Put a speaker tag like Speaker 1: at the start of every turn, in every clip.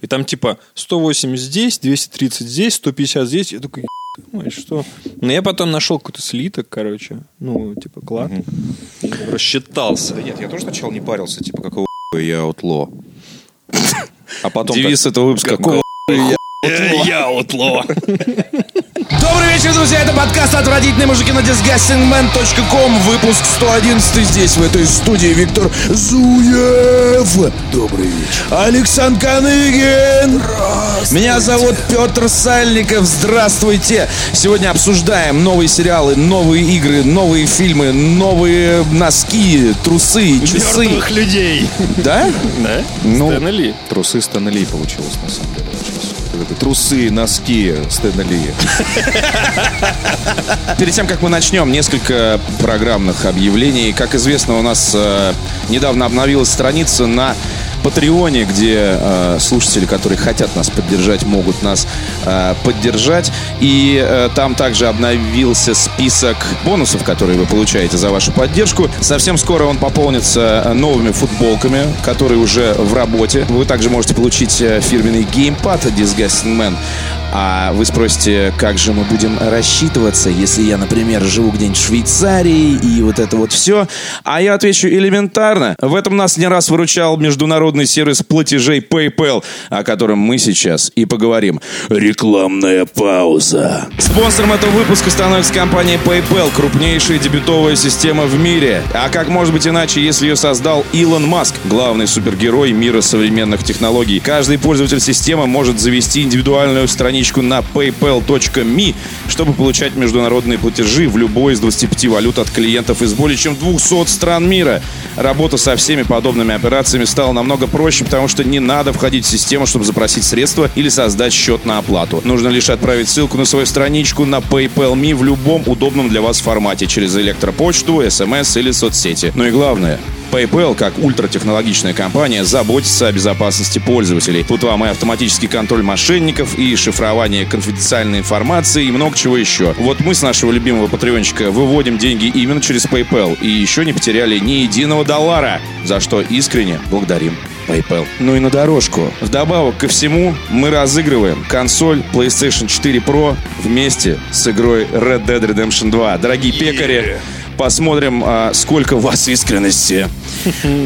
Speaker 1: И там типа 180 здесь, 230 здесь, 150 здесь. Я такой, Ой, что? Но я потом нашел какой-то слиток, короче. Ну, типа, клад. Рассчитался.
Speaker 2: Да нет, я тоже сначала не парился, типа, какого хуя я аутло. А потом...
Speaker 3: Девиз этого выпуска. Какого
Speaker 2: Я аутло.
Speaker 3: Добрый вечер, друзья! Это подкаст «Отвратительные мужики» на disgustingman.com. Выпуск 111 здесь, в этой студии. Виктор Зуев. Добрый вечер. Александр Каныгин. Меня зовут Петр Сальников. Здравствуйте. Сегодня обсуждаем новые сериалы, новые игры, новые фильмы, новые носки, трусы, часы.
Speaker 1: Мертвых людей.
Speaker 3: Да?
Speaker 1: Да?
Speaker 3: Ну,
Speaker 1: Стэна Ли.
Speaker 3: Трусы Стэна Ли получилось, на самом деле. очень всё. Это Трусы, носки Стэна Ли. Перед тем, как мы начнем, несколько программных объявлений. Как известно, у нас э, недавно обновилась страница на Патреоне, где э, слушатели, которые хотят нас поддержать, могут нас э, поддержать. И э, там также обновился список бонусов, которые вы получаете за вашу поддержку. Совсем скоро он пополнится э, новыми футболками, которые уже в работе. Вы также можете получить э, фирменный геймпад Disgusting Man. А вы спросите, как же мы будем рассчитываться, если я, например, живу где-нибудь в Швейцарии и вот это вот все? А я отвечу элементарно. В этом нас не раз выручал международный сервис платежей PayPal, о котором мы сейчас и поговорим. Рекламная пауза. Спонсором этого выпуска становится компания PayPal, крупнейшая дебетовая система в мире. А как может быть иначе, если ее создал Илон Маск, главный супергерой мира современных технологий? Каждый пользователь системы может завести индивидуальную страничку на paypal.me, чтобы получать международные платежи в любой из 25 валют от клиентов из более чем 200 стран мира. Работа со всеми подобными операциями стала намного проще, потому что не надо входить в систему, чтобы запросить средства или создать счет на оплату. Нужно лишь отправить ссылку на свою страничку на PayPal.me в любом удобном для вас формате через электропочту, смс или соцсети. Ну и главное, PayPal, как ультратехнологичная компания, заботится о безопасности пользователей. Тут вам и автоматический контроль мошенников, и шифрование конфиденциальной информации, и много чего еще. Вот мы с нашего любимого патреончика выводим деньги именно через PayPal, и еще не потеряли ни единого доллара, за что искренне благодарим. PayPal. Ну и на дорожку. Вдобавок ко всему, мы разыгрываем консоль PlayStation 4 Pro вместе с игрой Red Dead Redemption 2. Дорогие пекари, Посмотрим, а, сколько у вас искренности.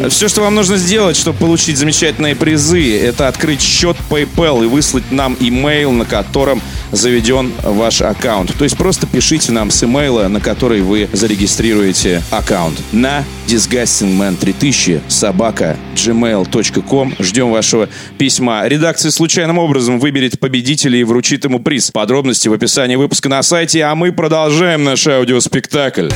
Speaker 3: Все, что вам нужно сделать, чтобы получить замечательные призы, это открыть счет PayPal и выслать нам имейл, на котором заведен ваш аккаунт. То есть просто пишите нам с имейла, на который вы зарегистрируете аккаунт. На disgustingman3000 собака gmail.com. Ждем вашего письма. Редакция случайным образом выберет победителя и вручит ему приз. Подробности в описании выпуска на сайте, а мы продолжаем наш аудиоспектакль.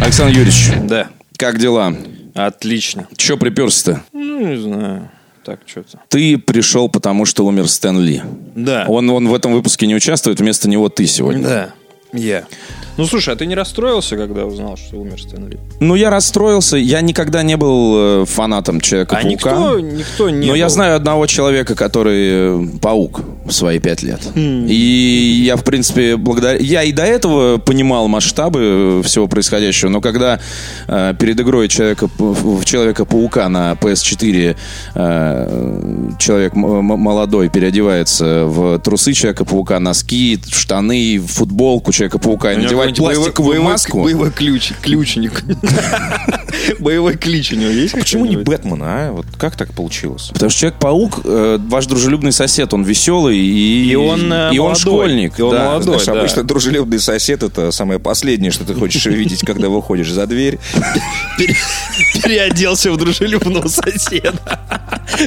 Speaker 3: Александр Юрьевич,
Speaker 1: Да.
Speaker 3: как дела?
Speaker 1: Отлично.
Speaker 3: Че приперся-то?
Speaker 1: Ну, не знаю. Так, что-то.
Speaker 3: Ты пришел, потому что умер Стэн Ли.
Speaker 1: Да.
Speaker 3: Он, он в этом выпуске не участвует, вместо него ты сегодня.
Speaker 1: Да. Я. Ну, слушай, а ты не расстроился, когда узнал, что умер Стэн Ли?
Speaker 3: Ну, я расстроился. Я никогда не был э, фанатом
Speaker 1: А
Speaker 3: Человека-паука.
Speaker 1: никто, никто не
Speaker 3: Но я
Speaker 1: был.
Speaker 3: знаю одного человека, который э, паук в свои пять лет.
Speaker 1: Хм.
Speaker 3: И я, в принципе, благодаря... Я и до этого понимал масштабы э, всего происходящего, но когда э, перед игрой человека, П- в Человека-паука на PS4 э, человек м- м- молодой переодевается в трусы Человека-паука, носки, штаны, футболку Человека-паука и
Speaker 1: У него
Speaker 3: надевает
Speaker 1: какой-нибудь
Speaker 3: пластиковую
Speaker 1: боевой-
Speaker 3: маску...
Speaker 2: Боевой ключ, ключник. Боевой ключ у него есть?
Speaker 1: Почему не
Speaker 2: Бэтмен, а? Вот как так получилось?
Speaker 3: Потому что Человек-паук, э, ваш дружелюбный сосед, он веселый и,
Speaker 1: И он, э,
Speaker 3: и он
Speaker 1: молодой.
Speaker 3: школьник.
Speaker 1: И он
Speaker 3: да.
Speaker 1: молодой.
Speaker 2: Знаешь,
Speaker 1: да.
Speaker 2: обычно дружелюбный сосед это самое последнее, что ты хочешь видеть, когда выходишь за дверь. Пере- Переоделся в дружелюбного соседа.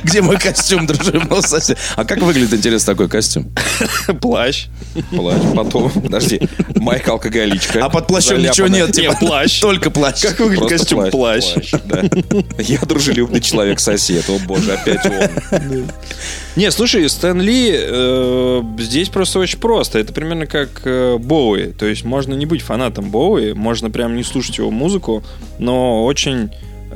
Speaker 3: Где мой костюм дружелюбного соседа? А как выглядит, интересно, такой костюм?
Speaker 1: Плащ.
Speaker 2: Плащ, потом, подожди, майка алкоголичка.
Speaker 3: А под плащом ничего
Speaker 2: Заляпанная.
Speaker 3: нет, типа,
Speaker 1: Не, плащ.
Speaker 3: Только плащ.
Speaker 1: Как выглядит
Speaker 2: Просто
Speaker 1: костюм плащ?
Speaker 2: да. Я дружелюбный человек-сосед. О боже, опять он.
Speaker 1: Не, слушай, Стэн Ли э, здесь просто очень просто. Это примерно как э, Боуи. То есть можно не быть фанатом Боуи, можно прям не слушать его музыку, но очень э,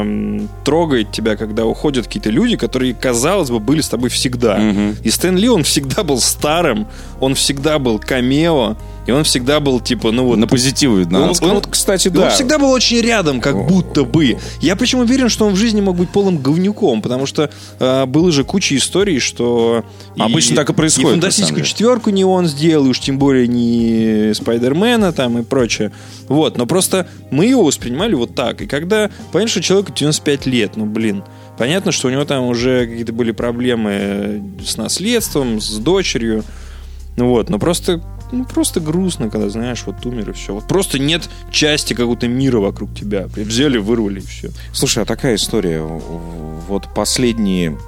Speaker 1: эм, трогает тебя, когда уходят какие-то люди, которые, казалось бы, были с тобой всегда.
Speaker 3: Мгм.
Speaker 1: И Стэн Ли, он всегда был старым, он всегда был камео, и он всегда был, типа, ну вот...
Speaker 3: На позитиве, да.
Speaker 1: Он-
Speaker 3: Вот,
Speaker 1: он-
Speaker 3: вот, кстати,
Speaker 1: И Он
Speaker 3: да.
Speaker 1: всегда был очень рядом, как будто бы. Я причем уверен, что он в жизни мог быть полным говнюком, потому что э, было же куча историй, что...
Speaker 3: А Обычно так и
Speaker 1: И
Speaker 3: происходит, на самом
Speaker 1: «Фантастическую
Speaker 3: деле.
Speaker 1: четверку» не он сделал, и уж тем более не «Спайдермена» там и прочее. Вот, но просто мы его воспринимали вот так. И когда, понятно, что человеку 95 лет, ну блин, понятно, что у него там уже какие-то были проблемы э, с наследством, с дочерью. Ну вот, но просто, ну просто грустно, когда знаешь, вот умер и все. Вот просто нет части какого-то мира вокруг тебя. Прям Взяли, вырвали и все.
Speaker 2: Слушай, а такая история. Вот последние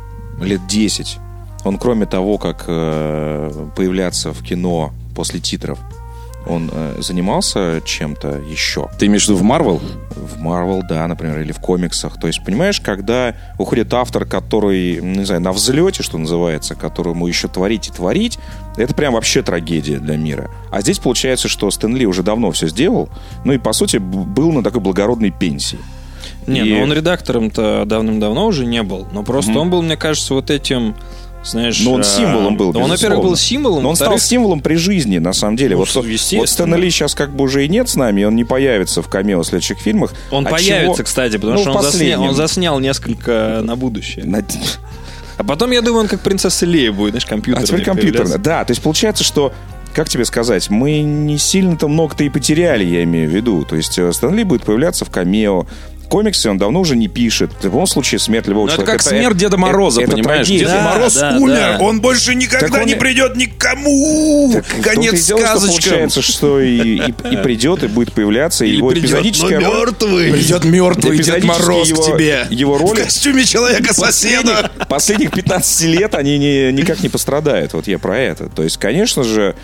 Speaker 2: лет 10 он, кроме того, как э, появляться в кино после титров, он э, занимался чем-то еще.
Speaker 3: Ты имеешь в виду в Марвел?
Speaker 2: В Марвел, да, например, или в комиксах. То есть, понимаешь, когда уходит автор, который, ну, не знаю, на взлете, что называется, которому еще творить и творить, это прям вообще трагедия для мира. А здесь получается, что Стэнли уже давно все сделал, ну и, по сути, б- был на такой благородной пенсии.
Speaker 1: Не,
Speaker 2: И-
Speaker 1: ну он редактором-то давным-давно уже не был, но просто он был, мне кажется, вот этим, знаешь...
Speaker 2: Но Ну, он
Speaker 1: а,
Speaker 2: символом был,
Speaker 1: Он, во-первых,
Speaker 2: безусловно.
Speaker 1: был символом,
Speaker 2: Но он стал
Speaker 1: во-вторых,
Speaker 2: символом при жизни, на самом деле.
Speaker 1: Ну,
Speaker 2: вот,
Speaker 1: естественно.
Speaker 2: вот Стэн Ли сейчас как бы уже и нет с нами, и он не появится в камео в следующих фильмах.
Speaker 1: Он
Speaker 2: А
Speaker 1: появится,
Speaker 2: чего-
Speaker 1: кстати, потому
Speaker 2: Ну,
Speaker 1: что
Speaker 2: в
Speaker 1: он засня-
Speaker 2: последнем.
Speaker 1: он заснял несколько на будущее.
Speaker 2: На-
Speaker 1: А потом, я думаю, он как принцесса Лея будет, знаешь, компьютер.
Speaker 2: А теперь компьютерно. Да, то есть получается, что как тебе сказать, мы не сильно-то много-то и потеряли, я имею в виду. То есть э, Стэн Ли будет появляться в камео. Комиксы он давно уже не пишет. В любом случае, смерть любого
Speaker 3: Ну, это
Speaker 2: человека...
Speaker 3: как смерть Деда Мороза,
Speaker 2: это
Speaker 3: понимаешь?
Speaker 2: трагедия.
Speaker 3: Дед
Speaker 1: Да,
Speaker 3: Мороз
Speaker 1: да,
Speaker 3: умер,
Speaker 1: да.
Speaker 3: он больше
Speaker 2: Так
Speaker 3: никогда
Speaker 2: он
Speaker 3: не
Speaker 2: и-
Speaker 3: придет никому!
Speaker 2: В том-то и
Speaker 3: Конец
Speaker 2: дело, что
Speaker 3: сказочкам!
Speaker 2: Получается, что и, и- и придет, и будет появляться, и его эпизодическая роль-
Speaker 3: мертвый! Придет мертвый Дед
Speaker 2: эпизодически
Speaker 3: Мороз
Speaker 2: его-
Speaker 3: к тебе!
Speaker 2: его роли-
Speaker 3: В костюме человека-соседа!
Speaker 2: последних, последних 15 лет они не- никак не пострадают. Вот я про это. То есть, конечно же,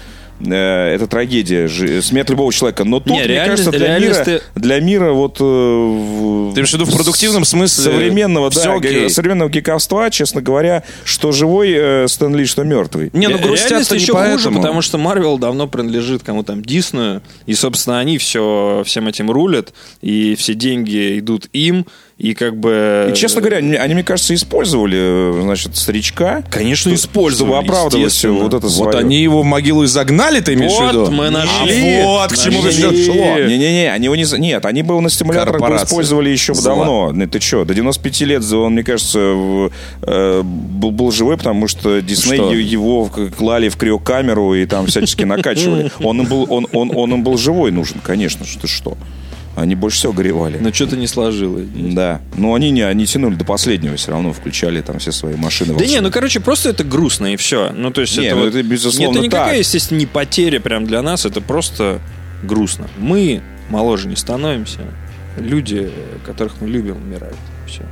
Speaker 2: э, это трагедия, жи- смерть любого человека. Но тут,
Speaker 1: Не,
Speaker 2: мне
Speaker 1: реальность-
Speaker 2: кажется, для мира,
Speaker 1: реальность ты-
Speaker 2: для мира вот... э, в-
Speaker 3: Ты имеешь в виду в продуктивном смысле?
Speaker 2: Современного,
Speaker 3: Всё
Speaker 2: да,
Speaker 3: окей.
Speaker 2: ге- современного гиковства, честно говоря, что живой э, Стэн Ли, что мертвый.
Speaker 3: Не, ну
Speaker 1: Ре- реальность
Speaker 3: грустят-то не
Speaker 1: еще хуже,
Speaker 3: поэтому.
Speaker 1: потому что Марвел давно принадлежит кому там Диснею, и, собственно, они все, всем этим рулят, и все деньги идут им, и как бы...
Speaker 2: И, честно говоря, они, они, мне кажется, использовали, э, значит, старичка.
Speaker 1: Конечно,
Speaker 2: чтоб-
Speaker 1: использовали,
Speaker 2: Чтобы оправдывать всё
Speaker 1: естественно.
Speaker 2: вот это
Speaker 3: Вот
Speaker 2: своё.
Speaker 3: они его в могилу и загнали, ты имеешь в
Speaker 1: Вот
Speaker 3: виду?
Speaker 1: мы
Speaker 3: А
Speaker 1: нашли.
Speaker 3: вот к чему
Speaker 1: Нашли.
Speaker 3: это шло.
Speaker 2: Не-не-не, они его не... за- Нет, они бы его на стимуляторах бы
Speaker 3: Корпорация.
Speaker 2: использовали еще бы
Speaker 3: Зла.
Speaker 2: давно. Не, Ты что, до 95 лет он, мне кажется, в- э, был, был живой, потому что Дисней
Speaker 3: Что?
Speaker 2: е- его в- клали в криокамеру и там всячески накачивали. Он им был, он, он, он им был живой нужен, конечно же, ты что. Они больше всего горевали.
Speaker 1: Но что-то не сложилось.
Speaker 2: Да. Но они не они тянули до последнего, все равно включали там все свои машины.
Speaker 1: Да не, ну короче, просто это грустно и все. Ну то есть
Speaker 2: Не,
Speaker 1: это,
Speaker 2: ну,
Speaker 1: вот-
Speaker 2: это, безусловно,
Speaker 1: это никакая,
Speaker 2: так.
Speaker 1: естественно, не потеря прям для нас, это просто грустно. Мы моложе не становимся, люди, которых мы любим, умирают. Все.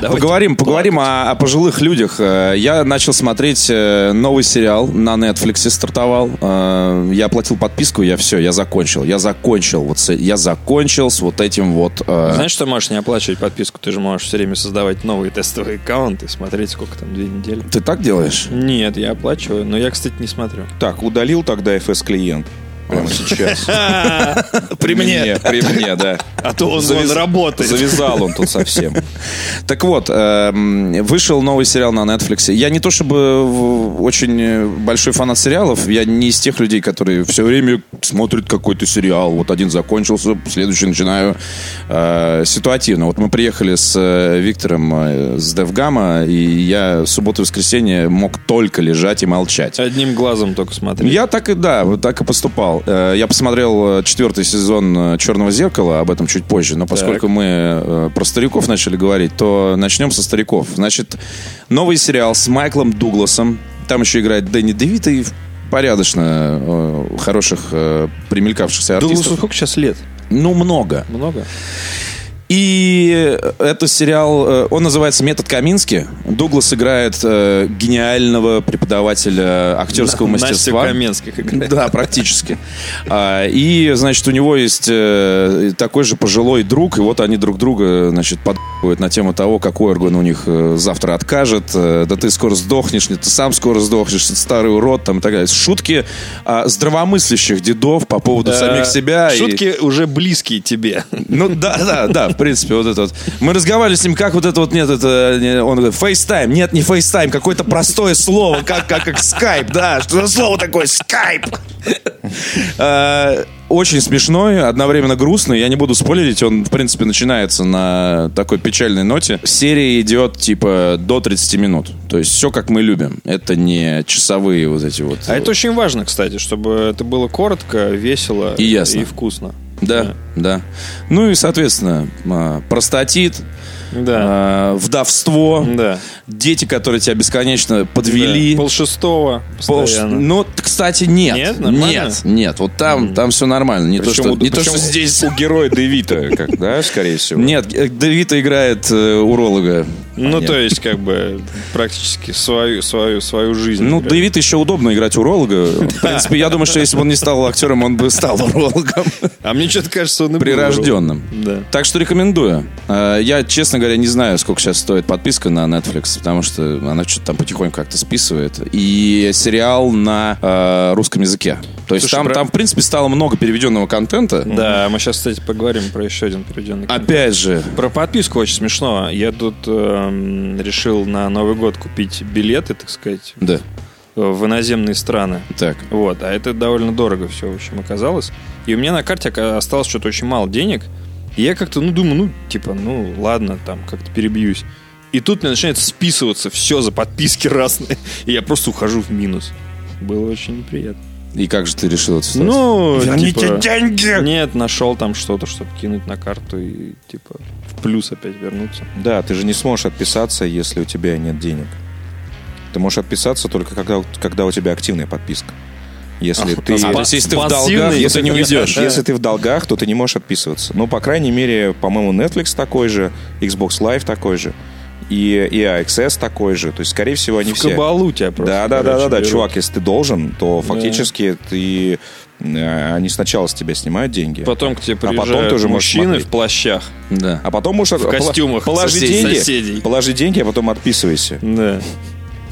Speaker 3: Поговорим, поговорим о, о пожилых людях. Э, Я начал смотреть э, новый сериал на Netflix стартовал. Э, Я оплатил подписку, я все, я закончил. Я закончил. Вот с- я закончил с вот этим вот. э,
Speaker 1: Знаешь, что можешь не оплачивать подписку, ты же можешь все время создавать новые тестовые аккаунты, смотреть, сколько там, две недели.
Speaker 3: Ты так делаешь?
Speaker 1: Нет, я оплачиваю, но я, кстати, не смотрю.
Speaker 2: Так, удалил тогда FS-клиент. Прямо сейчас.
Speaker 3: При
Speaker 2: При мне, да.
Speaker 1: А то он,
Speaker 2: Завяз-
Speaker 1: работает.
Speaker 2: Завязал он тут совсем.
Speaker 3: Так вот, эм, вышел новый сериал на Netflix. Я не то чтобы в- очень э, большой фанат сериалов, я не из тех людей, которые все время смотрят какой-то сериал. Вот один закончился, следующий начинаю э, ситуативно. Вот мы приехали с э, Виктором э, с Девгама, и я субботу и воскресенье мог только лежать и молчать.
Speaker 1: Одним глазом только смотри.
Speaker 3: Я так и да, вот так и поступал. Э, Я посмотрел э, четвертый сезон э, Черного зеркала, об этом чуть позже, но поскольку мы э, про стариков начали говорить, то начнем со стариков. Значит, новый сериал с Майклом Дугласом. Там еще играет Дэнни Девита и порядочно э, хороших э, примелькавшихся артистов.
Speaker 1: Дугласу сколько сейчас лет?
Speaker 3: Ну, много.
Speaker 1: Много?
Speaker 3: И это сериал, э, он называется «Метод Камински». Дуглас играет э, гениального преподавателя актерского мастерства.
Speaker 1: Настя Каменских играет.
Speaker 3: Да, практически. А, И, значит, у него есть э, такой же пожилой друг, и вот они друг друга, значит, под раскручивают на тему того, какой орган у них э, завтра откажет, э, да ты скоро сдохнешь, не ты сам скоро сдохнешь, ты старый урод, там и так далее. Шутки а, здравомыслящих дедов по поводу самих себя. и-
Speaker 1: Шутки уже близкие тебе.
Speaker 3: Ну да, да, да, в принципе, вот это вот. Мы разговаривали с ним, как вот это вот, нет, это, не- он говорит, FaceTime, нет, не FaceTime, какое-то простое слово, как, как, как Skype, да, что за слово такое, Skype? Э, Очень смешной, одновременно грустный, я не буду спойлерить, он, в принципе, начинается на такой печальной ноте. Серия идет, типа, до 30 минут, то есть все, как мы любим, это не часовые вот эти вот.
Speaker 1: А это очень важно, кстати, чтобы это было коротко, весело
Speaker 3: И ясно.
Speaker 1: и вкусно.
Speaker 3: Да, да. Ну и, соответственно, а, простатит,
Speaker 1: Да.
Speaker 3: а, вдовство,
Speaker 1: Да.
Speaker 3: дети, которые тебя бесконечно подвели.
Speaker 1: Вели. Пол шестого.
Speaker 3: Пол- Ну, т- кстати, нет.
Speaker 1: Нет? Нормально?
Speaker 3: нет, нет. Вот там, там все нормально. Не
Speaker 2: Причем
Speaker 3: то, что,
Speaker 2: у-
Speaker 3: не то,
Speaker 2: причем
Speaker 3: что здесь.
Speaker 2: У героя Дэвита, как, да, скорее всего.
Speaker 3: Нет, э, Давида играет э, уролога.
Speaker 1: Ну,
Speaker 3: Нет.
Speaker 1: то есть, как бы, практически свою, свою, свою жизнь.
Speaker 3: Ну,
Speaker 1: Как-
Speaker 3: Дэвид еще удобно играть уролога. В принципе, я думаю, что если бы он не стал актером, он бы стал урологом.
Speaker 1: А мне что-то кажется, он и был
Speaker 3: Прирожденным.
Speaker 1: урод. Да.
Speaker 3: Так что рекомендую. Э, Я, честно говоря, не знаю, сколько сейчас стоит подписка на Netflix, потому что она что-то там потихоньку как-то списывает. И сериал на э, русском языке. То есть
Speaker 1: Слушай,
Speaker 3: там,
Speaker 1: про-
Speaker 3: там, в принципе, стало много переведенного контента.
Speaker 1: Да, мы сейчас, кстати, поговорим про еще один переведенный контент.
Speaker 3: Опять же,
Speaker 1: Про подписку очень смешно. Я тут эм, решил на Новый год купить билеты, так сказать,
Speaker 3: да,
Speaker 1: в иноземные страны.
Speaker 3: так.
Speaker 1: Вот, а это довольно дорого все, в общем, оказалось. И у меня на карте ока- осталось что-то очень мало денег. И я как-то, ну, думаю, ну, типа, ну, ладно, там, как-то перебьюсь. И тут мне начинает списываться все за подписки разные. И я просто ухожу в минус. Было очень неприятно.
Speaker 3: И как же ты решил это встать?
Speaker 1: Ну, типа,
Speaker 2: деньги!
Speaker 1: Нет, нашел там что-то, чтобы кинуть на карту и, типа, в плюс опять вернуться.
Speaker 2: Да, ты же не сможешь отписаться, если у тебя нет денег. Ты можешь отписаться только когда, когда у тебя активная подписка. Если ты...
Speaker 1: а
Speaker 3: то
Speaker 1: па-
Speaker 3: есть, если ты в
Speaker 1: пассивный,
Speaker 3: долгах,
Speaker 1: вот
Speaker 3: если
Speaker 1: это
Speaker 3: не
Speaker 1: не
Speaker 3: уйдешь.
Speaker 1: страшно.
Speaker 2: Если ты в долгах, то ты не можешь отписываться. Ну, по крайней мере, по-моему, Netflix такой же, Xbox Live такой же, и, и AXS такой же. То есть, скорее всего, они
Speaker 1: в
Speaker 2: все...
Speaker 1: кабалу тебя просто.
Speaker 2: Да, да, да,
Speaker 1: короче,
Speaker 2: да, да,
Speaker 1: берут.
Speaker 2: чувак, если ты должен, то фактически ты э, они сначала с тебя снимают деньги,
Speaker 1: Потом к тебе
Speaker 2: А потом
Speaker 1: приезжают
Speaker 2: тоже можешь
Speaker 1: мужчины
Speaker 2: смотреть.
Speaker 1: в плащах,
Speaker 3: Да.
Speaker 2: а потом можешь
Speaker 1: в
Speaker 2: отпла-
Speaker 1: костюмах.
Speaker 2: положи
Speaker 1: соседей.
Speaker 2: деньги,
Speaker 1: соседей.
Speaker 2: положи деньги, а потом отписывайся.
Speaker 1: Да.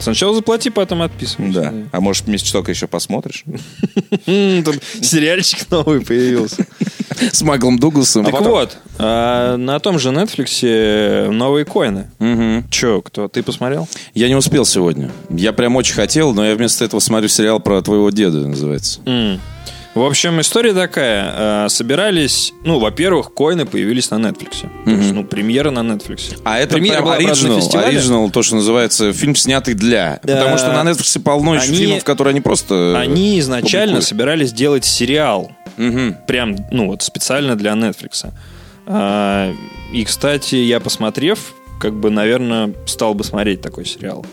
Speaker 1: Сначала заплати, потом отписывайся.
Speaker 2: Да. А может вместе только еще посмотришь?
Speaker 1: М, Тут сериальчик новый появился.
Speaker 3: А
Speaker 1: А
Speaker 3: С Майклом Дугласом.
Speaker 1: Так вот, а, на том же Netflix новые коины.
Speaker 3: Мгм.
Speaker 1: Че, кто? Ты посмотрел?
Speaker 3: Я не успел сегодня. Я прям очень хотел, но я вместо этого смотрю сериал про твоего деда, называется.
Speaker 1: М. В общем, история такая. А, Собирались, ну, во-первых, коины появились на Netflix. То есть, ну, премьера на Netflix.
Speaker 3: А это
Speaker 1: Премьера
Speaker 3: прям
Speaker 1: была, правда, на
Speaker 3: оригинал,
Speaker 1: фестивале.
Speaker 3: оригинал, то, что называется, фильм, снятый для.
Speaker 1: Да.
Speaker 3: Потому что на Netflix полно еще
Speaker 1: Они-
Speaker 3: фильмов, которые они просто... э,
Speaker 1: Они изначально
Speaker 3: публикуют.
Speaker 1: собирались делать сериал.
Speaker 3: Мгм.
Speaker 1: Прям, ну, вот специально для Netflix. А, И, кстати, я посмотрев, как бы, наверное, стал бы смотреть такой сериал.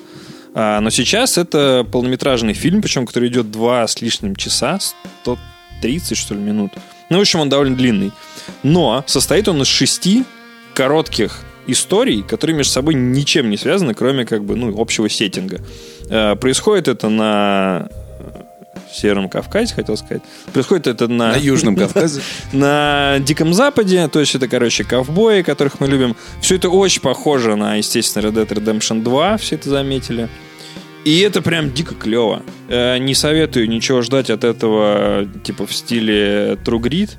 Speaker 1: А, Но сейчас это полнометражный фильм, причем который идет два с лишним часа, 130, что ли, минут. Ну, в общем, он довольно длинный. Но состоит он из шести коротких историй, которые между собой ничем не связаны, кроме как бы, ну, общего сеттинга. Э, Происходит это на э, Северном Кавказе, хотел сказать. Происходит это
Speaker 3: На
Speaker 1: на
Speaker 3: Южном Кавказе.
Speaker 1: на Диком Западе, то есть это, короче, ковбои, которых мы любим. Все это очень похоже на, естественно, Red Dead Redemption 2, все это заметили. И это прям дико клево. Э, Не советую ничего ждать от этого, типа в стиле True Grit,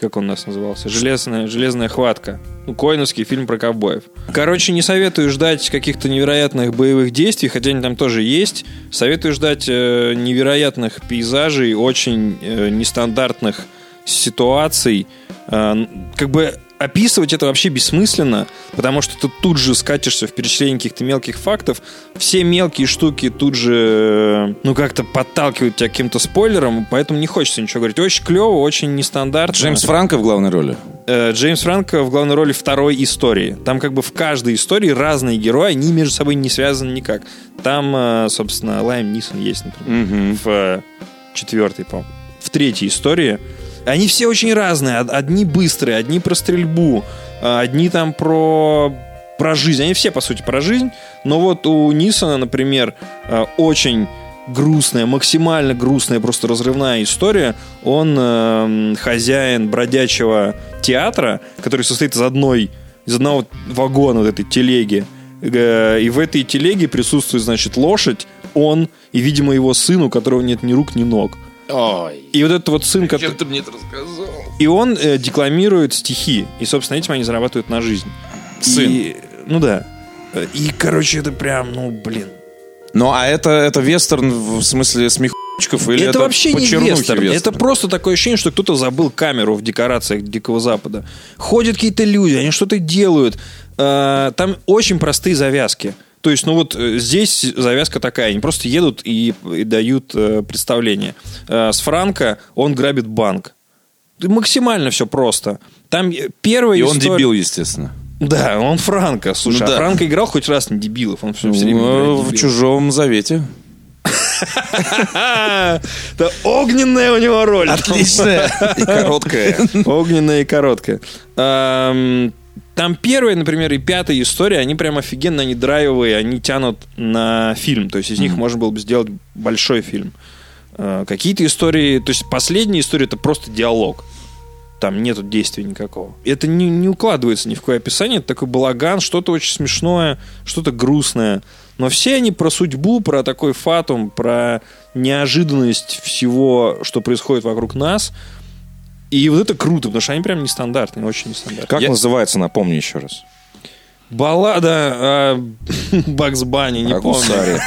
Speaker 1: как он у нас назывался, «Железная, железная хватка». Ну, Коиновский фильм про ковбоев. Короче, не советую ждать каких-то невероятных боевых действий, хотя они там тоже есть. Советую ждать э, невероятных пейзажей, очень э, нестандартных ситуаций. Э, н- как бы описывать это вообще бессмысленно, потому что ты тут же скатишься в перечислении каких-то мелких фактов. Все мелкие штуки тут же, э, ну, как-то подталкивают тебя к каким-то спойлерам, поэтому не хочется ничего говорить. Очень клево, очень нестандартно.
Speaker 3: Джеймс Франко в главной роли.
Speaker 1: Э, Джеймс Франко в главной роли второй истории. Там как бы в каждой истории разные герои, они между собой не связаны никак. Там, э, собственно, Лайм Нисон есть, например в э, четвертой, по в третьей истории. Они все очень разные. Од- Одни быстрые, одни про стрельбу, э, одни там про про жизнь. Они все, по сути, про жизнь. Но вот у Нисона, например, э, очень грустная, максимально грустная, просто разрывная история. Он эм, хозяин бродячего театра, который состоит из одной из одного вагона вот этой телеги. Э, И в этой телеге присутствует, значит, лошадь, он и, видимо, его сын, у которого нет ни рук, ни ног.
Speaker 4: Ой,
Speaker 1: И вот этот вот сын, который...
Speaker 4: чем ты мне это рассказал?
Speaker 1: И он э, декламирует стихи. И, собственно, этим они зарабатывают на жизнь.
Speaker 3: Сын.
Speaker 1: И- ну да. Э, И, короче, это прям, ну, блин.
Speaker 3: Ну, а это, это вестерн в смысле смехучков или
Speaker 1: Это,
Speaker 3: это,
Speaker 1: вообще
Speaker 3: по
Speaker 1: не
Speaker 3: чернухе
Speaker 1: вестерн. Это просто такое ощущение, что кто-то забыл камеру в декорациях Дикого Запада. Ходят какие-то люди, они что-то делают. Э, Там очень простые завязки. То есть, ну вот э, здесь завязка такая. Они просто едут и, и дают э, представление. Э, С Франко он грабит банк. Максимально все просто. Там э, первая
Speaker 3: И он
Speaker 1: история-
Speaker 3: дебил, естественно.
Speaker 1: Да, он Франко. Слушай,
Speaker 3: Ну
Speaker 1: а
Speaker 3: да.
Speaker 1: Франко играл хоть раз не дебилов. Он все, время
Speaker 3: Ну,
Speaker 1: играет
Speaker 3: в
Speaker 1: дебилов.
Speaker 3: чужом завете.
Speaker 1: Да огненная у него роль.
Speaker 2: И короткая.
Speaker 1: Огненная и короткая. Эм, Там первая, например, и пятая история, они прям офигенно, они драйвовые, они тянут на фильм. То есть из них можно было бы сделать большой фильм. Э, Какие-то истории... То есть последняя история — это просто диалог. Там нету действия никакого. Это не, не укладывается ни в какое описание. Это такой балаган, что-то очень смешное, что-то грустное. Но все они про судьбу, про такой фатум, про неожиданность всего, что происходит вокруг нас. И вот это круто, потому что они прям нестандартные, очень нестандартные.
Speaker 2: Как
Speaker 3: Я-
Speaker 2: называется, напомню еще раз.
Speaker 1: Баллада э, Бакс Банни, не
Speaker 2: О
Speaker 1: помню.
Speaker 2: гусаре.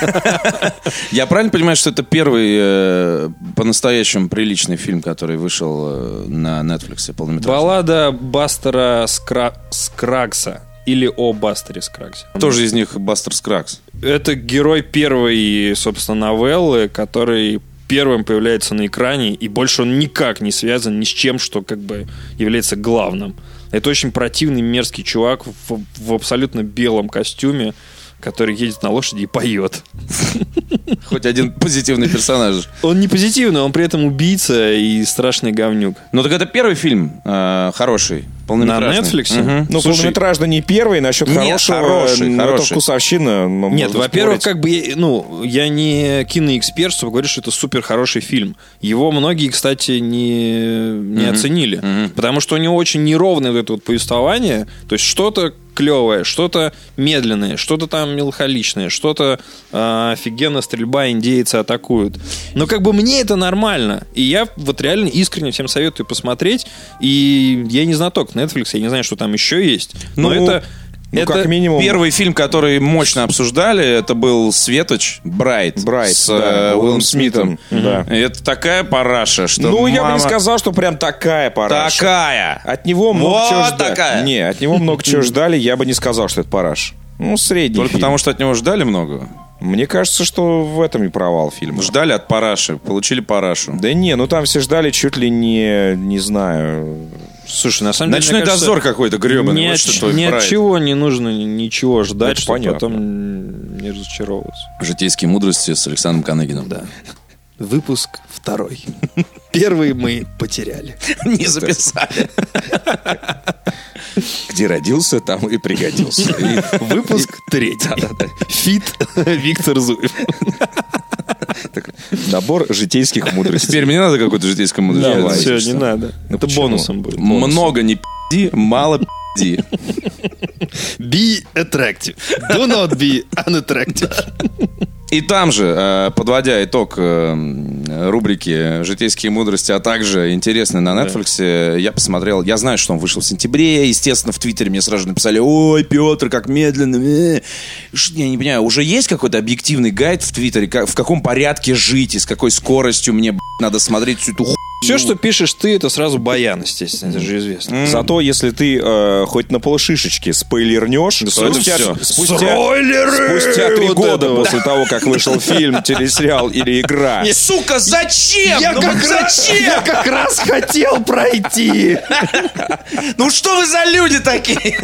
Speaker 3: Я правильно понимаю, что это первый э, по-настоящему приличный фильм, который вышел э, на Netflix полнометражный?
Speaker 1: Баллада Бастера Скра... Скракса. Или о Бастере Скраксе.
Speaker 3: Тоже из них Бастер Скракс.
Speaker 1: Это герой первой, собственно, новеллы, который первым появляется на экране, и больше он никак не связан ни с чем, что как бы является главным. Это очень противный, мерзкий чувак в, в абсолютно белом костюме, который едет на лошади и поет.
Speaker 3: Хоть один позитивный персонаж.
Speaker 1: Он не позитивный, он при этом убийца и страшный говнюк.
Speaker 3: Ну так это первый фильм э, хороший,
Speaker 1: На
Speaker 3: полнометражный.
Speaker 1: Netflix?
Speaker 3: Мгм.
Speaker 2: Ну,
Speaker 1: Слушай,
Speaker 2: полнометражный не первый, насчет
Speaker 3: Нет,
Speaker 2: хорошего,
Speaker 3: хороший,
Speaker 2: м, это
Speaker 3: хороший.
Speaker 2: вкусовщина. м,
Speaker 1: Нет,
Speaker 2: можно
Speaker 1: во-первых,
Speaker 2: спорить.
Speaker 1: как бы, я- ну, я не киноэксперт, чтобы говорить, что это супер хороший фильм. Его многие, кстати, не, не оценили.
Speaker 3: мгм.
Speaker 1: Потому что у него очень неровное вот это вот повествование. То есть что-то клевое, что-то медленное, что-то там мелхоличное, что-то э, офигенно стрельба, индейцы атакуют. Но как бы мне это нормально. И я вот реально искренне всем советую посмотреть. И я не знаток Netflix, я не знаю, что там еще есть. Но
Speaker 2: Ну,
Speaker 1: это...
Speaker 2: ну,
Speaker 1: это
Speaker 2: как минимум...
Speaker 3: Первый фильм, который мощно обсуждали, это был «Светоч», «Брайт»,
Speaker 2: Брайт,
Speaker 3: с
Speaker 2: да,
Speaker 3: э, Уиллом
Speaker 2: Уиллом
Speaker 3: Смитом.
Speaker 2: Смитом, да.
Speaker 3: И Это такая параша, что
Speaker 2: Ну, я бы
Speaker 3: мама
Speaker 2: не сказал, что прям такая параша.
Speaker 3: Такая!
Speaker 2: От него много
Speaker 3: Вот
Speaker 2: чего ждали.
Speaker 3: такая.
Speaker 2: Не, от него много чего ждали, я бы не сказал, что это параш. Ну, средний
Speaker 3: Только
Speaker 2: фильм.
Speaker 3: потому, что от него ждали много.
Speaker 2: Мне кажется, что в этом и провал фильма.
Speaker 3: Ждали от параши, получили парашу.
Speaker 2: Да не, ну там все ждали чуть ли не, не знаю...
Speaker 1: Слушай, на самом деле... мне
Speaker 3: Ночной
Speaker 1: кажется,
Speaker 3: дозор какой-то гребаный.
Speaker 1: ни
Speaker 3: вот
Speaker 1: от,
Speaker 3: что твой
Speaker 1: ни от
Speaker 3: Брайт.
Speaker 1: чего не нужно ни- ничего ждать,
Speaker 2: Это
Speaker 1: чтобы
Speaker 2: понятно.
Speaker 1: потом не разочаровываться.
Speaker 3: Житейские мудрости с Александром Каныгином.
Speaker 1: Да. Выпуск второй. Первый мы потеряли.
Speaker 3: Не записали.
Speaker 2: Где родился, там и пригодился. И
Speaker 1: Выпуск третий. Фит Виктор Зуев.
Speaker 2: Набор житейских мудростей.
Speaker 3: Теперь мне надо какую-то житейскую мудрость.
Speaker 2: Давай.
Speaker 3: Давай.
Speaker 1: Все, не
Speaker 2: что?
Speaker 1: надо.
Speaker 2: Ну
Speaker 1: Это
Speaker 2: почему?
Speaker 1: бонусом будет.
Speaker 3: Много не пи***и, мало пи***и.
Speaker 1: Be attractive. Do not be unattractive.
Speaker 3: И там же, э, подводя итог э, м, рубрики «Житейские мудрости», а также интересный на Netflix, я посмотрел, я знаю, что он вышел в сентябре, естественно, в Твиттере мне сразу же написали, ой, Петр, как медленно, э». Ш- я не понимаю, уже есть какой-то объективный гайд в Твиттере, как- в каком порядке жить и с какой скоростью мне, б***ь, надо смотреть всю эту ху...
Speaker 1: Все, что пишешь ты, это сразу баян, естественно. Это же известно.
Speaker 2: Зато, если ты э, хоть на полшишечки спойлернешь,
Speaker 3: Да
Speaker 2: спустя,
Speaker 3: это всё.
Speaker 2: спустя-
Speaker 1: Спойлеры!
Speaker 2: спустя три
Speaker 1: Вот
Speaker 2: года
Speaker 1: это вот.
Speaker 2: после того, как вышел фильм, телесериал или
Speaker 3: А.
Speaker 2: игра,
Speaker 3: Сука, зачем? ну вот зачем?
Speaker 1: я как раз хотел пройти.
Speaker 3: Ну что вы за люди такие?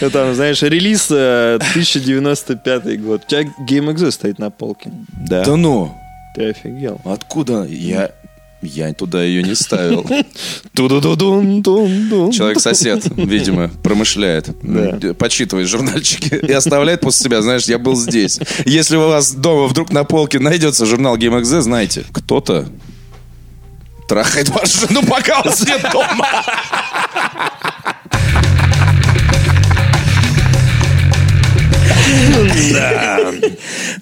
Speaker 1: Ну, Там, знаешь, релиз э, 1095 год. У тебя Game Exist стоит на полке.
Speaker 2: да.
Speaker 3: Да ну,
Speaker 1: Ты офигел.
Speaker 3: откуда? Я... Я туда ее не ставил.
Speaker 1: Ту-ду-ду-дун-дун-дун.
Speaker 3: Человек-сосед, видимо, промышляет,
Speaker 1: Ну, Да.
Speaker 3: подсчитывает журнальчики и оставляет после себя, знаешь, я был здесь. Если у вас дома вдруг на полке найдется журнал GameXZ, знаете, кто-то трахает вашу жену, пока вас нет дома.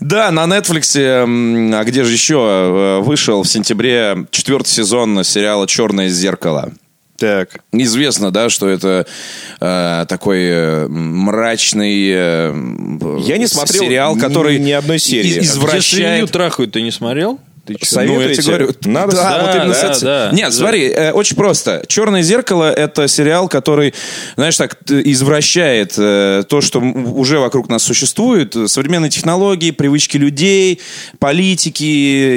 Speaker 3: Да, на Netflix, м, а где же еще, э, вышел в сентябре четвертый сезон сериала «Черное зеркало».
Speaker 1: Так.
Speaker 3: Известно, да, что это э, такой э, мрачный э, м,
Speaker 2: Я не смотрел
Speaker 3: сериал,
Speaker 2: ни-
Speaker 3: который
Speaker 2: ни одной серии.
Speaker 3: из-
Speaker 1: Где свинью
Speaker 3: извращает.
Speaker 1: трахают, ты не смотрел? Ты чё?
Speaker 2: Совет-
Speaker 3: Ну, я тебе
Speaker 2: Советуете?
Speaker 3: говорю,
Speaker 2: Надо
Speaker 3: да,
Speaker 2: с-
Speaker 3: вот
Speaker 2: да,
Speaker 1: да,
Speaker 3: именно с этим.
Speaker 1: да.
Speaker 3: Нет, смотри, э, очень просто. Черное зеркало это сериал, который, знаешь, так т- извращает э, то, что м- уже вокруг нас существует, э, современные технологии, привычки людей, политики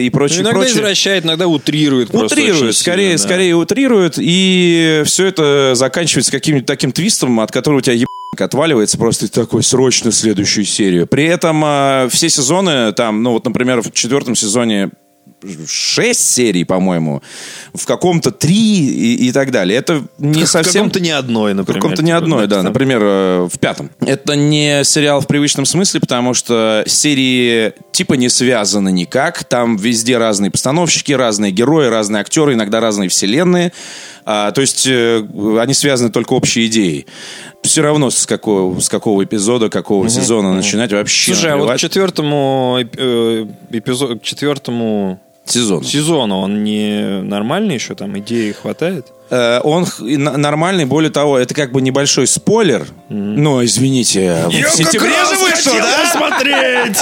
Speaker 3: и
Speaker 1: Ну,
Speaker 3: прочее.
Speaker 1: иногда
Speaker 3: прочее.
Speaker 1: извращает, иногда утрирует. просто очень сильно,
Speaker 3: Утрируют, скорее,
Speaker 1: да.
Speaker 3: скорее утрируют, и все это заканчивается каким-нибудь таким твистом, от которого у тебя ебаник отваливается просто и ты такой срочно следующую серию. При этом э, все сезоны там, ну вот, например, в четвертом сезоне шесть серий, по-моему, в каком-то три и, и так далее. Это не
Speaker 1: В
Speaker 3: совсем...
Speaker 1: каком-то не одной,
Speaker 3: В
Speaker 1: например.
Speaker 3: каком-то не
Speaker 1: типа,
Speaker 3: одной, да.
Speaker 1: там.
Speaker 3: Например, э, в пятом. Это не сериал в привычном смысле, потому что серии типа не связаны никак. Там везде разные постановщики, разные герои, разные актеры, иногда разные вселенные. А, то есть э, они связаны только общей идеей. Все равно с какого, с какого эпизода, какого сезона начинать вообще
Speaker 1: Слушай, а вот к
Speaker 3: наплевать.
Speaker 1: четвертому эп- э, эпизоду, к четвертому
Speaker 3: сезон.
Speaker 1: сезону он не нормальный еще, там идеи хватает?
Speaker 3: Э, Он х- и на- нормальный, более того, это как бы небольшой спойлер. Но извините, в сентябре же вышел, да?
Speaker 1: посмотреть!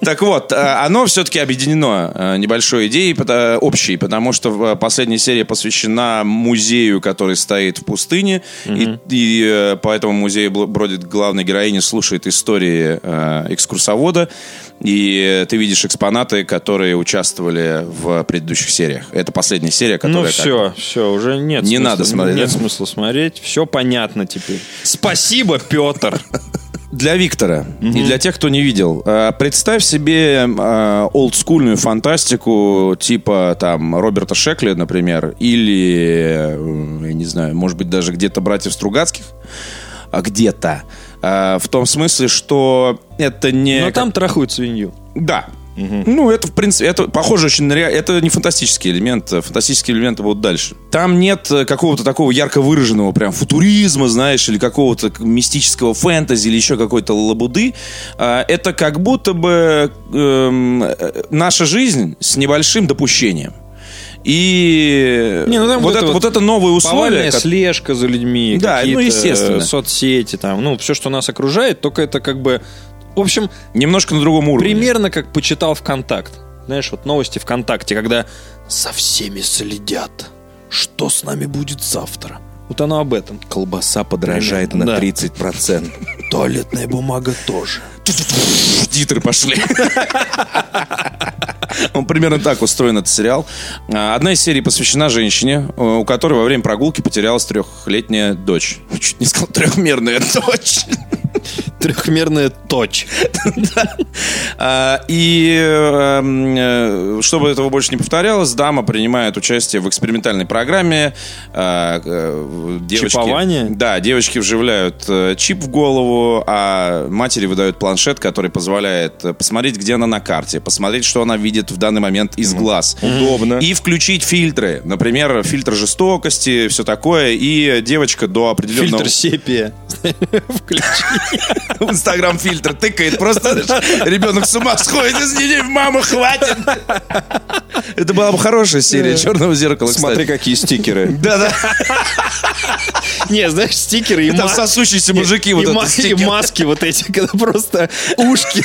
Speaker 3: Так вот, э, оно все-таки объединено э, небольшой идеей пота- общей, потому что э, последняя серия посвящена музею, который стоит в пустыне, и, и, э, по этому музею бл- бродит главная героиня, слушает истории э, экскурсовода, и э, ты видишь экспонаты, которые участвовали в предыдущих сериях. Это последняя серия, которая...
Speaker 1: Ну
Speaker 3: как-
Speaker 1: все, все, уже нет
Speaker 3: Не
Speaker 1: смысла-
Speaker 3: надо смотреть,
Speaker 1: Нет
Speaker 3: да?
Speaker 1: смысла смотреть, все понятно теперь. Спасибо, Петр!
Speaker 3: Для Виктора и для тех, кто не видел, э, представь себе э, олдскульную фантастику типа там Роберта Шекли, например, или, э, я не знаю, может быть, даже где-то братьев Стругацких, а где-то. Э, В том смысле, что это не...
Speaker 1: Но там трахают свинью.
Speaker 3: Да. Ну, это, в принципе, это похоже очень на реа- Это не фантастический элемент. э, Фантастические элементы будут дальше. Там нет э, какого-то такого ярко выраженного прям футуризма, знаешь, или какого-то к- мистического фэнтези, или еще какой-то лабуды. А, Это как будто бы эм, э, наша жизнь с небольшим допущением. И
Speaker 1: Не, ну там
Speaker 3: вот,
Speaker 1: вот
Speaker 3: это,
Speaker 1: это
Speaker 3: вот это новые условия,
Speaker 1: Повальная
Speaker 3: ко-
Speaker 1: слежка за людьми,
Speaker 3: Да,
Speaker 1: какие-то,
Speaker 3: ну, естественно.
Speaker 1: э, соцсети, там, ну, все, что нас окружает, только это как бы... В общем,
Speaker 3: немножко на другом уровне.
Speaker 1: примерно как почитал ВКонтакт. Знаешь, вот новости ВКонтакте, когда со всеми следят, что с нами будет завтра. Вот оно об этом.
Speaker 2: Колбаса подорожает
Speaker 1: Примерно,
Speaker 2: на
Speaker 1: да.
Speaker 2: 30%.
Speaker 1: Туалетная бумага тоже.
Speaker 3: Титры пошли. Он примерно так устроен этот сериал. А, Одна из серий посвящена женщине, э, у которой во время прогулки потерялась трехлетняя дочь. Чуть не сказал трехмерная дочь.
Speaker 1: Трехмерная точь.
Speaker 3: А, И э, м, э, чтобы этого больше не повторялось, дама принимает участие в экспериментальной программе. э, э, девочки-
Speaker 1: Чипование?
Speaker 3: Да, девочки вживляют э, чип в голову, а матери выдают планшет, который позволяет э, посмотреть, где она на карте, посмотреть, что она видит в данный момент из глаз.
Speaker 2: Удобно.
Speaker 3: И включить фильтры. Например, фильтр жестокости, все такое. И девочка до определенного...
Speaker 1: Фильтр сепия.
Speaker 3: в Инстаграм фильтр тыкает, просто знаешь, ребенок с ума сходит, извини, мама, хватит. Это была бы хорошая серия черного зеркала,
Speaker 2: Смотри,
Speaker 3: кстати.
Speaker 2: какие стикеры.
Speaker 3: Да-да,
Speaker 1: Не, знаешь, стикеры и
Speaker 3: там
Speaker 1: маски.
Speaker 3: сосущиеся мужики, вот
Speaker 1: и, ма-
Speaker 3: этот
Speaker 1: и
Speaker 3: стикер.
Speaker 1: маски вот эти, когда просто ушки.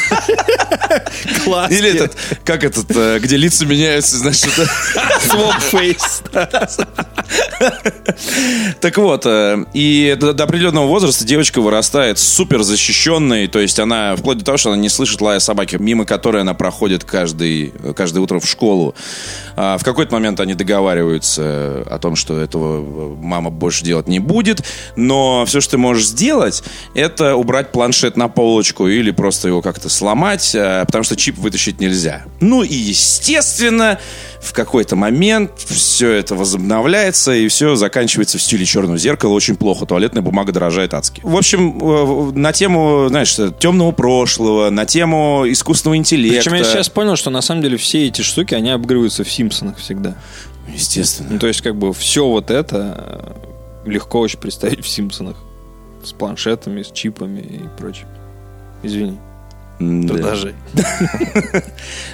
Speaker 1: Класс.
Speaker 3: Или этот, как этот, э, где лица меняются, значит, это...
Speaker 1: фейс.
Speaker 3: Так вот, э, и до, до определенного возраста девочка вырастает супер защищенной, то есть она, вплоть до того, что она не слышит лая собаки, мимо которой она проходит каждый, каждое утро в школу. А в какой-то момент они договариваются э, о том, что этого э, мама больше делать не будет, но все, что ты можешь сделать, это убрать планшет на полочку или просто его как-то сломать, э, потому что чип вытащить нельзя. Ну и, естественно, в какой-то момент все это возобновляется, и все заканчивается в стиле черного зеркала. Очень плохо. Туалетная бумага дорожает адски. В общем, э, на тему, знаешь, темного прошлого, на тему искусственного интеллекта.
Speaker 1: Причем я сейчас понял, что на самом деле все эти штуки, они обыгрываются в Симпсонах всегда.
Speaker 3: Естественно.
Speaker 1: Ну, то есть, как бы, все вот это э, легко очень представить в Симпсонах. С планшетами, с чипами и прочим. Извини.
Speaker 3: Да.
Speaker 1: продажей.
Speaker 3: Так ну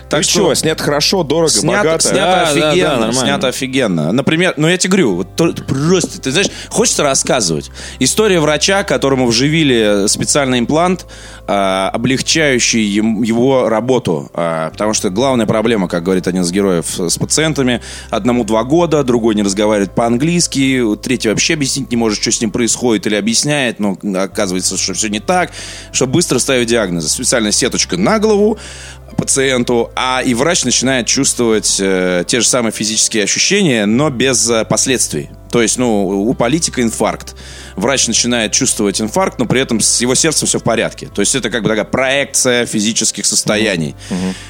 Speaker 2: Так что, снят хорошо, дорого,
Speaker 3: Снято,
Speaker 2: богато.
Speaker 3: снято
Speaker 1: Да, да, да,
Speaker 3: офигенно,
Speaker 1: нормально.
Speaker 3: снято офигенно. Например, ну я тебе говорю, вот то- просто, ты знаешь, хочется рассказывать. История врача, которому вживили специальный имплант, а, облегчающий ем- его работу. А, потому что главная проблема, как говорит один из героев, э, с пациентами, одному два года, другой не разговаривает по-английски, третий вообще объяснить не может, что с ним происходит или объясняет, но оказывается, что все не так, что быстро ставить диагнозы. Специальная сеточка на голову, пациенту, а и врач начинает чувствовать э, те же самые физические ощущения, но без э, последствий. То есть, ну, у политика инфаркт. Врач начинает чувствовать инфаркт, но при этом с его сердцем все в порядке. То есть это как бы такая проекция физических состояний.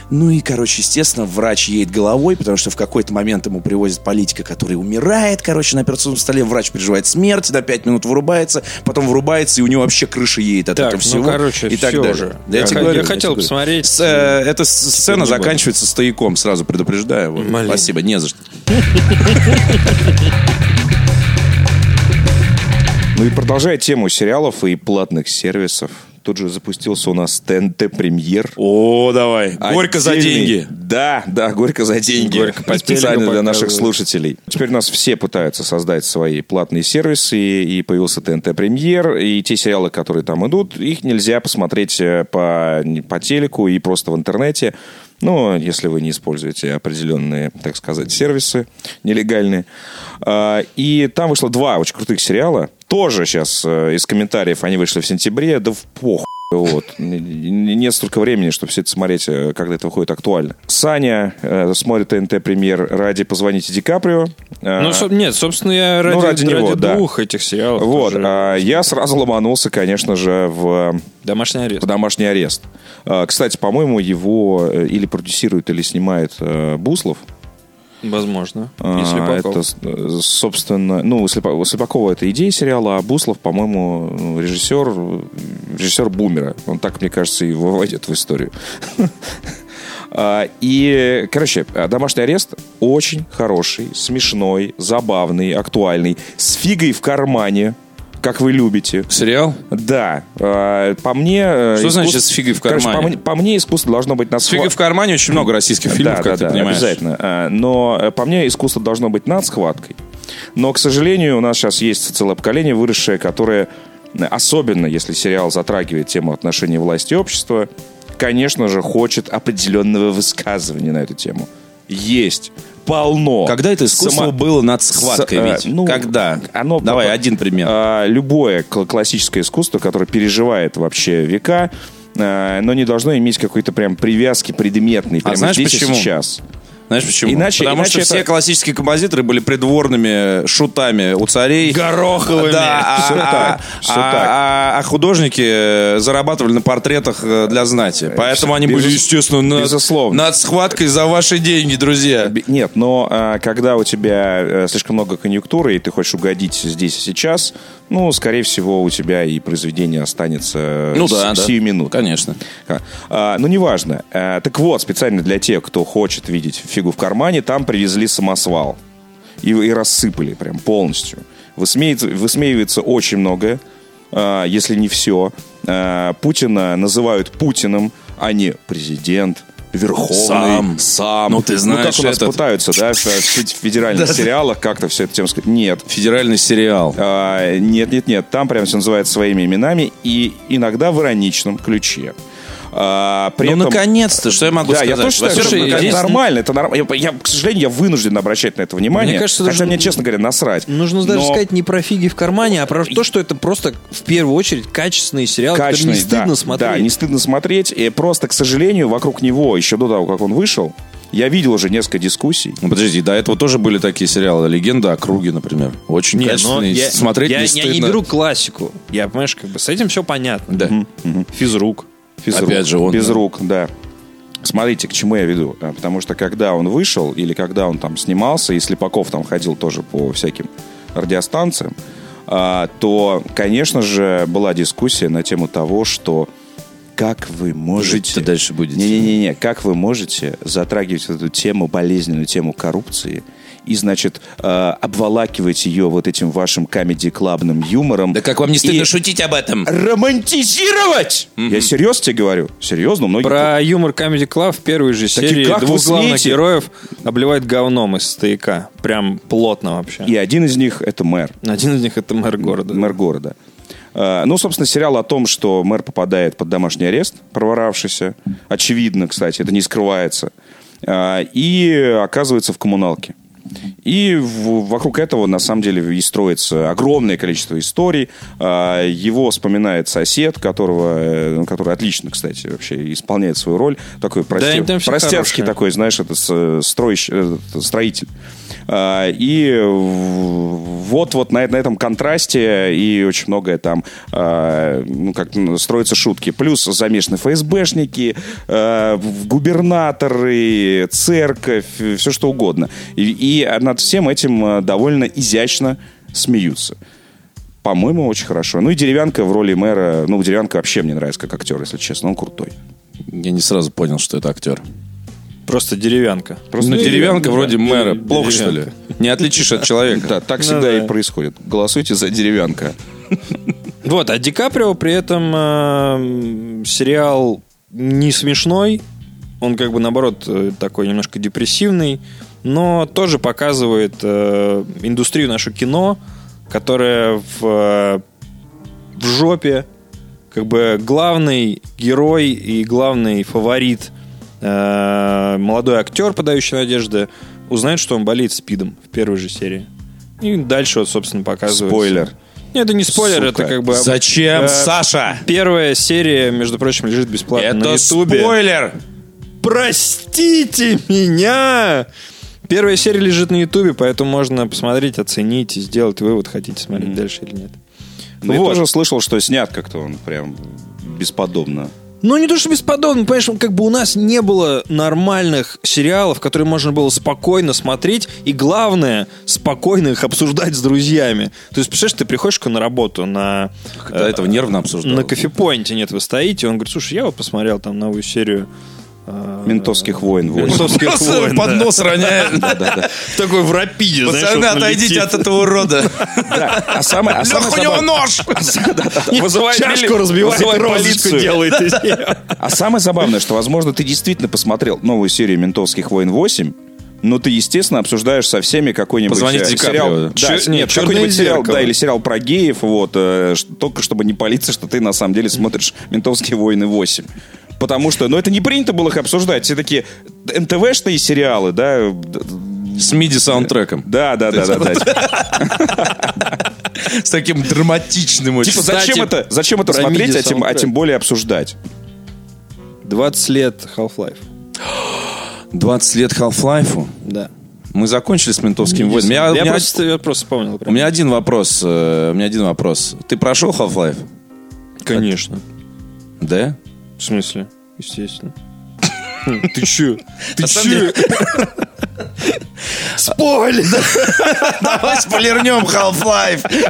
Speaker 3: Ну и, короче, естественно, врач едет головой, потому что в какой-то момент ему привозят политика, который умирает, короче, на операционном столе. Врач переживает смерть, на 5 минут вырубается, потом вырубается, и у него вообще крыша едет от
Speaker 1: Так,
Speaker 3: этого
Speaker 1: ну,
Speaker 3: всего.
Speaker 1: короче,
Speaker 3: и так
Speaker 1: всё
Speaker 3: далее.
Speaker 1: уже.
Speaker 3: Да
Speaker 1: Я
Speaker 3: тебе
Speaker 1: хот-
Speaker 3: говорю,
Speaker 1: я
Speaker 3: тебе
Speaker 1: хотел
Speaker 3: говорю.
Speaker 1: посмотреть.
Speaker 3: С, э, эта с- сцена
Speaker 1: не буду.
Speaker 3: заканчивается стояком, сразу предупреждаю. Вот.
Speaker 1: Блин.
Speaker 3: Спасибо, не за что.
Speaker 2: Ну и продолжая тему сериалов и платных сервисов, тут же запустился у нас ТНТ премьер.
Speaker 3: О, давай.
Speaker 1: А
Speaker 3: Горько за
Speaker 2: А Отдельный-
Speaker 3: деньги.
Speaker 2: Да, да, горько за деньги.
Speaker 1: Горько по
Speaker 2: Специально
Speaker 1: телеку
Speaker 2: для наших
Speaker 1: показывают.
Speaker 2: слушателей. Теперь у нас все пытаются создать свои платные сервисы, и появился ТНТ Премьер, и те сериалы, которые там идут, их нельзя посмотреть э, по, не- по телеку и просто в интернете. Ну, если вы не используете определенные, так сказать, сервисы нелегальные. А, И там вышло два очень крутых сериала. Тоже сейчас э, из комментариев они вышли в сентябре. Да в пох. Вот. Н- н- Нет столько времени, чтобы все это смотреть, э, когда это выходит актуально. Саня э, смотрит ТНТ премьер ради «Позвоните Ди Каприо». Э,
Speaker 1: Ну, соб- нет, собственно, я ради,
Speaker 2: ну, ради него, да.
Speaker 1: двух этих сериалов.
Speaker 2: вот.
Speaker 1: тоже.
Speaker 2: а я сразу ломанулся, конечно же, в,
Speaker 1: Домашний арест.
Speaker 2: в «Домашний арест». Э, Кстати, по-моему, его э, или продюсирует, или снимает э, Буслов.
Speaker 1: Возможно.
Speaker 2: А,
Speaker 1: Если
Speaker 2: Это, с- э, собственно, ну, у Слепа- у Слепакова это идея сериала, а Буслов, по-моему, ну, режиссер, э, режиссер Бумера. Он так, мне кажется, и войдет в историю. А, И, короче, э, «Домашний арест» очень хороший, смешной, забавный, актуальный, с фигой в кармане, как вы любите.
Speaker 3: Сериал?
Speaker 2: Да, э, по мне... э,
Speaker 3: Что значит
Speaker 2: искусство-
Speaker 3: с фигой в
Speaker 2: Короче, по
Speaker 3: кармане?
Speaker 2: мне- по мне искусство должно быть на
Speaker 3: С фигой в кармане очень много российских фильмов,
Speaker 2: да,
Speaker 3: как
Speaker 2: да,
Speaker 3: ты
Speaker 2: да,
Speaker 3: понимаешь.
Speaker 2: обязательно. А, Но э, по мне искусство должно быть над схваткой. Но, к сожалению, у нас сейчас есть целое поколение выросшее, которое, э, особенно если сериал затрагивает тему отношений власти и общества, конечно же, хочет определенного высказывания на эту тему. Есть. Полно.
Speaker 3: Когда это искусство
Speaker 2: Само-
Speaker 3: было над схваткой,
Speaker 2: С- э,
Speaker 3: Вить?
Speaker 2: ну,
Speaker 3: Когда?
Speaker 2: оно-
Speaker 3: Давай,
Speaker 2: по-
Speaker 3: один пример.
Speaker 2: а, любое кл- классическое искусство, которое переживает вообще века, а, но не должно иметь какой-то прям привязки предметной. Прямо
Speaker 3: А знаешь
Speaker 2: здесь и
Speaker 3: почему?
Speaker 2: сейчас.
Speaker 3: Знаешь почему?
Speaker 2: Иначе-
Speaker 3: Потому
Speaker 2: иначе
Speaker 3: что
Speaker 2: это-
Speaker 3: все классические композиторы были придворными шутами у царей.
Speaker 1: Гороховыми.
Speaker 3: Да, а,
Speaker 2: Всё
Speaker 3: а-
Speaker 2: так,
Speaker 3: а-
Speaker 2: всё так.
Speaker 3: а- а художники э, зарабатывали на портретах э, для знати. Поэтому они были,
Speaker 2: безус-
Speaker 3: естественно, над,
Speaker 2: безусловно.
Speaker 3: над схваткой за ваши деньги, друзья.
Speaker 2: Б- Нет, но а, когда у тебя э, слишком много конъюнктуры, и ты хочешь угодить здесь и сейчас, ну, скорее всего, у тебя и произведение останется э,
Speaker 3: Ну да, да.
Speaker 2: сию минут.
Speaker 3: Конечно.
Speaker 2: ну, неважно. А, так вот, специально для тех, кто хочет видеть фигу в кармане, там привезли самосвал. И, и рассыпали прям полностью. Высмеивается, высмеивается очень многое, а, если не все. А, Путина называют Путиным, а не президент. Верховный.
Speaker 3: Сам.
Speaker 2: Сам.
Speaker 3: Ну, ты
Speaker 2: Ну,
Speaker 3: знаешь,
Speaker 2: как у нас
Speaker 3: этот-
Speaker 2: пытаются, да, в, в федеральных сериалах как-то все это тем сказать. Нет.
Speaker 3: Федеральный сериал.
Speaker 2: А, Нет, нет, нет, там прям все называют своими именами и иногда в ироничном ключе. А, при
Speaker 3: Ну,
Speaker 2: этом-
Speaker 3: наконец-то, что я могу
Speaker 2: да,
Speaker 3: сказать?
Speaker 2: я тоже считаю,
Speaker 3: Во-первых,
Speaker 2: что
Speaker 1: Слушай,
Speaker 2: это
Speaker 1: здесь-
Speaker 2: нормально, это нормально. Я, я, к сожалению, я вынужден обращать на это внимание.
Speaker 1: Мне кажется,
Speaker 2: хотя
Speaker 1: даже-
Speaker 2: мне, честно говоря, насрать.
Speaker 1: Нужно даже
Speaker 2: Но
Speaker 1: сказать не про фиги в кармане, а про то, что это просто в первую очередь качественные сериалы, которые не
Speaker 2: качественный,
Speaker 1: стыдно
Speaker 2: да,
Speaker 1: смотреть.
Speaker 2: Да, не стыдно смотреть. И просто, к сожалению, вокруг него, еще до того, как он вышел, я видел уже несколько дискуссий.
Speaker 3: Ну, подожди, до этого тоже были такие сериалы. «Легенда о круге», например. Очень
Speaker 1: Не, но
Speaker 3: качественные.
Speaker 1: я,
Speaker 3: Смотреть
Speaker 1: я-
Speaker 3: не
Speaker 1: я
Speaker 3: стыдно.
Speaker 1: беру классику. Я, понимаешь, как бы с этим все понятно.
Speaker 3: Да.
Speaker 1: Физрук.
Speaker 2: Физрук.
Speaker 3: Опять же, он-
Speaker 2: Физрук, да. Смотрите, к чему я веду. А, Потому что когда он вышел, или когда он там снимался, и Слепаков там ходил тоже по всяким радиостанциям, а, то, конечно же, была дискуссия на тему того, что как вы можете...
Speaker 3: Жить-то дальше будете.
Speaker 2: Не-не-не, как вы можете затрагивать эту тему, болезненную тему коррупции и, значит, э, обволакивать ее вот этим вашим комедий-клабным юмором.
Speaker 5: Да как вам не стыдно
Speaker 2: И-
Speaker 5: шутить об этом?
Speaker 2: Романтизировать! Я серьезно тебе говорю? Серьезно? Многие...
Speaker 1: Про юмор Comedy Club в первой же
Speaker 2: Так и
Speaker 1: серии
Speaker 2: как вы
Speaker 1: двух главных
Speaker 2: смеете?
Speaker 1: героев обливает говном из стояка. Прям плотно вообще.
Speaker 2: И один из них — это мэр.
Speaker 1: Один из них это мэр города.
Speaker 2: Мэр города. Э, Ну, собственно, сериал о том, что мэр попадает под домашний арест, проворавшийся. Очевидно, кстати, это не скрывается. Э, И оказывается в коммуналке. И в- вокруг этого, на самом деле, и строится огромное количество историй. Э, Его вспоминает сосед, которого, э, который отлично, кстати, вообще исполняет свою роль. Такой просте-
Speaker 1: они там все
Speaker 2: простецкий
Speaker 1: хорошие.
Speaker 2: такой, знаешь, это с- строищ- э, это строитель. А, И в- вот вот на, на этом контрасте и очень многое там а, ну, как ну, строятся шутки. Плюс замешаны ФСБшники, а, в- губернаторы, церковь, все что угодно. И, и над всем этим а, довольно изящно смеются. По-моему, очень хорошо. Ну и Деревянка в роли мэра. Ну, Деревянка вообще мне нравится как актер, если честно. Он крутой.
Speaker 6: Я не сразу понял, что это актер.
Speaker 1: Просто деревянка.
Speaker 2: Просто
Speaker 6: ну, деревянка
Speaker 2: да.
Speaker 6: вроде мэра.
Speaker 1: Деревянка.
Speaker 6: Плохо, что ли? Не отличишь от человека.
Speaker 2: Да, так
Speaker 1: Ну
Speaker 2: всегда
Speaker 1: да.
Speaker 2: и происходит.
Speaker 6: Голосуйте за деревянка.
Speaker 1: Вот, а Ди Каприо при этом эм, сериал не смешной, он как бы наоборот э, такой немножко депрессивный, но тоже показывает э, индустрию нашу кино, которая в, э, в жопе, как бы главный герой и главный фаворит, э, молодой актер, подающий надежды, узнает, что он болеет спидом в первой же серии. И дальше вот, собственно, показывает.
Speaker 2: Спойлер.
Speaker 1: Нет, это не спойлер,
Speaker 2: Сука.
Speaker 1: это как бы... об-
Speaker 5: Зачем,
Speaker 1: э,
Speaker 5: Саша?
Speaker 1: Первая серия, между прочим, лежит бесплатно на
Speaker 5: Это
Speaker 1: Ютубе.
Speaker 5: спойлер!
Speaker 1: Простите меня! Первая серия лежит на Ютубе, поэтому можно посмотреть, оценить и сделать вывод, хотите смотреть дальше или нет.
Speaker 2: Ну,
Speaker 1: Вот.
Speaker 2: я тоже слышал, что снят как-то он прям бесподобно.
Speaker 1: Ну, не то, что бесподобно, понимаешь, как бы у нас не было нормальных сериалов, которые можно было спокойно смотреть, и главное, спокойно их обсуждать с друзьями. То есть, представляешь, ты приходишь на работу, на... э,
Speaker 6: До этого нервно обсуждал.
Speaker 1: На кофепоинте, нет, вы стоите, и он говорит, слушай, я вот посмотрел там новую серию э,
Speaker 2: Ментовских войн. войн.
Speaker 3: Ну,
Speaker 1: «Ментовских
Speaker 5: Просто
Speaker 1: войн»,
Speaker 5: под
Speaker 1: да.
Speaker 5: нос роняет.
Speaker 1: Такой в рапиде, знаешь,
Speaker 5: Пацаны,
Speaker 1: вот
Speaker 5: отойдите
Speaker 1: налетит.
Speaker 5: от этого урода.
Speaker 2: Да, а самое, а самое
Speaker 5: Нахуй у него
Speaker 2: забавное,
Speaker 5: нож!
Speaker 2: вызывает
Speaker 1: Чашку
Speaker 2: мили-
Speaker 1: разбивает,
Speaker 2: вызывает
Speaker 1: розочку
Speaker 2: полицию.
Speaker 1: делает из нее.
Speaker 2: а самое забавное, что, возможно, ты действительно посмотрел новую серию «Ментовских войн 8», но ты, естественно, обсуждаешь со всеми какой-нибудь
Speaker 6: Позвоните
Speaker 2: э,
Speaker 6: Ди Каприо,
Speaker 2: сериал.
Speaker 6: да.
Speaker 2: Да,
Speaker 1: Чё-
Speaker 2: нет,
Speaker 1: нет,
Speaker 2: какой-нибудь
Speaker 1: «Чёрное
Speaker 2: сериал,
Speaker 1: зеркало».
Speaker 2: да, или сериал про геев, вот, э, ш- только чтобы не палиться, что ты на самом деле смотришь «Ментовские войны 8». Потому что, ну, это не принято было их обсуждать. Все такие НТВшные сериалы, да,
Speaker 6: С миди-саундтреком.
Speaker 2: да, да, да, да, да.
Speaker 5: С таким драматичным очень.
Speaker 2: Типа, зачем
Speaker 1: Кстати,
Speaker 2: это, зачем это
Speaker 1: про
Speaker 2: смотреть,
Speaker 1: MIDI
Speaker 2: а тем, а
Speaker 1: саундтрек.
Speaker 2: тем более обсуждать?
Speaker 1: 20 лет Half-Life.
Speaker 6: 20 лет Half-Life.
Speaker 1: Да.
Speaker 6: Мы закончили с ментовским войном.
Speaker 1: Я,
Speaker 6: Меня- меня-
Speaker 1: просто, я просто вспомнил.
Speaker 6: У
Speaker 1: прям.
Speaker 6: меня один вопрос. э, У меня один вопрос. Ты прошел Half-Life?
Speaker 1: Конечно.
Speaker 6: Да?
Speaker 1: В смысле? Естественно. Ты че? Ты
Speaker 5: На самом деле-
Speaker 1: че? Спойлер!
Speaker 5: Давай спойлернем Half-Life.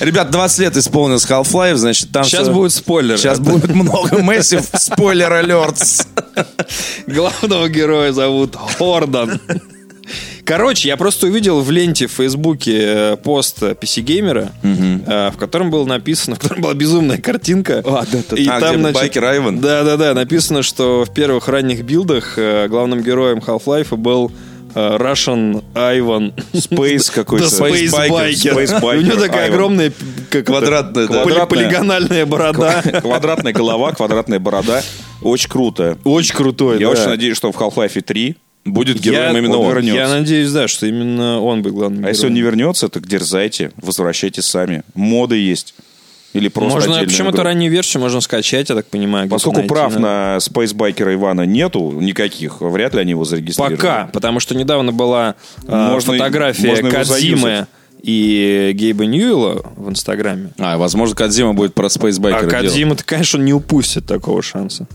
Speaker 6: Ребят, 20 лет исполнилось Half-Life, значит, там...
Speaker 1: Сейчас
Speaker 6: всё-
Speaker 1: будет спойлер.
Speaker 6: Сейчас будет много мессив. Спойлер алертс.
Speaker 1: Главного героя зовут Хордон. Короче, я просто увидел в ленте в Фейсбуке э, пост PC Геймера, э, в котором было написано, в котором была безумная картинка.
Speaker 6: А, да, да, да. А, где Байкер Айван?
Speaker 1: Да, да, да. Написано, что в первых ранних билдах э, главным героем Half-Life был э, Russian Айван.
Speaker 2: Спейс какой-то.
Speaker 1: Да, Space Biker.
Speaker 2: Space Biker.
Speaker 1: И У него такая
Speaker 2: Айван.
Speaker 1: огромная как
Speaker 6: Квадратная, да.
Speaker 1: поли- полигональная борода.
Speaker 2: Квадратная голова, квадратная борода. Очень круто.
Speaker 1: Очень крутой.
Speaker 2: Я
Speaker 1: да.
Speaker 2: очень надеюсь, что в Half-Life 3
Speaker 6: Будет
Speaker 1: Я-
Speaker 6: героем именно
Speaker 1: он
Speaker 6: он.
Speaker 1: вернется. Я надеюсь, да, что именно он был главным
Speaker 2: А если он не вернется, так дерзайте, возвращайте сами. Моды есть. Или просто
Speaker 1: Можно,
Speaker 2: отдельная
Speaker 1: причем
Speaker 2: игра.
Speaker 1: это раннюю версию можно скачать, я так понимаю. где-то
Speaker 2: Поскольку
Speaker 1: найти,
Speaker 2: прав
Speaker 1: да.
Speaker 2: на спейсбайкера Ивана нету никаких, вряд ли они его зарегистрировали.
Speaker 1: Пока, потому что недавно была э,
Speaker 2: Можно-
Speaker 1: фотография
Speaker 2: можно его
Speaker 1: Кадзимы
Speaker 2: заюзать.
Speaker 1: и Гейба Ньюэлла в Инстаграме.
Speaker 6: А, возможно, Кадзима будет про
Speaker 1: А
Speaker 6: спейсбайкера делать.
Speaker 1: Кадзима, конечно, не упустит такого шанса.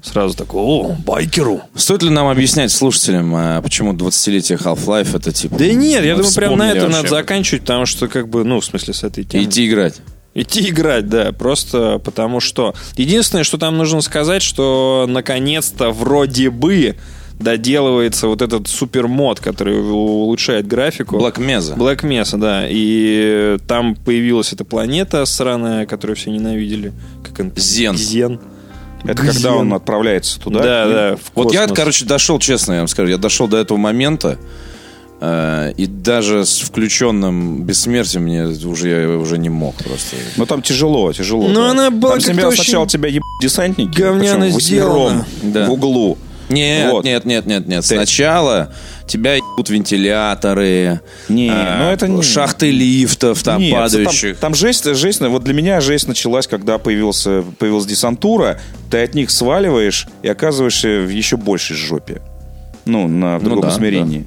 Speaker 1: Сразу такой, о, байкеру.
Speaker 6: Стоит ли нам объяснять слушателям, а, почему 20-летие Half-Life это типа...
Speaker 1: Да нет, я
Speaker 6: мы
Speaker 1: думаю, прям на
Speaker 6: вспомнили
Speaker 1: этом
Speaker 6: вообще
Speaker 1: надо
Speaker 6: об этом.
Speaker 1: заканчивать, потому что, как бы, ну, в смысле, с этой темой.
Speaker 6: Идти играть.
Speaker 1: Идти играть, да, просто потому что. Единственное, что там нужно сказать, что наконец-то вроде бы доделывается вот этот супермод, который улучшает графику.
Speaker 3: Black Mesa.
Speaker 1: Black Mesa, да. И там появилась эта планета сраная, которую все ненавидели. Как она? там?
Speaker 3: Зен.
Speaker 1: Зен.
Speaker 2: Это
Speaker 1: Гзен.
Speaker 2: когда он отправляется туда.
Speaker 1: Да,
Speaker 2: и-
Speaker 1: да. в
Speaker 3: Вот я,
Speaker 1: космос.
Speaker 3: короче, дошел, честно, я вам скажу, я дошел до этого момента, э, и даже с включенным бессмертием мне уже я уже не мог просто.
Speaker 2: Ну там тяжело, тяжело.
Speaker 1: Ну,
Speaker 2: да.
Speaker 1: она была
Speaker 2: Там
Speaker 1: как-то
Speaker 2: тебя
Speaker 1: очень
Speaker 2: сначала тебя еб... десантники.
Speaker 1: говняно
Speaker 2: причем восьмером,
Speaker 1: сделано.
Speaker 3: Да.
Speaker 2: В углу.
Speaker 3: Нет,
Speaker 2: Вот.
Speaker 3: нет, нет, нет, нет. Сначала тебя ебут вентиляторы, а,
Speaker 2: Не, ну это не-
Speaker 3: шахты лифтов там
Speaker 2: Нет,
Speaker 3: падающих.
Speaker 2: Там, там жесть, жесть, вот для меня жесть началась, когда появился, появилась десантура, ты от них сваливаешь и оказываешься в еще большей жопе. Ну, на, в
Speaker 3: Ну
Speaker 2: другом
Speaker 3: да,
Speaker 2: измерении.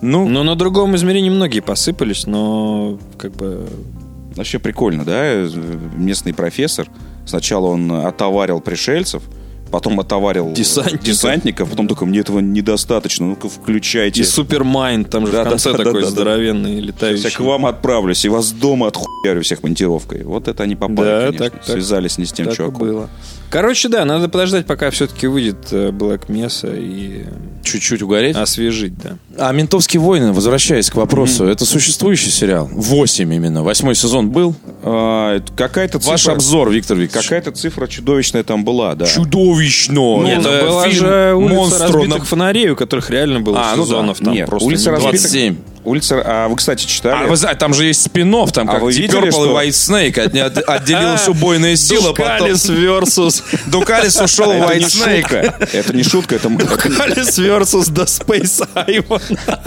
Speaker 3: Ну,
Speaker 1: Но на другом измерении многие посыпались, но как бы...
Speaker 2: Вообще прикольно, да? Э, Местный профессор. Сначала он отоварил пришельцев, потом отоварил
Speaker 1: Десантников.
Speaker 2: десантников, потом только мне этого недостаточно, ну-ка включайте.
Speaker 1: И Супермайн там же
Speaker 2: Да,
Speaker 1: в
Speaker 2: да,
Speaker 1: конце
Speaker 2: да,
Speaker 1: такой
Speaker 2: да, да.
Speaker 1: здоровенный, летающий.
Speaker 2: Я к вам отправлюсь, и вас дома отхуярю всех монтировкой. Вот это они попали,
Speaker 1: Да,
Speaker 2: конечно.
Speaker 1: так- так-
Speaker 2: Связались не с тем
Speaker 1: Так и
Speaker 2: чуваком.
Speaker 1: было. Короче, да, надо подождать, пока все-таки выйдет э, Black Mesa и
Speaker 3: чуть-чуть угореть. А,
Speaker 1: освежить, да.
Speaker 3: «Ментовские войны», возвращаясь к вопросу, это существующий сериал? Восемь именно. Восьмой сезон был.
Speaker 2: А, какая-то цифра...
Speaker 3: Ваш обзор, Виктор Викторович.
Speaker 2: Какая-то цифра чудовищная там была, да.
Speaker 3: Чудовищно!
Speaker 1: Нет,
Speaker 2: э,
Speaker 3: это
Speaker 1: там Ну, была
Speaker 3: фильм
Speaker 1: же улица
Speaker 3: «Монстр»
Speaker 1: разбитых
Speaker 3: на-
Speaker 1: фонарей, у которых реально было
Speaker 2: А, ну да.
Speaker 1: сезонов там
Speaker 2: Нет,
Speaker 1: просто
Speaker 2: улица
Speaker 1: не
Speaker 2: разбитых-
Speaker 3: 27.
Speaker 2: Улица... А вы, кстати, читали?
Speaker 3: А вы знаете, там же есть спин там
Speaker 2: А
Speaker 3: как
Speaker 2: вы
Speaker 3: Deep
Speaker 2: видели,
Speaker 3: Purple
Speaker 2: что-
Speaker 3: и White Snake. От- от- Отделилась убойная сила. потом-
Speaker 1: Дукалис versus
Speaker 3: Дукалис ушел в
Speaker 2: А Это
Speaker 3: White
Speaker 2: не
Speaker 3: Snake.
Speaker 2: шутка. Это не шутка, это...
Speaker 1: Дукалис versus The Space Island.
Speaker 2: А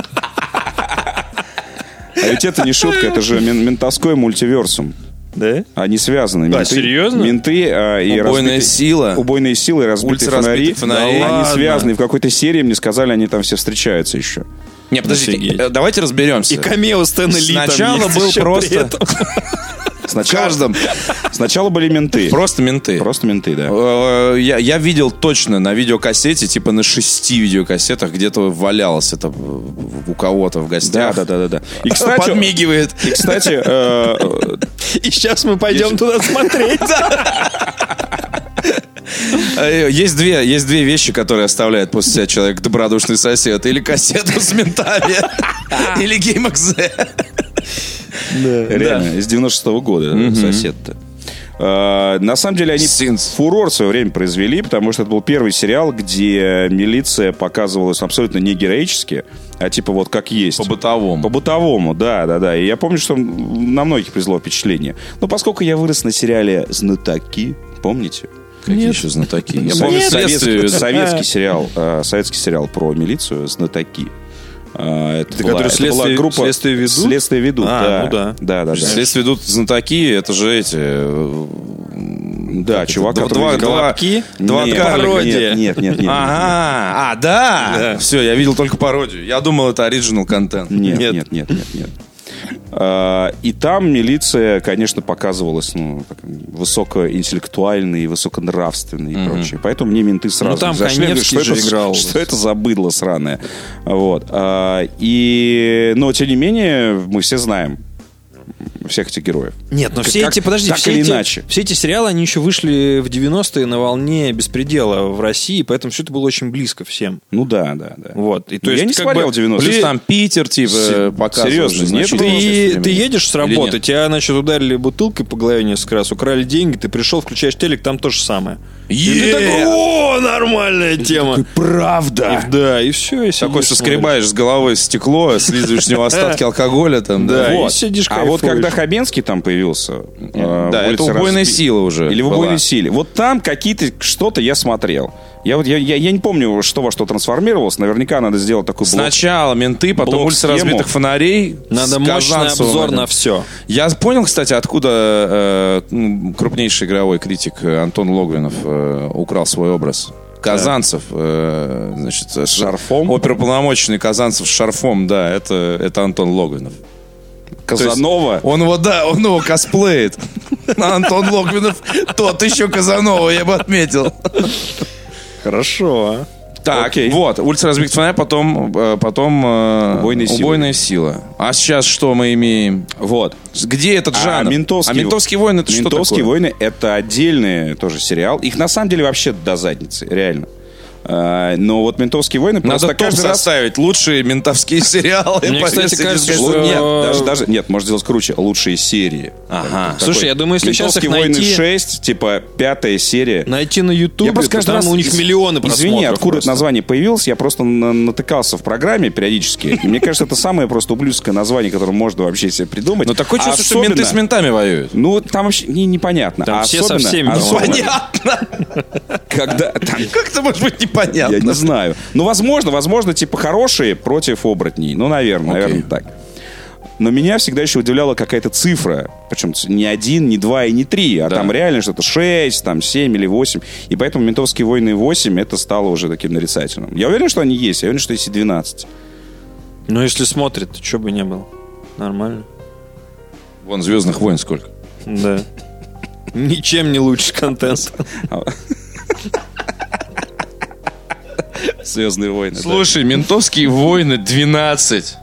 Speaker 2: ведь это не шутка, это же мен- ментовской мультиверсум.
Speaker 1: Да?
Speaker 2: Они связаны.
Speaker 1: Да, серьезно?
Speaker 2: Менты а, и
Speaker 3: Убойная
Speaker 2: разбитые-
Speaker 3: сила.
Speaker 2: Убойные силы и разбитые фонари.
Speaker 3: Ультраразбитые фонари. Да
Speaker 2: Они
Speaker 3: ладно.
Speaker 2: связаны. И В какой-то серии мне сказали, они там все встречаются еще.
Speaker 3: Не, подождите,
Speaker 1: Офигеть.
Speaker 3: э, давайте разберемся.
Speaker 1: И камео Стэна Ли там
Speaker 3: Сначала
Speaker 1: есть
Speaker 3: был
Speaker 1: ещё при
Speaker 3: просто-
Speaker 1: этом.
Speaker 2: Сначала, Сначала были менты.
Speaker 3: Просто менты.
Speaker 2: Просто менты, да.
Speaker 3: Э, Я, я видел точно на видеокассете, типа на шести видеокассетах где-то валялось это у кого-то в
Speaker 2: Да,
Speaker 3: гостях.
Speaker 2: да, да, да, да. И кстати,
Speaker 3: Подмигивает.
Speaker 2: и, кстати, э,
Speaker 1: И сейчас мы пойдем туда смотреть.
Speaker 3: Э, Есть две, есть две вещи, которые оставляет после себя человек добродушный сосед. Или кассету с ментами, или GameXZ.
Speaker 2: Реально, из 96-го года сосед-то. А, На самом деле они
Speaker 3: Синс.
Speaker 2: фурор в свое время произвели, потому что это был первый сериал, где милиция показывалась абсолютно не героически, а типа вот как есть. По
Speaker 3: По-бытовому.
Speaker 2: бытовому, да, да, да. И я помню, что на многих произвело впечатление. Но поскольку я вырос на сериале «Знатоки», помните?
Speaker 3: Какие еще знатоки? Я помню,
Speaker 2: Совет-
Speaker 3: в
Speaker 2: советский,
Speaker 3: детстве-
Speaker 2: советский сериал, э, советский сериал про милицию «Знатоки». Э, Это, была,
Speaker 1: которые
Speaker 2: это была
Speaker 1: следствие-
Speaker 2: группа
Speaker 1: следствие ведут?
Speaker 2: Следствие ведут,
Speaker 1: А,
Speaker 2: да.
Speaker 1: ну да.
Speaker 2: да, да, да.
Speaker 3: Следствие ведут знатоки, это же эти... э,
Speaker 2: Да,
Speaker 3: это,
Speaker 2: чувак,
Speaker 3: два-
Speaker 2: который
Speaker 3: два-
Speaker 2: изобрел-
Speaker 3: два-
Speaker 1: Колобки?
Speaker 3: два
Speaker 2: Нет,
Speaker 3: карлика.
Speaker 1: пародия.
Speaker 2: Нет, нет, нет. нет.
Speaker 3: Ага, а, да. Все, я видел только пародию. Я думал, это оригинал контент.
Speaker 2: Нет, нет, нет, нет, нет. А, И там милиция, конечно, показывалась ну, так, высокоинтеллектуальной, высоконравственной и прочее. Поэтому мне менты сразу
Speaker 1: там
Speaker 2: не зашли. Я говорю,
Speaker 1: Каневский
Speaker 2: что,
Speaker 1: же
Speaker 2: это,
Speaker 1: играл.
Speaker 2: что это за быдло сраное. Вот. А, И, но, тем не менее, мы все знаем всех этих героев.
Speaker 1: Нет, но все
Speaker 2: Как-
Speaker 1: эти, подожди,
Speaker 2: так
Speaker 1: все,
Speaker 2: или
Speaker 1: эти,
Speaker 2: иначе.
Speaker 1: все эти сериалы, они еще вышли в 90-е на волне беспредела в России, поэтому все это было очень близко всем.
Speaker 2: Ну да, да, да.
Speaker 1: Вот. И, то
Speaker 2: Ну, я
Speaker 1: есть,
Speaker 2: не
Speaker 1: как
Speaker 2: смотрел
Speaker 1: бы,
Speaker 2: 90-е.
Speaker 3: Плюс
Speaker 2: Ты-
Speaker 3: там Питер, типа,
Speaker 2: Се-
Speaker 3: показывал.
Speaker 2: серьезно, нет
Speaker 3: значительно
Speaker 2: было
Speaker 3: часть
Speaker 1: Ты,
Speaker 3: времени.
Speaker 1: ты едешь с
Speaker 3: Или нет?
Speaker 1: работы, тебя, значит, ударили бутылкой по голове несколько раз, украли деньги, ты пришел, включаешь телек, там то же самое. И ты
Speaker 3: Е!
Speaker 1: такой, о, нормальная тема.
Speaker 2: Правда!
Speaker 1: И- да, и все. И
Speaker 3: Такой
Speaker 1: сидишь,
Speaker 3: соскребаешь с головой стекло, слизываешь с него остатки алкоголя там.
Speaker 1: Да, и
Speaker 2: Вот.
Speaker 1: сидишь,
Speaker 2: а вот
Speaker 1: кайфуешь.
Speaker 2: когда Хабенский там появился... э,
Speaker 3: Да, это
Speaker 2: улица
Speaker 3: убойная
Speaker 2: Распи-
Speaker 3: сила уже.
Speaker 2: Или в
Speaker 3: была.
Speaker 2: убойной силе. Вот там какие-то что-то я смотрел. Я вот я, я, я не помню, что во что трансформировалось. Наверняка надо сделать такой блок.
Speaker 3: Сначала менты, потом
Speaker 2: Блок
Speaker 3: улица
Speaker 2: схему.
Speaker 3: разбитых фонарей.
Speaker 1: Надо
Speaker 3: с
Speaker 1: мощный
Speaker 3: Казанцевым
Speaker 1: обзор
Speaker 3: этим.
Speaker 1: на все.
Speaker 3: Я понял, кстати, откуда э, ну, крупнейший игровой критик э, Антон Логвинов э, украл свой образ. Казанцев, э, значит, с
Speaker 2: шарфом?
Speaker 3: Оперполномоченный Казанцев с шарфом, да, это, это Антон Логвинов.
Speaker 2: Казанова.
Speaker 3: Он его, да, он его косплеит. А Антон Логвинов тот еще Казанова, я бы отметил.
Speaker 1: Хорошо. а?
Speaker 3: Так,
Speaker 2: Окей.
Speaker 3: вот, улица разбитых фонарей, потом, э, потом э,
Speaker 2: Убойные силы.
Speaker 3: убойная сила. А сейчас что мы имеем?
Speaker 2: Вот.
Speaker 3: Где этот
Speaker 2: А
Speaker 3: жанр?
Speaker 2: «Ментовские-
Speaker 3: «Ментовские войны» это что
Speaker 2: «Ментовские
Speaker 3: такое?
Speaker 2: войны» — это отдельный тоже сериал. Их на самом деле вообще до задницы, реально. А, А, Но вот «Ментовские войны»
Speaker 7: Надо
Speaker 2: просто
Speaker 7: топ
Speaker 2: каждый раз...
Speaker 7: составить. Лучшие ментовские сериалы.
Speaker 1: Мне,
Speaker 7: повесить
Speaker 1: кстати, э,
Speaker 7: из
Speaker 1: кажется,
Speaker 7: газеты.
Speaker 1: что-
Speaker 2: Нет, даже, даже, нет, можно сделать круче. Лучшие серии.
Speaker 7: Ага.
Speaker 2: Такой
Speaker 1: Слушай, я думаю, если сейчас их
Speaker 2: «Ментовские войны
Speaker 1: найти-
Speaker 2: 6», типа пятая серия.
Speaker 1: Найти на Ютубе,
Speaker 2: Я Ну, просто каждый
Speaker 1: потому
Speaker 2: раз...
Speaker 1: у них
Speaker 2: из-
Speaker 1: миллионы просмотров.
Speaker 2: Извини, а откуда
Speaker 1: просто.
Speaker 2: это название появилось? Я просто на- натыкался в программе периодически. И мне кажется, это самое просто ублюдское название, которое можно вообще себе придумать.
Speaker 1: Ну,
Speaker 3: Ну,
Speaker 7: Но такое
Speaker 2: А
Speaker 7: чувство, что менты
Speaker 2: особенно-
Speaker 7: с ментами воюют.
Speaker 2: Ну, там вообще не- непонятно.
Speaker 1: Там
Speaker 2: а
Speaker 1: все со
Speaker 2: особенно,
Speaker 1: всеми,
Speaker 2: особенно,
Speaker 1: по-моему.
Speaker 7: Понятно.
Speaker 2: когда... там-
Speaker 7: Как это может быть
Speaker 2: я не
Speaker 7: непонятно?
Speaker 2: знаю. Ну, возможно, возможно, типа хорошие против оборотней. Ну, наверное,
Speaker 7: Окей.
Speaker 2: наверное, так. Но меня всегда еще удивляла какая-то цифра. Причем ц- не один, не два и не три, а там реально что-то шесть, там семь или восемь. И поэтому «Ментовские войны 8» это стало уже таким нарицательным. Я уверен, что они есть. Я уверен, что есть и 12.
Speaker 1: Ну, если смотрит, то что бы не было. Нормально.
Speaker 7: Вон Звездных войн сколько.
Speaker 1: Да. Ничем не лучше контент.
Speaker 2: «Звездные войны». да.
Speaker 3: Слушай, ментовские войны 12.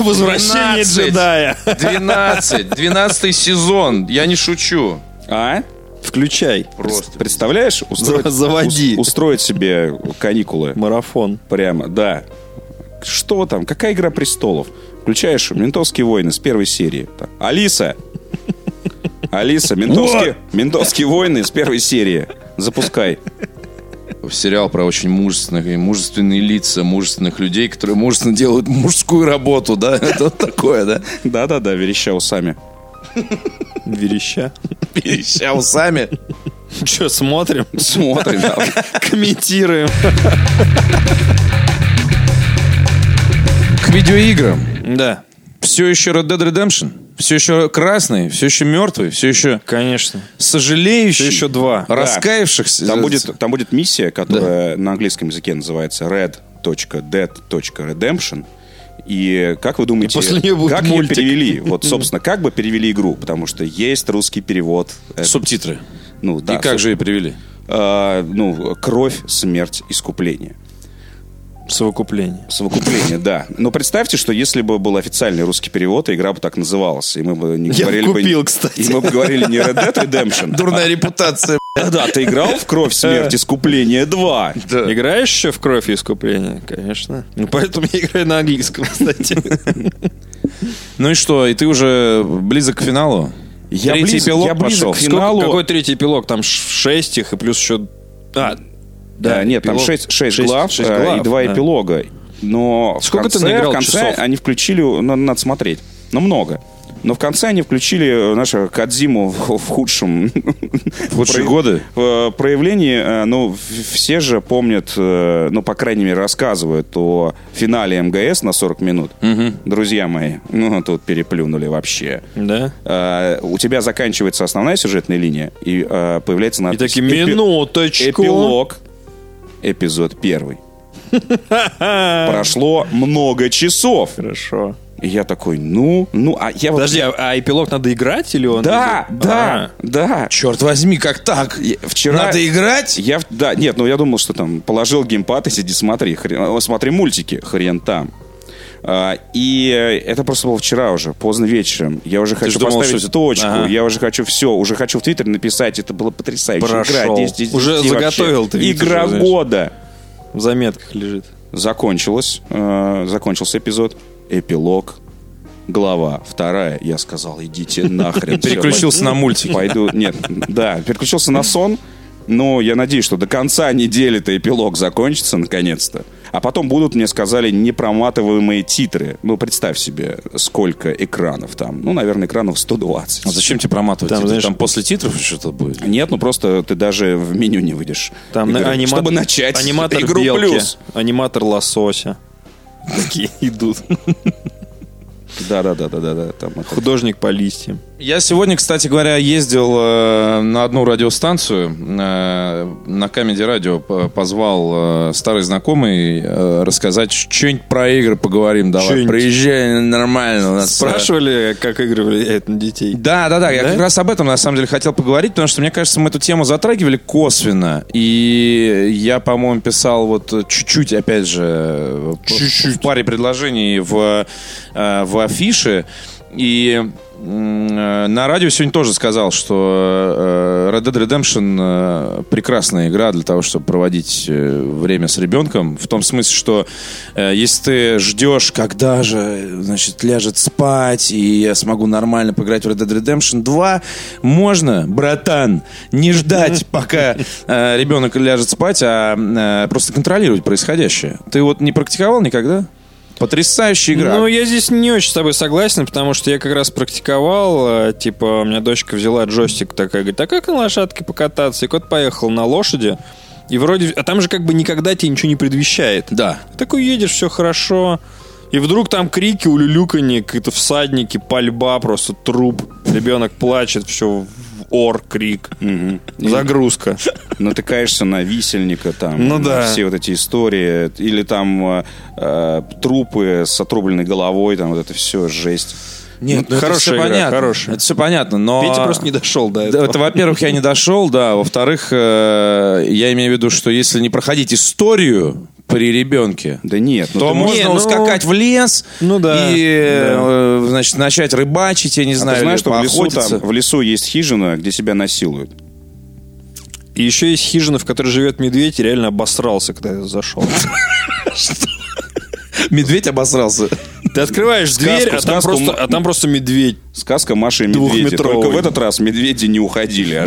Speaker 1: Возвращение
Speaker 3: 12.
Speaker 1: джедая.
Speaker 3: 12. 12 сезон. Я не шучу.
Speaker 2: А?
Speaker 1: Включай.
Speaker 3: Просто.
Speaker 2: Представляешь? Устроить,
Speaker 1: Заводи.
Speaker 2: ус- устроить себе каникулы.
Speaker 1: Марафон.
Speaker 2: Прямо, да. Что там? Какая игра престолов? Включаешь «Ментовские войны» с первой серии. Там, Алиса! Алиса, «Ментовские, «Ментовские войны» с первой серии. Запускай.
Speaker 3: Сериал про очень мужественных и мужественные лица, мужественных людей, которые мужественно делают мужскую работу, да? Это такое, да?
Speaker 2: Да-да-да, вереща усами.
Speaker 1: Вереща.
Speaker 3: Переща усами.
Speaker 1: Че, смотрим?
Speaker 2: Смотрим. да.
Speaker 1: Комментируем.
Speaker 7: К видеоиграм.
Speaker 1: Да,
Speaker 7: Все еще Red Dead Redemption. Все еще красный, все еще мертвый, все еще
Speaker 1: конечно.
Speaker 7: сожалеющий.
Speaker 1: Все еще два.
Speaker 7: Раскаявшихся.
Speaker 2: Там будет, там будет миссия, которая на английском языке называется red.dead.redemption. И как вы думаете,
Speaker 1: И после неё будет
Speaker 2: как ее
Speaker 1: мультик.
Speaker 2: перевели? Вот, собственно, как бы перевели игру? Потому что есть русский перевод. Э,
Speaker 7: субтитры.
Speaker 2: Ну, да,
Speaker 7: и как же и привели?
Speaker 2: э, ну, кровь, смерть, искупление.
Speaker 1: Совокупление.
Speaker 2: Совокупление, да. Но представьте, что если бы был официальный русский перевод, и игра бы так называлась, и мы бы не
Speaker 1: Я бы
Speaker 2: говорили
Speaker 1: купил,
Speaker 2: бы...
Speaker 1: Ну, кстати.
Speaker 2: И мы бы говорили не Red Dead Redemption.
Speaker 7: Дурная репутация.
Speaker 2: Да, да, ты играл в «Кровь, смерть,
Speaker 1: Э.
Speaker 2: искупление 2».
Speaker 1: Играешь еще в кровь и искупление? Конечно. Ну, поэтому я играю на английском, кстати.
Speaker 7: Ну и что? И ты уже близок к финалу?
Speaker 2: Я
Speaker 7: Третий
Speaker 2: близок-
Speaker 7: эпилог
Speaker 2: я близок
Speaker 7: пошел.
Speaker 2: к
Speaker 1: Сколько-
Speaker 2: финалу.
Speaker 1: Какой третий эпилог? Там ш- шесть их и плюс еще... А,
Speaker 2: Да, нет, там
Speaker 1: эпилог.
Speaker 2: 6,
Speaker 1: Шесть-
Speaker 2: глав,
Speaker 1: шесть
Speaker 2: э,
Speaker 1: глав,
Speaker 2: и два
Speaker 1: да.
Speaker 2: эпилога. Но
Speaker 1: Сколько
Speaker 2: в
Speaker 1: ты
Speaker 2: конце,
Speaker 1: наиграл
Speaker 2: в конце
Speaker 1: часов?
Speaker 2: они включили, на- надо смотреть, но много. Но в конце они включили нашего Кадзиму в, в худшем
Speaker 7: Лучшие
Speaker 2: прояв-
Speaker 7: годы?
Speaker 2: в, э, проявлении. Э, Ну, в- все же помнят, э, ну, по крайней мере, рассказывают о финале МГС на 40 минут. Друзья мои, ну, тут переплюнули вообще.
Speaker 1: Да?
Speaker 2: Э, у тебя заканчивается основная сюжетная линия, и э, появляется
Speaker 1: И
Speaker 2: надпись
Speaker 1: такие,
Speaker 2: «Эпи-
Speaker 1: минуточку.
Speaker 2: Эпилог. Эпизод первый. Прошло много часов.
Speaker 1: Хорошо.
Speaker 2: И я такой, ну, ну, а я вот...
Speaker 1: Подожди, а, а эпилог надо играть или он... А.
Speaker 2: Да,
Speaker 1: идет?
Speaker 2: да, да.
Speaker 7: Черт возьми, как так?
Speaker 2: Я- Вчера...
Speaker 7: Надо играть?
Speaker 2: Я, в- да, нет, ну я думал, что там положил геймпад и сиди смотри, хрен- о, смотри мультики, хрен там. А, и э, это просто было вчера уже, поздно вечером. Я уже хочу
Speaker 7: ж думал,
Speaker 2: поставить
Speaker 7: что-
Speaker 2: точку,
Speaker 7: Ага.
Speaker 2: я уже хочу все, уже хочу в Твиттер написать, это было потрясающе.
Speaker 1: Прошел.
Speaker 2: Игра 10, 10,
Speaker 1: Уже
Speaker 2: 10 вообще.
Speaker 1: заготовил ты, видишь,
Speaker 2: Игра
Speaker 1: уже, знаешь.
Speaker 2: года.
Speaker 1: А, В заметках лежит.
Speaker 2: закончилось, э, закончился эпизод, эпилог, глава вторая. Я сказал, идите нахрен. всё,
Speaker 7: Переключился на мультики.
Speaker 2: Пойду, нет, да, переключился на сон. Но я надеюсь, что до конца недели-то эпилог закончится наконец-то. А потом будут, мне сказали, непроматываемые титры. Ну, представь себе, сколько экранов там. Ну, наверное, экранов 120.
Speaker 7: А зачем тебе проматывать?
Speaker 1: Там,
Speaker 7: Там,
Speaker 1: знаешь-
Speaker 7: там после титров что-то будет?
Speaker 2: Нет, ну просто ты даже в меню не выйдешь.
Speaker 1: Там
Speaker 2: Игры.
Speaker 1: на- анима-
Speaker 2: Чтобы начать
Speaker 1: аниматор
Speaker 2: игру
Speaker 1: белки,
Speaker 2: плюс.
Speaker 1: аниматор лосося. Такие идут.
Speaker 2: Да-да-да-да-да. Там это-
Speaker 1: Художник по листьям.
Speaker 3: Я сегодня, кстати говоря, ездил э, на одну радиостанцию, э, на Камеди Радио п- позвал э, старый знакомый э, рассказать что-нибудь про игры поговорим, давай,
Speaker 1: Чё-нибудь.
Speaker 3: приезжай нормально. у нас, э,
Speaker 1: Спрашивали, как игры влияют на детей?
Speaker 3: Да, да, да. Я
Speaker 1: Да?
Speaker 3: как раз об этом на самом деле хотел поговорить, потому что мне кажется, мы эту тему затрагивали косвенно. И я, по-моему, писал вот э, чуть-чуть, опять же, э, в- в паре предложений в, э, в афише. И м, э, на радио сегодня тоже сказал, что э, Red Dead Redemption э, прекрасная игра для того, чтобы проводить э, время с ребенком. В том смысле, что э, если ты ждешь, когда же, значит, ляжет спать, и я смогу нормально поиграть в Red Dead Redemption 2, можно, братан, не ждать, пока э, ребенок ляжет спать, а э, просто контролировать происходящее. Ты вот не практиковал никогда? Потрясающая игра.
Speaker 1: Ну, я здесь не очень с тобой согласен, потому что я как раз практиковал, э, типа, у меня дочка взяла джойстик такая, говорит, а как на лошадке покататься? И кот поехал на лошади, и вроде... А там же как бы никогда тебе ничего не предвещает.
Speaker 3: Да.
Speaker 1: Такой едешь, все хорошо. И вдруг там крики, улюлюканье, какие-то всадники, пальба, просто труп. Ребенок плачет, все ор, крик, загрузка.
Speaker 2: Натыкаешься на висельника там.
Speaker 1: Ну да.
Speaker 2: Все вот эти истории. Или там э, э, трупы с отрубленной головой, там вот это все, жесть.
Speaker 3: Нет,
Speaker 1: ну это
Speaker 3: хорошая
Speaker 1: всё
Speaker 3: игра,
Speaker 1: понятно.
Speaker 3: хорошая. Это все понятно, но...
Speaker 1: Петя просто не дошел до
Speaker 3: Да,
Speaker 1: этого.
Speaker 3: Это, во-первых, я не дошел, да. Во-вторых, э, я имею в виду, что если не проходить историю при ребенке,
Speaker 2: Да нет. ну
Speaker 3: то
Speaker 2: ты
Speaker 3: можно
Speaker 2: можешь-
Speaker 1: ну,
Speaker 3: ускакать в лес
Speaker 1: ну да,
Speaker 3: и, э, значит, начать рыбачить, я не
Speaker 2: А
Speaker 3: знаю,
Speaker 2: ты знаешь,
Speaker 3: или
Speaker 2: что в лесу, там-
Speaker 3: поохотиться.
Speaker 2: в лесу есть хижина, где тебя насилуют?
Speaker 1: И еще есть хижина, в которой живет медведь, и реально обосрался, когда я зашел.
Speaker 3: Медведь обосрался.
Speaker 1: Ты открываешь дверь, а там
Speaker 2: сказку
Speaker 1: просто-
Speaker 2: м-
Speaker 1: а там просто медведь.
Speaker 2: Сказка Маши и медведи.
Speaker 1: Двухметровый.
Speaker 2: Только в этот раз медведи не уходили, а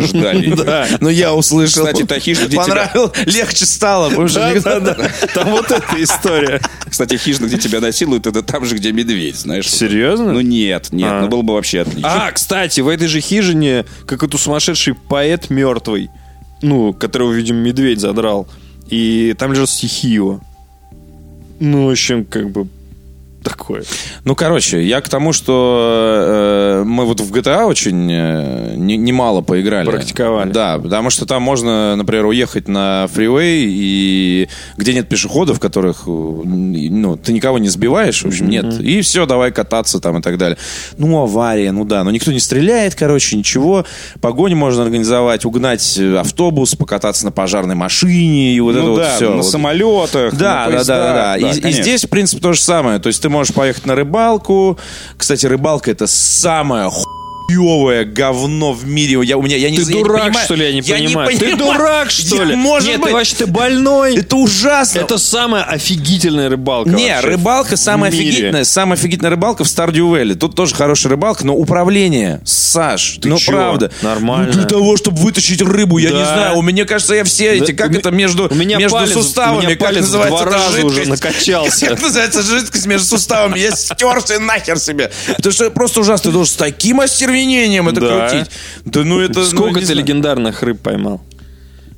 Speaker 2: ждали.
Speaker 1: Да.
Speaker 3: Но Ну, я услышал.
Speaker 2: Кстати, та хижина, где тебя,
Speaker 3: Понравилось. Легче стало. потому что никогда-
Speaker 1: Да-да-да. Там вот эта история.
Speaker 2: кстати, хижина, где тебя насилуют, это там же, где медведь, знаешь.
Speaker 1: Серьезно?
Speaker 2: Ну нет, нет,
Speaker 1: А.
Speaker 2: ну было бы вообще отлично.
Speaker 1: А, кстати, в этой же хижине какой-то сумасшедший поэт мертвый, ну, которого, видимо, медведь задрал. И там лежат стихи его. Ну, в общем, как бы такое.
Speaker 3: Ну, короче, я к тому, что э, мы вот в GTA очень э, не- немало поиграли.
Speaker 1: Практиковали.
Speaker 3: Да, потому что там можно, например, уехать на фривей, и где нет пешеходов, которых, э, ну, ты никого не сбиваешь, в общем, нет. И все, давай кататься там и так далее. Ну, авария, ну да, но никто не стреляет, короче, ничего. Погоню можно организовать, угнать э, автобус, покататься на пожарной машине и вот это
Speaker 2: ну
Speaker 3: вот
Speaker 2: да,
Speaker 3: все.
Speaker 2: на самолетах,
Speaker 3: Да, да, да,
Speaker 2: на поездах,
Speaker 3: да, да. И, и
Speaker 2: конечно.
Speaker 3: здесь, в принципе, то же самое. То есть ты можешь поехать на рыбалку. Кстати, рыбалка это самое хуевое говно в мире. Я, у меня, я не
Speaker 1: Ты
Speaker 3: знаю, я не
Speaker 1: дурак,
Speaker 3: понимаю.
Speaker 1: что ли, я не понимаю? Ты
Speaker 3: понимаю.
Speaker 1: дурак, что
Speaker 3: Я-
Speaker 1: ли?
Speaker 3: Может
Speaker 1: Нет,
Speaker 3: быть.
Speaker 1: ты вообще ты больной.
Speaker 3: Это ужасно.
Speaker 1: Это самая офигительная рыбалка.
Speaker 3: Не,
Speaker 1: вообще.
Speaker 3: рыбалка самая
Speaker 1: в мире.
Speaker 3: офигительная, самая офигительная рыбалка в Stardew Valley. Тут тоже хорошая рыбалка, но управление, Саш, ну
Speaker 1: чё?
Speaker 3: правда.
Speaker 1: Нормально.
Speaker 3: Ну, для того, чтобы вытащить рыбу, я
Speaker 1: Да.
Speaker 3: не знаю. У меня, кажется, я все эти, как
Speaker 1: у
Speaker 3: это между,
Speaker 1: у меня
Speaker 3: между
Speaker 1: палец-
Speaker 3: суставами,
Speaker 1: у меня
Speaker 3: как
Speaker 1: палец в
Speaker 3: называется
Speaker 1: два
Speaker 3: эта
Speaker 1: раза уже
Speaker 3: жидкость?
Speaker 1: накачался.
Speaker 3: Как называется жидкость между суставами? Я стер все нахер себе. Потому что просто ужасно. Ты должен с таким остервенением это
Speaker 1: Да.
Speaker 3: крутить. Да ну это... ну,
Speaker 1: Сколько
Speaker 3: не
Speaker 1: ты
Speaker 3: знаю.
Speaker 1: легендарных рыб поймал?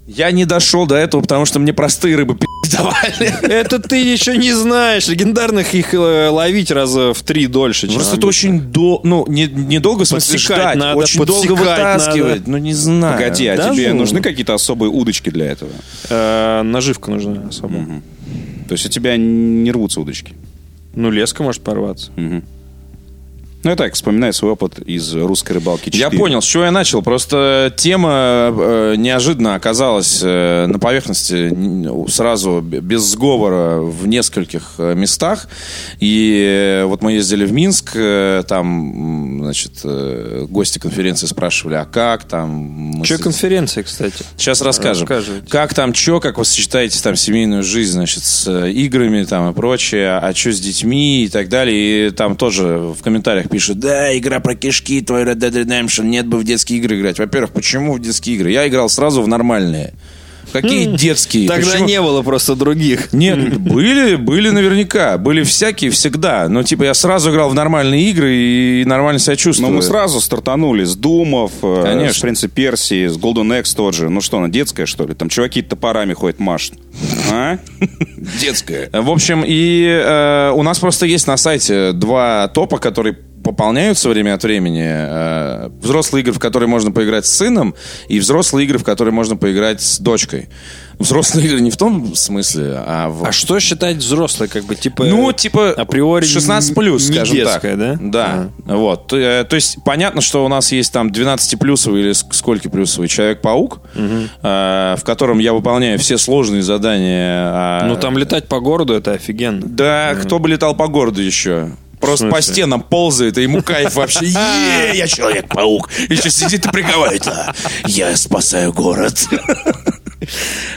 Speaker 3: Я не дошел до этого, потому что мне простые рыбы пи***ть давали.
Speaker 1: Это ты еще не знаешь. Легендарных их э, ловить раза в три дольше, чем
Speaker 3: Просто это
Speaker 1: обычно.
Speaker 3: очень дол- ну, не- недолго, в смысле,
Speaker 1: Подсекать
Speaker 3: ждать.
Speaker 1: надо,
Speaker 3: очень долго
Speaker 1: подсекать
Speaker 3: вытаскивать.
Speaker 1: надо.
Speaker 3: Ну, не знаю.
Speaker 2: Погоди, а
Speaker 1: Да
Speaker 2: тебе
Speaker 1: ну.
Speaker 2: нужны какие-то особые удочки для этого?
Speaker 1: Э, Наживка нужна особо.
Speaker 2: То есть у тебя не рвутся удочки?
Speaker 1: Ну, леска может порваться.
Speaker 2: Ну, я так вспоминаю свой опыт из русской рыбалки 4.
Speaker 3: Я понял, с чего я начал. Просто тема э, неожиданно оказалась э, на поверхности н- ну, сразу б- без сговора в нескольких э, местах. И э, вот мы ездили в Минск, э, там, м, значит, э, гости конференции спрашивали, а как там... мы
Speaker 1: Че
Speaker 3: Ну, с-
Speaker 1: конференция, кстати?
Speaker 3: Сейчас
Speaker 2: Э,
Speaker 3: расскажем.
Speaker 1: Расскажите.
Speaker 3: Как там, что, как вы сочетаете там семейную жизнь, значит, с э, играми там и прочее, а что с детьми и так далее. И там тоже в комментариях пишут, да, игра про кишки, твой Red Dead Redemption, нет бы в детские игры играть. Во-первых, почему в детские игры? Я играл сразу в нормальные. Какие детские?
Speaker 1: Тогда
Speaker 3: Почему?
Speaker 1: не было просто других.
Speaker 3: Нет, были, были наверняка, были всякие всегда. Но типа я сразу играл в нормальные игры и нормально себя
Speaker 2: Но
Speaker 3: чувствовал.
Speaker 2: Ну, мы сразу стартанули с Думов, э,
Speaker 3: Конечно.
Speaker 2: с Принца Персии, с Golden X тот же. Ну что, она детская, что ли? Там чуваки топорами ходят, машут. А? Детская.
Speaker 3: В общем, и э, у нас просто есть на сайте два топа, которые пополняются время от времени. Э, взрослые игры, в которые можно поиграть с сыном, и взрослые игры, в которые можно поиграть с дочкой. Взрослые игры не в том смысле, а в...
Speaker 1: А что считать взрослой, как бы, типа...
Speaker 3: ну, типа,
Speaker 1: априори
Speaker 3: 16 плюс,
Speaker 1: не
Speaker 3: скажем
Speaker 1: детская,
Speaker 3: так.
Speaker 1: да? А.
Speaker 3: Да. Вот. То, э, то есть понятно, что у нас есть там 12 плюсовый или ск- скольки плюсовый Человек-паук, э, в котором я выполняю все сложные задания. а,
Speaker 1: Ну, там летать по городу, это офигенно.
Speaker 3: да, кто бы летал по городу еще? Просто по стенам ползает, и ему кайф вообще. Е, я Человек-паук. Еще сидит и приговаривает. «Да, Я спасаю город.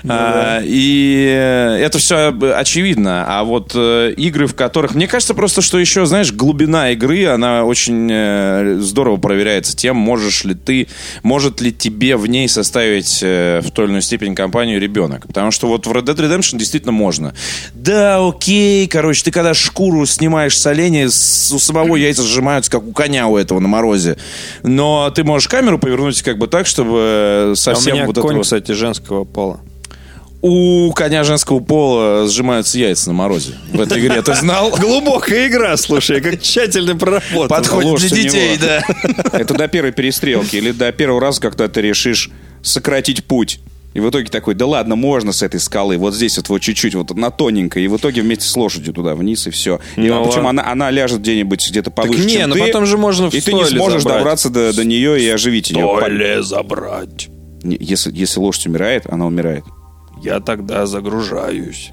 Speaker 1: Ну
Speaker 3: А, И э, это все очевидно. А вот э, игры, в которых... Мне кажется просто, что еще, знаешь, глубина игры, она очень э, здорово проверяется тем, можешь ли ты... Может ли тебе в ней составить э, в той или иной степени компанию ребенок. Потому что вот в Red Dead Redemption действительно можно. Да, окей, короче, ты когда шкуру снимаешь с оленя, с- у самого яйца сжимаются, как у коня у этого на морозе. Но ты можешь камеру повернуть как бы так, чтобы э,
Speaker 1: А у
Speaker 3: совсем
Speaker 1: меня
Speaker 3: вот
Speaker 1: конь,
Speaker 3: этого-
Speaker 1: кстати, женского пола.
Speaker 3: у коня женского пола сжимаются яйца на морозе. В этой игре ты знал?
Speaker 1: Глубокая игра, слушай, как тщательно проработана.
Speaker 3: Подходит для
Speaker 2: лошадь у
Speaker 3: детей,
Speaker 2: него.
Speaker 3: да.
Speaker 2: Это до первой перестрелки или до первого раза, когда ты решишь сократить путь. И в итоге такой, да ладно, можно с этой скалы, вот здесь вот, вот чуть-чуть, вот на тоненькой, и в итоге вместе с лошадью туда вниз, и все. И
Speaker 1: Ну
Speaker 2: причем
Speaker 1: ладно.
Speaker 2: она, она ляжет где-нибудь где-то повыше,
Speaker 1: не,
Speaker 2: чем
Speaker 1: ну
Speaker 2: ты,
Speaker 1: потом же можно в
Speaker 2: И ты не
Speaker 1: стойле
Speaker 2: сможешь
Speaker 1: забрать.
Speaker 2: добраться до, до нее и оживить ее.
Speaker 1: Поле забрать.
Speaker 2: Не, Если, если лошадь умирает, она умирает.
Speaker 1: Я тогда загружаюсь.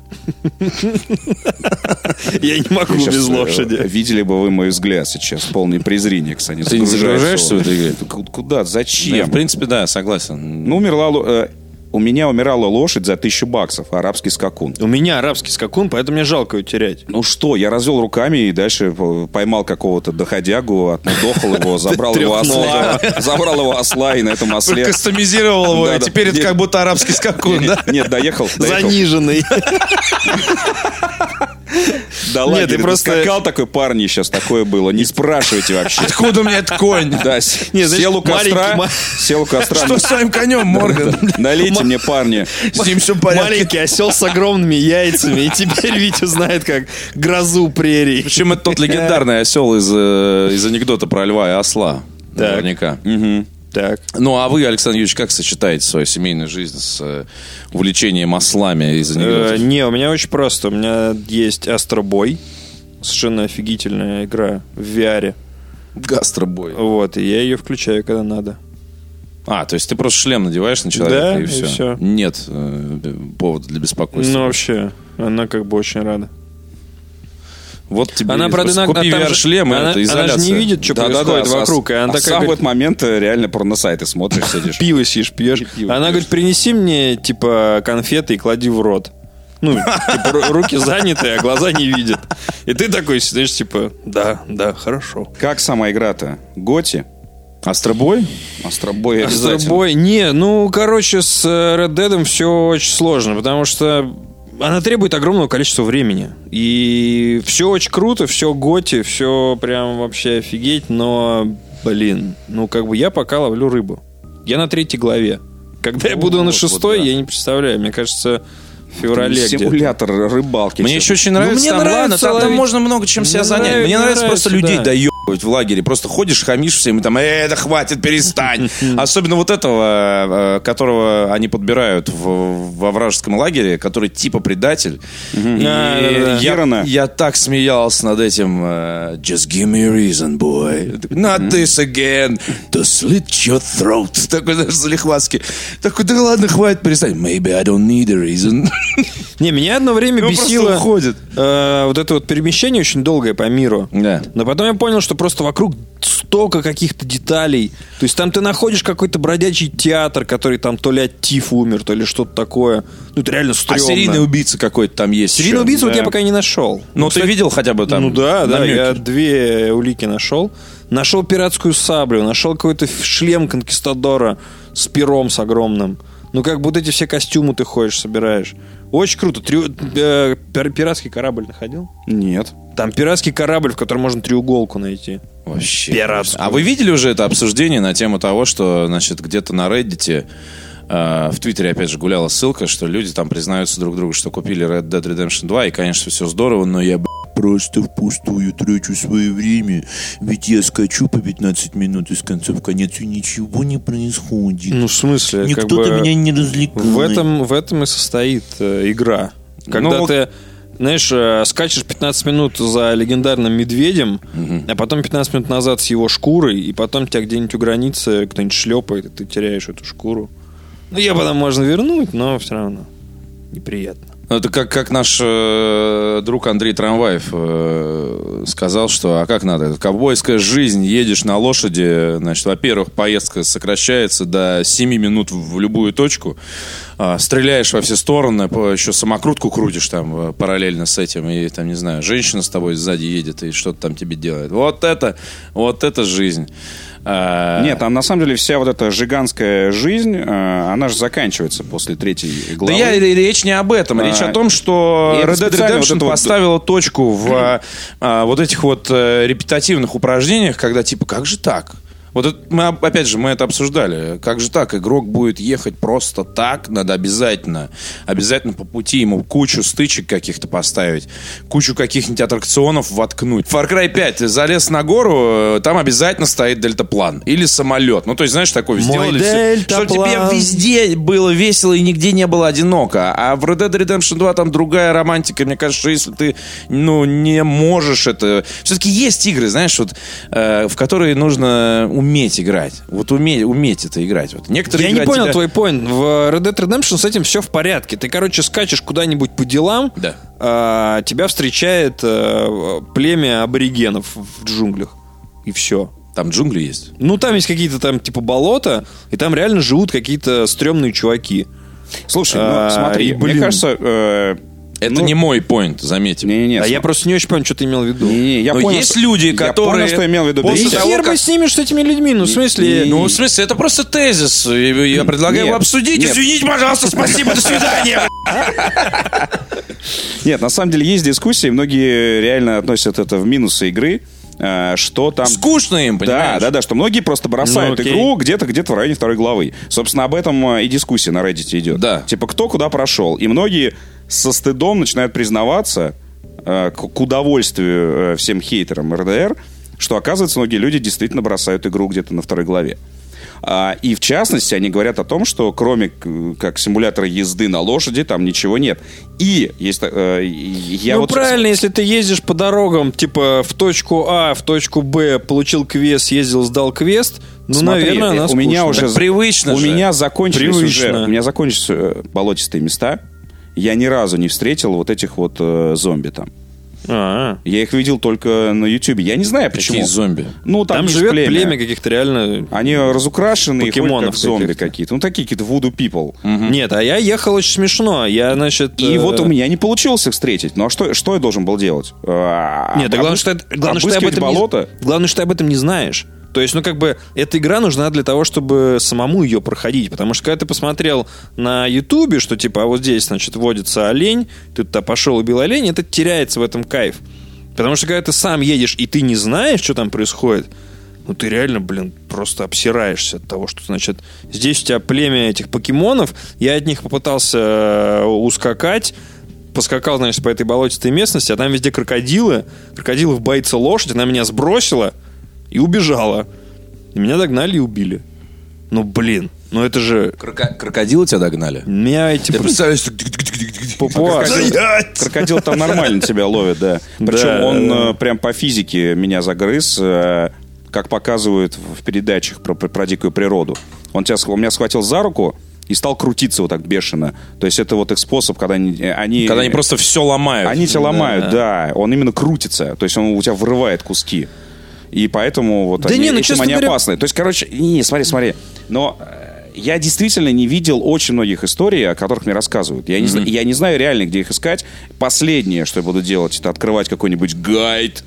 Speaker 1: Я не могу Ну, без
Speaker 2: Сейчас, э,
Speaker 1: лошади. А
Speaker 2: Видели бы вы мой взгляд сейчас, полный презрения, кстати.
Speaker 3: Ты не загружаешься в этой игре?
Speaker 2: Куда? Зачем?
Speaker 3: В принципе, да, согласен.
Speaker 2: Ну, умерла... ло- э, у меня умирала лошадь за тысячу баксов, арабский скакун.
Speaker 1: У меня арабский скакун, поэтому мне жалко ее терять.
Speaker 2: Ну что, я развел руками и дальше э, поймал какого-то доходягу, отмудохал его, забрал его осла, забрал его осла и на этом осле...
Speaker 3: Кастомизировал его, и
Speaker 2: Да-да.
Speaker 3: теперь это
Speaker 2: Нет.
Speaker 3: как будто арабский скакун, да?
Speaker 2: Нет, доехал, доехал.
Speaker 1: Заниженный.
Speaker 2: Да
Speaker 1: Нет,
Speaker 2: ладно,
Speaker 1: ты
Speaker 2: ты
Speaker 1: просто-
Speaker 2: просто скакал такой парни сейчас такое было. Не спрашивайте вообще.
Speaker 3: Откуда у меня этот конь?
Speaker 2: Да, с-
Speaker 1: Не, знаешь,
Speaker 2: сел у костра,
Speaker 1: маленький ма-
Speaker 2: сел у костра, ну,
Speaker 3: Что с твоим конем, Морган?
Speaker 2: налейте мне, парни.
Speaker 3: С ним все в порядке.
Speaker 1: Маленький осел с огромными яйцами. И теперь Витя знает, как грозу прерий.
Speaker 3: Причем это тот легендарный осел из, э, из анекдота про льва и осла. Наверняка.
Speaker 1: Так.
Speaker 3: Ну, а вы, Александр Юрьевич, как сочетаете свою семейную жизнь с э, увлечением ослами из
Speaker 1: Э,
Speaker 3: анекдотов?
Speaker 1: Не, у меня очень просто. У меня есть Астробой. Совершенно офигительная игра в VR.
Speaker 3: Гастробой.
Speaker 1: Вот, и я ее включаю, когда надо.
Speaker 3: А, то есть ты просто шлем надеваешь на человека
Speaker 1: Да,
Speaker 3: и,
Speaker 1: и
Speaker 3: все.
Speaker 1: всё.
Speaker 3: Нет э, повода для беспокойства.
Speaker 1: Ну, вообще, она как бы очень рада.
Speaker 3: Вот тебе
Speaker 1: Она, правда, иногда-
Speaker 3: купи
Speaker 1: там же-
Speaker 3: VR-шлем, и
Speaker 1: она- она
Speaker 3: это
Speaker 1: же не
Speaker 3: изоляция.
Speaker 1: видит, что
Speaker 3: Да-да-да,
Speaker 1: происходит
Speaker 3: со-
Speaker 1: вокруг, и
Speaker 2: А
Speaker 1: она такая
Speaker 2: сам в
Speaker 1: говорит,
Speaker 2: этот момент э, реально порносайты смотришь, сидишь.
Speaker 1: пиво сидишь, пьешь.
Speaker 2: Пиво
Speaker 1: Она
Speaker 2: пьешь.
Speaker 1: говорит, принеси мне, типа, конфеты и клади в рот. Ну, типа, ру- руки заняты, а глаза не видят. И ты такой сидишь, типа, да, да, хорошо.
Speaker 2: Как сама игра-то? Готи?
Speaker 3: Астробой?
Speaker 2: Астробой обязательно.
Speaker 1: Астробой, не, ну, короче, с э, Red Dead все очень сложно, потому что она требует огромного количества времени. И все очень круто, все готи, все прям вообще офигеть, но, блин, ну, как бы я пока ловлю рыбу. Я на третьей главе. Когда я буду на
Speaker 2: вот, вот,
Speaker 1: шестой,
Speaker 2: да.
Speaker 1: я не представляю. Мне кажется, в феврале где-то.
Speaker 2: Симулятор рыбалки.
Speaker 3: Мне еще очень нравится.
Speaker 1: Ну, мне
Speaker 3: там,
Speaker 1: нравится
Speaker 3: ладно, там, там
Speaker 1: ловить.
Speaker 3: можно много чем себя
Speaker 1: Мне
Speaker 3: занять.
Speaker 1: нравится,
Speaker 3: Мне нравится просто
Speaker 1: нравится,
Speaker 3: людей
Speaker 1: да.
Speaker 3: доебывать в лагере. Просто ходишь, хамишь всем, и там, э, это хватит, перестань. Особенно вот этого, э, которого они подбирают в- во вражеском лагере, который типа предатель. И
Speaker 1: Да, да, да.
Speaker 2: Герона.
Speaker 3: Я, я так смеялся над этим. э, Just give me a reason, boy. Not this again. To slit your throat. Такой даже залихватский. Такой, да ладно, хватит, перестань. Maybe I don't need a reason.
Speaker 1: Не, меня одно время
Speaker 3: Его
Speaker 1: бесило
Speaker 3: просто уходит.
Speaker 1: э, вот это вот перемещение очень долгое по миру.
Speaker 3: Да.
Speaker 1: Но потом я понял, что просто вокруг столько каких-то деталей. То есть там ты находишь какой-то бродячий театр, который там то ли от тифа умер, то ли что-то такое. Ну, это реально
Speaker 3: А
Speaker 1: стрёмно.
Speaker 3: серийный убийца какой-то там есть.
Speaker 1: Серийный
Speaker 3: еще.
Speaker 1: убийца вот
Speaker 3: Да.
Speaker 1: я пока не нашел.
Speaker 3: Ну, ты видел хотя бы там?
Speaker 1: ну да, да,
Speaker 3: намёки?
Speaker 1: я две улики нашел. Нашел пиратскую саблю, нашел какой-то ф- шлем конкистадора с пером с огромным. Ну как бы вот эти все костюмы ты ходишь, собираешь. Очень круто. Трю- э, пир- пиратский корабль находил?
Speaker 2: Нет.
Speaker 1: Там пиратский корабль, в котором можно треуголку найти.
Speaker 3: Вообще.
Speaker 1: Пиратскую.
Speaker 3: А вы видели уже это обсуждение на тему того, что, значит, где-то на Reddit, э, в Твиттере, опять же, гуляла ссылка, что люди там признаются друг другу, что купили Red Dead Redemption 2, и, конечно, все здорово, но я, б***ь,
Speaker 8: Просто впустую трачу свое время, ведь я скачу по 15 минут из конца в конец, и ничего не происходит.
Speaker 1: Ну в смысле? как
Speaker 8: Никто-то
Speaker 1: бы-
Speaker 8: меня не развлекает.
Speaker 1: В этом, в этом и состоит э, игра. Когда
Speaker 3: Ну,
Speaker 1: ты, знаешь, э, скачешь 15 минут за легендарным медведем, а потом 15 минут назад с его шкурой, и потом тебя где-нибудь у границы кто-нибудь шлепает, и ты теряешь эту шкуру. Ну, ее потом можно вернуть, но все равно. неприятно.
Speaker 3: Ну, Это как, как наш э, друг Андрей Трамваев э, сказал, что а как надо? Ковбойская жизнь, едешь на лошади, значит, во-первых, поездка сокращается до 7 минут в любую точку, а, стреляешь во все стороны, по- еще самокрутку крутишь там э, параллельно с этим, и там, не знаю, женщина с тобой сзади едет и что-то там тебе делает. Вот это, вот это жизнь. А,
Speaker 2: Нет, там на самом деле вся вот эта жиганская жизнь, э, она же заканчивается после третьей
Speaker 3: Да
Speaker 2: главы.
Speaker 3: я ре- речь не об этом.
Speaker 2: А,
Speaker 3: Речь о том, что
Speaker 2: и это
Speaker 3: Red Dead
Speaker 2: специально вот
Speaker 3: Redemption
Speaker 2: это вот-
Speaker 3: поставила точку в а, а, вот этих вот э, репетативных упражнениях, когда типа, как же так? Вот это мы, об- опять же, мы это обсуждали. Как же так? Игрок будет ехать просто так, надо обязательно. Обязательно по пути ему кучу стычек каких-то поставить, кучу каких-нибудь аттракционов воткнуть. Far Cry 5, ты залез на гору, э, там обязательно стоит дельтаплан или самолет. Ну, то есть, знаешь, такой сделали все, чтобы тебе
Speaker 1: дельтаплан.
Speaker 3: везде везде было весело и нигде не было одиноко. А в Red Dead Redemption 2 там другая романтика. Мне кажется, что если ты, ну, не можешь это... Все-таки есть игры, знаешь, вот, э, в которые нужно уметь играть. Вот уметь, уметь это играть. Вот. Некоторые
Speaker 1: Я
Speaker 3: игры
Speaker 1: не
Speaker 3: от
Speaker 1: понял
Speaker 3: тебя-
Speaker 1: твой point. В Red Dead Redemption с этим все в порядке. Ты, короче, скачешь куда-нибудь по делам,
Speaker 3: Да.
Speaker 1: а, тебя встречает э, племя аборигенов в джунглях. И все.
Speaker 3: Там джунгли есть.
Speaker 1: Ну, там есть какие-то там, типа, болота, и там реально живут какие-то стрёмные чуваки.
Speaker 2: Слушай,
Speaker 1: А,
Speaker 2: ну смотри,
Speaker 1: и,
Speaker 2: мне
Speaker 1: блин.
Speaker 2: кажется... э,
Speaker 3: Это
Speaker 2: ну,
Speaker 3: не мой поинт, заметьте.
Speaker 2: Не-не-не,
Speaker 1: а
Speaker 2: см-
Speaker 1: я просто не очень понял, что ты имел в виду.
Speaker 2: не-не, я
Speaker 3: Но
Speaker 2: понял,
Speaker 3: есть
Speaker 2: что-
Speaker 3: люди,
Speaker 2: я понял,
Speaker 3: которые
Speaker 2: что имел в виду. Да
Speaker 3: после
Speaker 2: и
Speaker 3: того,
Speaker 1: Хер
Speaker 3: как-
Speaker 1: бы с ними, что этими людьми. Ну, в смысле...
Speaker 3: Ну, в смысле, это просто тезис. И Я предлагаю
Speaker 2: Нет,
Speaker 3: его обсудить.
Speaker 2: нет.
Speaker 3: Извините, пожалуйста, спасибо, до свидания.
Speaker 2: Нет, на самом деле есть дискуссии, многие реально относят это в минусы игры, э, что там...
Speaker 3: Скучно им,
Speaker 2: Да,
Speaker 3: понимаешь?
Speaker 2: да, да, что многие просто бросают
Speaker 1: Ну, окей.
Speaker 2: игру где-то где-то в районе второй главы. Собственно, об этом э, и дискуссия на Reddit идет.
Speaker 3: Да.
Speaker 2: Типа, кто куда прошел. И многие со стыдом начинают признаваться э, к, к удовольствию э, всем хейтерам РДР, что, оказывается, многие люди действительно бросают игру где-то на второй главе. А, и в частности, они говорят о том, что кроме к- как симулятора езды на лошади, там ничего нет. И есть... та- э, и- и я
Speaker 1: ну,
Speaker 2: вот
Speaker 1: правильно, если ты ездишь по дорогам, типа, в точку А, в точку Б, получил квест, ездил, сдал квест, ну,
Speaker 2: Смотри,
Speaker 1: наверное, она
Speaker 2: э, у меня
Speaker 1: скучная.
Speaker 2: уже
Speaker 3: Так привычно
Speaker 2: у
Speaker 3: же.
Speaker 2: меня закончились
Speaker 1: Привычно.
Speaker 2: уже- у меня закончились э, болотистые места. Я ни разу не встретил вот этих вот э, зомби там.
Speaker 1: А, а.
Speaker 2: Я их видел только на Ютубе. Я не знаю почему.
Speaker 3: Какие зомби?
Speaker 2: Ну там,
Speaker 1: Там
Speaker 2: есть
Speaker 1: живет племя, каких-то реально...
Speaker 2: Они разукрашены, и ходят
Speaker 1: Покемонов
Speaker 2: как зомби
Speaker 1: каких-то.
Speaker 2: какие-то. Ну такие какие-то вуду people.
Speaker 1: Нет, а я ехал очень смешно. Я, значит...
Speaker 2: И
Speaker 1: э,
Speaker 2: вот у меня не получилось их встретить. Ну а что, что я должен был делать? А,
Speaker 1: Нет, да главное,
Speaker 2: обыск-
Speaker 1: что, это- главное, что ты об
Speaker 2: обыскивать
Speaker 1: этом
Speaker 2: болото?
Speaker 1: Не... главное, что ты об этом не знаешь. То есть, ну, как бы, эта игра нужна для того, чтобы самому ее проходить. Потому что, когда ты посмотрел на Ютубе, что, типа, а вот здесь, значит, водится олень, ты туда пошел и бил олень, это теряется в этом кайф. Потому что, когда ты сам едешь, и ты не знаешь, что там происходит, ну, ты реально, блин, просто обсираешься от того, что, значит, здесь у тебя племя этих покемонов, я от них попытался э, ускакать, поскакал, значит, по этой болотистой местности, а там везде крокодилы. Крокодилов боится лошадь, она меня сбросила и убежала. И меня догнали и убили. Ну, блин, ну это же...
Speaker 3: Кроко- Крокодилы тебя догнали?
Speaker 1: Меня эти...
Speaker 3: представляешь,
Speaker 1: пупуа-
Speaker 2: Крокодил там нормально тебя ловит, да. Причем
Speaker 1: Да,
Speaker 2: он
Speaker 1: да, да.
Speaker 2: э, прям по физике меня загрыз, э, как показывают в передачах про, про- про дикую природу. Он, тебя, сх- он меня схватил за руку и стал крутиться вот так бешено. То есть это вот их способ, когда они... они
Speaker 3: Когда они просто все ломают.
Speaker 2: Они тебя ломают, да. Он именно крутится. То есть он у тебя вырывает куски. И поэтому вот
Speaker 1: Да
Speaker 2: они,
Speaker 1: не, ну,
Speaker 2: этим
Speaker 1: честно
Speaker 2: они
Speaker 1: говоря-
Speaker 2: опасны. То есть, короче, не, не, смотри, смотри. Но э, я действительно не видел очень многих историй, о которых мне рассказывают. Я не, зна- я не знаю реально, где их искать. Последнее, что я буду делать, это открывать какой-нибудь гайд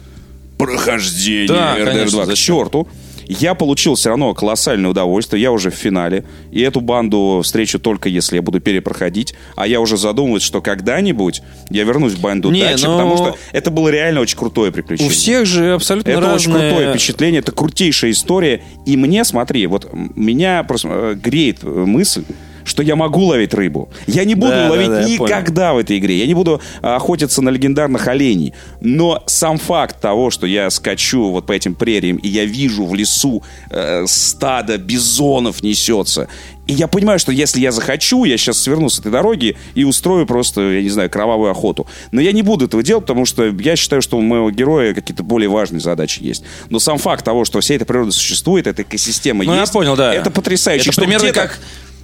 Speaker 2: прохождения
Speaker 1: А,
Speaker 3: Да,
Speaker 2: RDR2
Speaker 3: конечно,
Speaker 2: к черту. Я получил все равно колоссальное удовольствие. Я уже в финале. И эту банду встречу только если я буду перепроходить. А я уже задумываюсь, что когда-нибудь я вернусь в банду
Speaker 1: Не,
Speaker 2: дальше,
Speaker 1: ну-
Speaker 2: потому что это было реально очень крутое приключение.
Speaker 1: У всех же абсолютно
Speaker 2: Это
Speaker 1: разные...
Speaker 2: очень крутое впечатление, это крутейшая история. И мне, смотри, вот м, меня просто э, греет э, мысль, что я могу ловить рыбу. Я не буду
Speaker 1: Да, да,
Speaker 2: ловить
Speaker 1: да, я
Speaker 2: никогда в этой игре. Я не буду э, охотиться на легендарных оленей. Но сам факт того, что я скачу вот по этим прериям, и я вижу в лесу э, стадо бизонов несется. И я понимаю, что если я захочу, я сейчас сверну с этой дороги и устрою просто, я не знаю, кровавую охоту. Но я не буду этого делать, потому что я считаю, что у моего героя какие-то более важные задачи есть. Но сам факт того, что вся эта природа существует, эта экосистема
Speaker 3: Ну, я
Speaker 2: есть,
Speaker 3: понял, да.
Speaker 2: это потрясающе.
Speaker 3: Это
Speaker 2: Что
Speaker 3: примерно
Speaker 2: где-то-
Speaker 3: как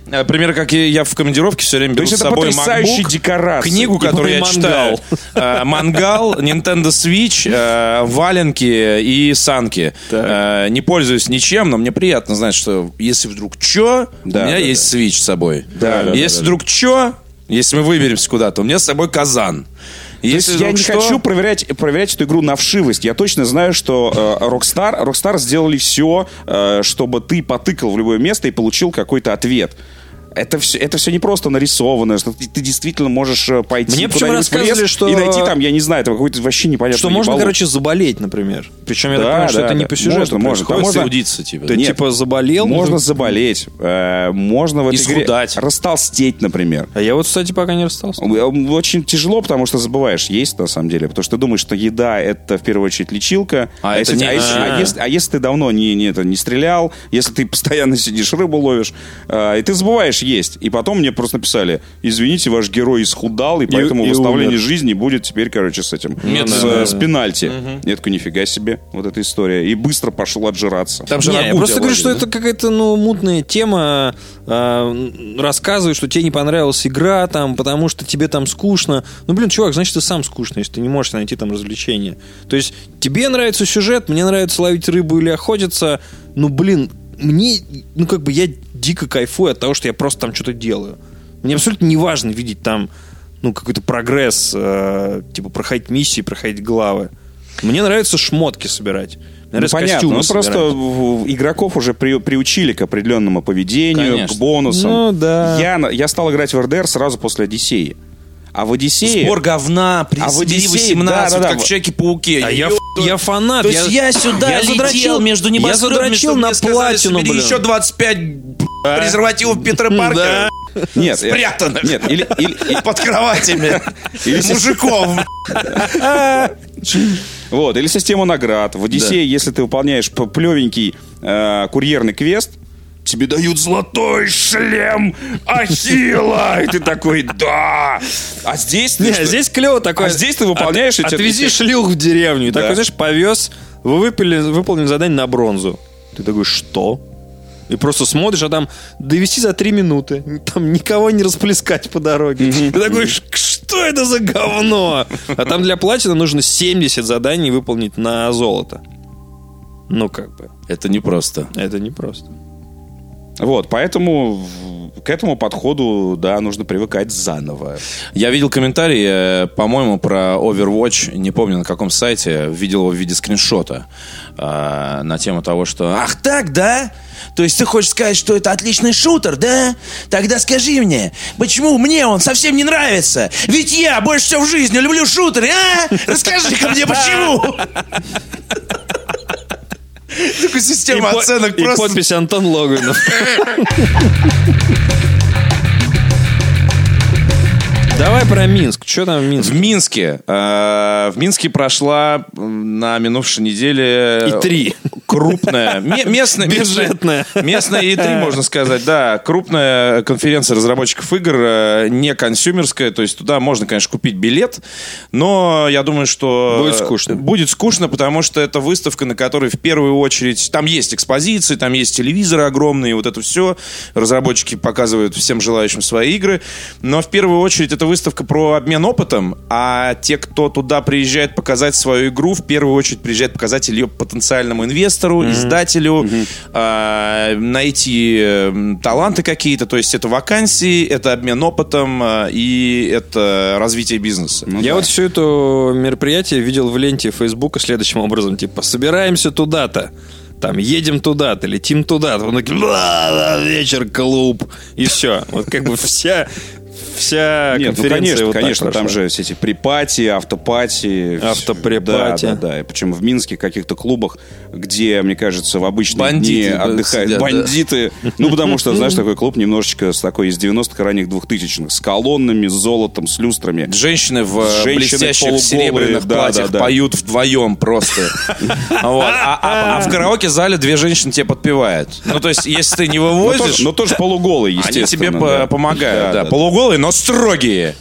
Speaker 3: э, примерно как я я в командировке все время
Speaker 2: То
Speaker 3: беру
Speaker 2: есть
Speaker 3: с
Speaker 2: это
Speaker 3: собой
Speaker 2: потрясающие
Speaker 3: MacBook,
Speaker 2: декорации.
Speaker 3: книгу,
Speaker 1: И
Speaker 3: которую я
Speaker 1: мангал.
Speaker 3: читаю. Э, Мангал, Nintendo Switch, э, валенки и санки. Э, Не пользуюсь ничем, но мне приятно знать, что если вдруг чё, у
Speaker 2: Да,
Speaker 3: меня
Speaker 2: да,
Speaker 3: есть Switch с собой.
Speaker 2: Да, да,
Speaker 3: Если вдруг чё, если мы выберемся куда-то, у меня с собой казан.
Speaker 2: То есть я не хочу проверять, проверять эту игру на вшивость. Я точно знаю, что э, Rockstar, Rockstar сделали все, э, чтобы ты потыкал в любое место и получил какой-то ответ. Это все, это все не просто нарисовано, что ты, ты действительно можешь э, пойти
Speaker 1: Мне почему
Speaker 2: куда-нибудь в лес
Speaker 1: рассказывали, что-
Speaker 2: и найти там, я не знаю, там какой-то вообще непонятный
Speaker 1: Что можно,
Speaker 2: ебалу.
Speaker 1: короче, заболеть, например. Причем я
Speaker 2: Да,
Speaker 1: так понимаю, что
Speaker 2: да,
Speaker 1: это не
Speaker 2: да.
Speaker 1: по сюжету
Speaker 2: Можно, можно. Там
Speaker 1: происходит.
Speaker 2: можно-
Speaker 3: судиться, типа.
Speaker 1: Ты
Speaker 2: Нет.
Speaker 1: типа заболел.
Speaker 2: Можно
Speaker 1: ну,
Speaker 2: заболеть, э, можно в этой игре
Speaker 3: Исхудать.
Speaker 2: растолстеть, например.
Speaker 1: А я вот, кстати, пока не расстался.
Speaker 2: Очень тяжело, потому что забываешь есть на самом деле, потому что ты думаешь, что еда это в первую очередь лечилка,
Speaker 3: А это
Speaker 2: если,
Speaker 3: не-
Speaker 2: а, если, а
Speaker 1: А.
Speaker 2: если- а если ты давно не, не, это, не стрелял, если ты постоянно сидишь рыбу ловишь, э, и ты забываешь есть, и потом мне просто написали, извините, ваш герой исхудал, и поэтому
Speaker 1: и
Speaker 2: восстановление
Speaker 1: умер.
Speaker 2: жизни будет теперь, короче, с этим,
Speaker 3: Ну
Speaker 2: с,
Speaker 3: да,
Speaker 2: э,
Speaker 3: да,
Speaker 2: с пенальти. Я такой, нифига себе, вот эта история, и быстро пошел отжираться.
Speaker 3: Там же
Speaker 1: Не, я
Speaker 3: рагу
Speaker 1: просто говорю,
Speaker 3: делали,
Speaker 1: что
Speaker 3: да?
Speaker 1: это какая-то ну, мутная тема. Рассказывают, рассказывай, что тебе не понравилась игра, там, потому что тебе там скучно. Ну, блин, чувак, значит, ты сам скучный, если ты не можешь найти там развлечения. То есть, тебе нравится сюжет, мне нравится ловить рыбу или охотиться. Ну, блин, мне, ну, как бы я дико кайфую от того, что я просто там что-то делаю. Мне абсолютно не важно видеть там, ну, какой-то прогресс, э, типа, проходить миссии, проходить главы. Мне нравится шмотки собирать. Мне
Speaker 2: Ну,
Speaker 1: нравится
Speaker 2: понятно,
Speaker 1: костюмы
Speaker 2: ну просто
Speaker 1: собирать.
Speaker 2: в- в- игроков уже при- приучили к определенному поведению,
Speaker 3: Конечно.
Speaker 2: к бонусам.
Speaker 1: Ну, да.
Speaker 2: Я, на- я стал играть в РДР сразу после Одиссеи. А в Одиссее...
Speaker 3: Сбор говна, при
Speaker 2: А в
Speaker 3: собери
Speaker 2: Одиссее,
Speaker 3: 18,
Speaker 2: да-да-да,
Speaker 3: как
Speaker 2: вот.
Speaker 3: в Человеке-пауке.
Speaker 1: А я, ф- я фанат.
Speaker 3: То есть я, сюда
Speaker 1: я
Speaker 3: летел
Speaker 1: задрочил-
Speaker 3: между
Speaker 1: я
Speaker 3: небоскребами,
Speaker 1: задрочил
Speaker 3: чтобы
Speaker 1: на
Speaker 3: мне сказали,
Speaker 1: платину,
Speaker 3: собери
Speaker 1: блин.
Speaker 3: еще 25 б- презервативов Питера Паркера
Speaker 2: Нет, э,
Speaker 3: спрятанных
Speaker 2: нет, или, или- и-
Speaker 3: под кроватями мужиков.
Speaker 2: вот, или система наград. В Одиссее, если ты выполняешь п- плевенький э, курьерный квест, тебе дают золотой шлем Ахилла. И ты такой, да. А здесь... ты
Speaker 1: Не,
Speaker 2: что?
Speaker 1: здесь клево такое.
Speaker 2: А здесь ты выполняешь
Speaker 1: От-
Speaker 2: эти-
Speaker 1: Отвези шлюх в деревню. И
Speaker 2: Да.
Speaker 1: такой, знаешь, повез, вы выпили, выполнили задание на бронзу. Ты такой, что? И просто смотришь, а там довести за три минуты. Там никого не расплескать по дороге. Ты такой, «Ш- что это за говно? А там для платина нужно 70 заданий выполнить на золото. Ну, как бы.
Speaker 3: Это непросто.
Speaker 1: Это непросто.
Speaker 2: Вот, поэтому в- к этому подходу, да, нужно привыкать заново.
Speaker 3: Я видел комментарий, э, по-моему, про Overwatch, не помню на каком сайте, видел его в виде скриншота э, на тему того, что «Ах так, да? То есть ты хочешь сказать, что это отличный шутер, да? Тогда скажи мне, почему мне он совсем не нравится? Ведь я больше всего в жизни люблю шутеры, а? Расскажи-ка мне, почему?» Такая система
Speaker 1: по-
Speaker 3: оценок
Speaker 1: и
Speaker 3: просто
Speaker 1: подпись Антон Логвинов. Давай про Минск. Что там в
Speaker 3: В
Speaker 1: Минске?
Speaker 3: Минске. э, В Минске прошла м, на минувшей неделе...
Speaker 1: И три.
Speaker 3: Крупная. ме- Местная. местная-
Speaker 1: Бюджетная.
Speaker 3: Местная E3, можно сказать, да. Крупная конференция разработчиков игр, э, не консюмерская. То есть туда можно, конечно, купить билет, но я думаю, что...
Speaker 1: Будет скучно.
Speaker 3: Будет скучно, потому что это выставка, на которой в первую очередь... Там есть экспозиции, там есть телевизоры огромные, вот это все. Разработчики показывают всем желающим свои игры. Но в первую очередь это выставка про обмен опытом, а те, кто туда приезжает показать свою игру, в первую очередь приезжает показать ее потенциальному инвестору, издателю, а, найти э, м, таланты какие-то. То есть это вакансии, это обмен опытом а, и это развитие бизнеса.
Speaker 1: Я вот все это мероприятие видел в ленте Фейсбука следующим образом. Типа, собираемся туда-то. Там, едем туда-то, летим туда-то. Он такой, «Ла-ла, вечер, клуб. И все. Вот как бы вся...
Speaker 3: А
Speaker 1: Вся
Speaker 2: Нет, ну,
Speaker 1: конференция
Speaker 2: конечно,
Speaker 1: вот так
Speaker 2: конечно, там
Speaker 1: прошла.
Speaker 2: же все эти припати, автопати. всё.
Speaker 1: Автоприпати.
Speaker 2: Да, да, да. И Причем в Минске каких-то клубах, где, мне кажется, в обычные
Speaker 3: Бандиты,
Speaker 2: дни
Speaker 3: да,
Speaker 2: отдыхают
Speaker 3: сидят, да.
Speaker 2: бандиты. Ну, потому что, знаешь, такой клуб немножечко с такой из 90-х, ранних 2000-х, с колоннами, с золотом, с люстрами. Ну,
Speaker 3: Женщины в э,
Speaker 2: Женщины
Speaker 3: блестящих
Speaker 2: полуголые,
Speaker 3: серебряных
Speaker 2: да,
Speaker 3: платьях
Speaker 2: да, да.
Speaker 3: поют вдвоем просто. Вот. А- А а в караоке-зале две женщины тебе подпевают. Ну, то есть, если ты не
Speaker 2: Но тоже- ну,
Speaker 3: вывозишь,
Speaker 2: Но тоже полуголые, естественно.
Speaker 3: они тебе
Speaker 2: да.
Speaker 3: по- помогают.
Speaker 2: Да,
Speaker 3: Да, полуголые, но строгие.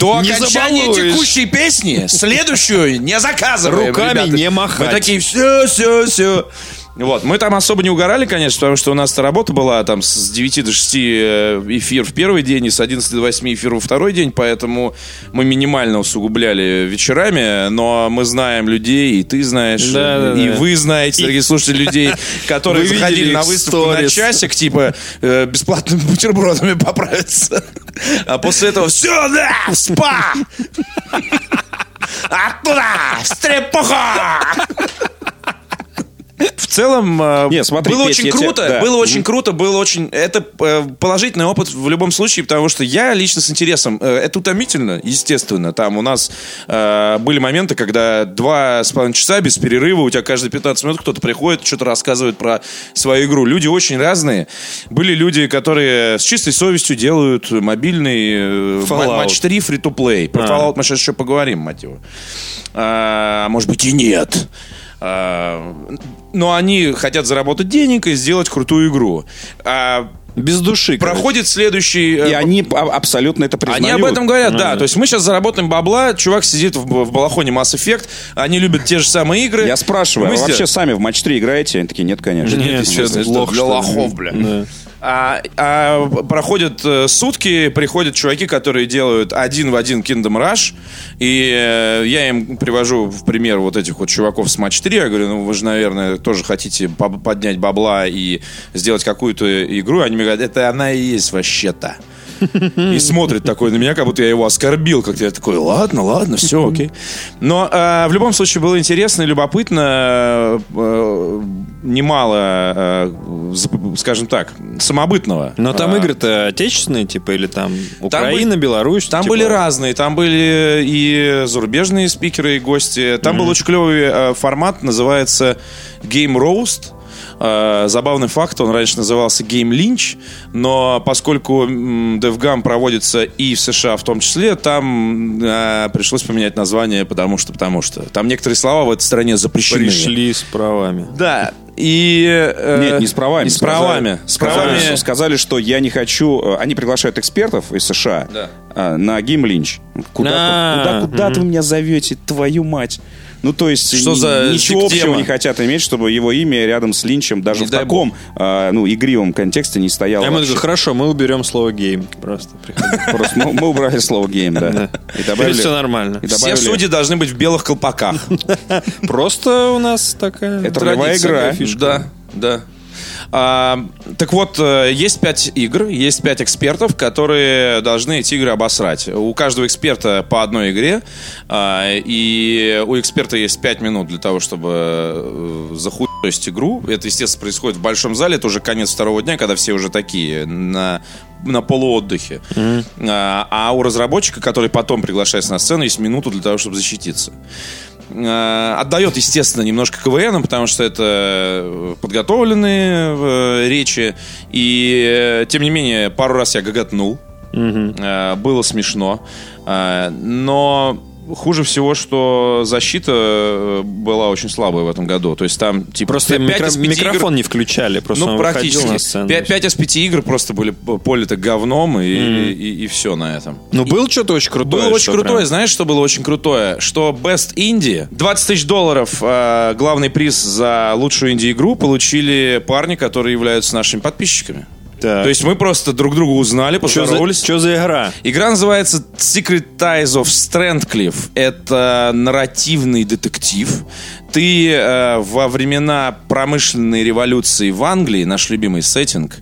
Speaker 3: До
Speaker 1: Не
Speaker 3: окончания
Speaker 1: забалуешь.
Speaker 3: текущей песни следующую не заказываем.
Speaker 1: Руками
Speaker 3: ребята.
Speaker 1: не махать.
Speaker 3: Мы такие, все, все, все. Вот. Мы там особо не угорали, конечно, потому что у нас работа была там с 9 до 6 э, эфир в первый день и с 11 до 8 эфир во второй день, поэтому мы минимально усугубляли вечерами, но мы знаем людей, и ты знаешь,
Speaker 1: Да, да,
Speaker 3: и
Speaker 1: да.
Speaker 3: вы знаете, дорогие слушатели, людей, которые
Speaker 1: Вы видели
Speaker 3: заходили
Speaker 1: их
Speaker 3: на выставку на
Speaker 1: сторис.
Speaker 3: часик, типа, э, бесплатными бутербродами поправиться. А после этого все, да, в спа! Оттуда! в Стрепуха! В целом, э,
Speaker 2: Не, смотри,
Speaker 3: было
Speaker 2: Петь,
Speaker 3: очень
Speaker 2: я тебе-
Speaker 3: круто,
Speaker 2: да.
Speaker 3: было очень круто, было очень... Это э, положительный опыт в любом случае, потому что я лично с интересом... э, Это утомительно, естественно. Там у нас э, были моменты, когда два с половиной часа без перерыва, у тебя каждые 15 минут кто-то приходит, что-то рассказывает про свою игру. Люди очень разные. Были люди, которые с чистой совестью делают мобильный э,
Speaker 1: Fallout.
Speaker 3: матч 3 фри-то-плей. Про
Speaker 1: А.
Speaker 3: Fallout мы сейчас еще поговорим, мать его. А, может быть и нет. А, но они хотят заработать денег и сделать крутую игру. А
Speaker 1: Без души. короче.
Speaker 3: проходит следующий... э,
Speaker 2: И они а- абсолютно это признают.
Speaker 3: они об этом говорят, да. То есть мы сейчас заработаем бабла, чувак сидит в, б- в балахоне Mass Effect, они любят те же самые игры.
Speaker 2: Я спрашиваю,
Speaker 3: Мы
Speaker 2: а
Speaker 3: сдел-
Speaker 2: вообще сами в матч 3 играете? Они такие, нет, ну, конечно.
Speaker 1: Нет, это
Speaker 3: честно, это
Speaker 1: лох,
Speaker 3: для
Speaker 1: что ли?
Speaker 3: лохов, бля.
Speaker 1: Да.
Speaker 3: А, а проходят э, сутки, приходят чуваки, которые делают один в один Kingdom Rush, и э, я им привожу в пример вот этих вот чуваков с Матч 3, я говорю, ну вы же, наверное, тоже хотите поб- поднять бабла и сделать какую-то игру, они мне говорят, это она и есть вообще-то. И смотрит такой на меня, как будто я его оскорбил. Как-то я такой, ладно, ладно, все, окей. Но э, в любом случае было интересно и любопытно. э, немало, э, зап- скажем так, самобытного.
Speaker 1: Но там
Speaker 3: А,
Speaker 1: игры-то отечественные, типа, или там Украина,
Speaker 3: бы-
Speaker 1: Беларусь.
Speaker 3: Там
Speaker 1: типа,
Speaker 3: были разные, там были и зарубежные спикеры, и гости. Там был очень клевый э, формат, называется Game Roast. Э, Забавный факт, он раньше назывался Game Lynch, но поскольку м, DevGam проводится и в США в том числе, там э, пришлось поменять название, потому что, потому что. Там некоторые слова в этой стране запрещены.
Speaker 1: Пришли с правами.
Speaker 3: Да. И... э,
Speaker 2: Нет, не с правами.
Speaker 3: Не с правами.
Speaker 2: Сказали-
Speaker 3: С правами.
Speaker 2: Сказали, сказали, что я не хочу... э, Они приглашают экспертов из США
Speaker 3: Да.
Speaker 2: э, на Гейм Линч. Куда,
Speaker 1: А,
Speaker 2: куда, куда вы меня зовете, твою мать? Ну, то есть,
Speaker 3: Что
Speaker 2: ни-
Speaker 3: за
Speaker 2: ничего
Speaker 3: диктема?
Speaker 2: общего не хотят иметь, чтобы его имя рядом с Линчем даже
Speaker 3: Не
Speaker 2: в
Speaker 3: дай А
Speaker 2: таком э, ну, игривом контексте не стояло.
Speaker 1: Я ему
Speaker 2: вообще.
Speaker 1: говорю, хорошо, мы уберем слово гейм. Просто приходи.
Speaker 2: Просто мы, мы убрали слово гейм, да. И
Speaker 1: Теперь все
Speaker 2: добавили...
Speaker 1: нормально.
Speaker 2: и
Speaker 3: Все
Speaker 2: добавили-
Speaker 3: судьи должны быть в белых колпаках.
Speaker 1: Просто у нас такая...
Speaker 2: Это ролевая
Speaker 3: Традиция,
Speaker 2: игра.
Speaker 3: да, фишка. Да, да. А, так вот, э, есть пять игр, есть пять экспертов, которые должны эти игры обосрать. У каждого эксперта по одной игре, а, и у эксперта есть пять минут для того, чтобы э, захуесить игру. Это, естественно, происходит в большом зале, это уже конец второго дня, когда все уже такие на на полуотдыхе. А, а у разработчика, который потом приглашается на сцену, есть минуту для того, чтобы защититься э, отдает, естественно, немножко КВНам, потому что это э, подготовленные э, речи. И, э, тем не менее, пару раз я гагатнул. Э, Было смешно. Э, Но хуже всего, что защита э, была очень слабая в этом году. То есть там типа
Speaker 1: Просто
Speaker 3: пять
Speaker 1: микро-
Speaker 3: из пяти игр-
Speaker 1: микрофон не включали. Просто
Speaker 3: ну,
Speaker 1: он выходил
Speaker 3: практически.
Speaker 1: на сцену.
Speaker 3: Пять, пять из пяти игр просто были п- политы говном, и, и, все на этом.
Speaker 1: Ну, был что-то очень крутое.
Speaker 3: Было
Speaker 1: что
Speaker 3: очень крутое.
Speaker 1: прям-
Speaker 3: Знаешь, что было очень крутое? Что Best Indie, 20 тысяч долларов э, главный приз за лучшую инди-игру получили парни, которые являются нашими подписчиками.
Speaker 1: Так.
Speaker 3: То есть мы просто друг друга узнали,
Speaker 1: Чё за,
Speaker 3: поздоровались.
Speaker 1: чё за игра?
Speaker 3: Игра называется Secret Ties of Strandcliff. Это нарративный детектив. Ты э, во времена промышленной революции в Англии, наш любимый сеттинг,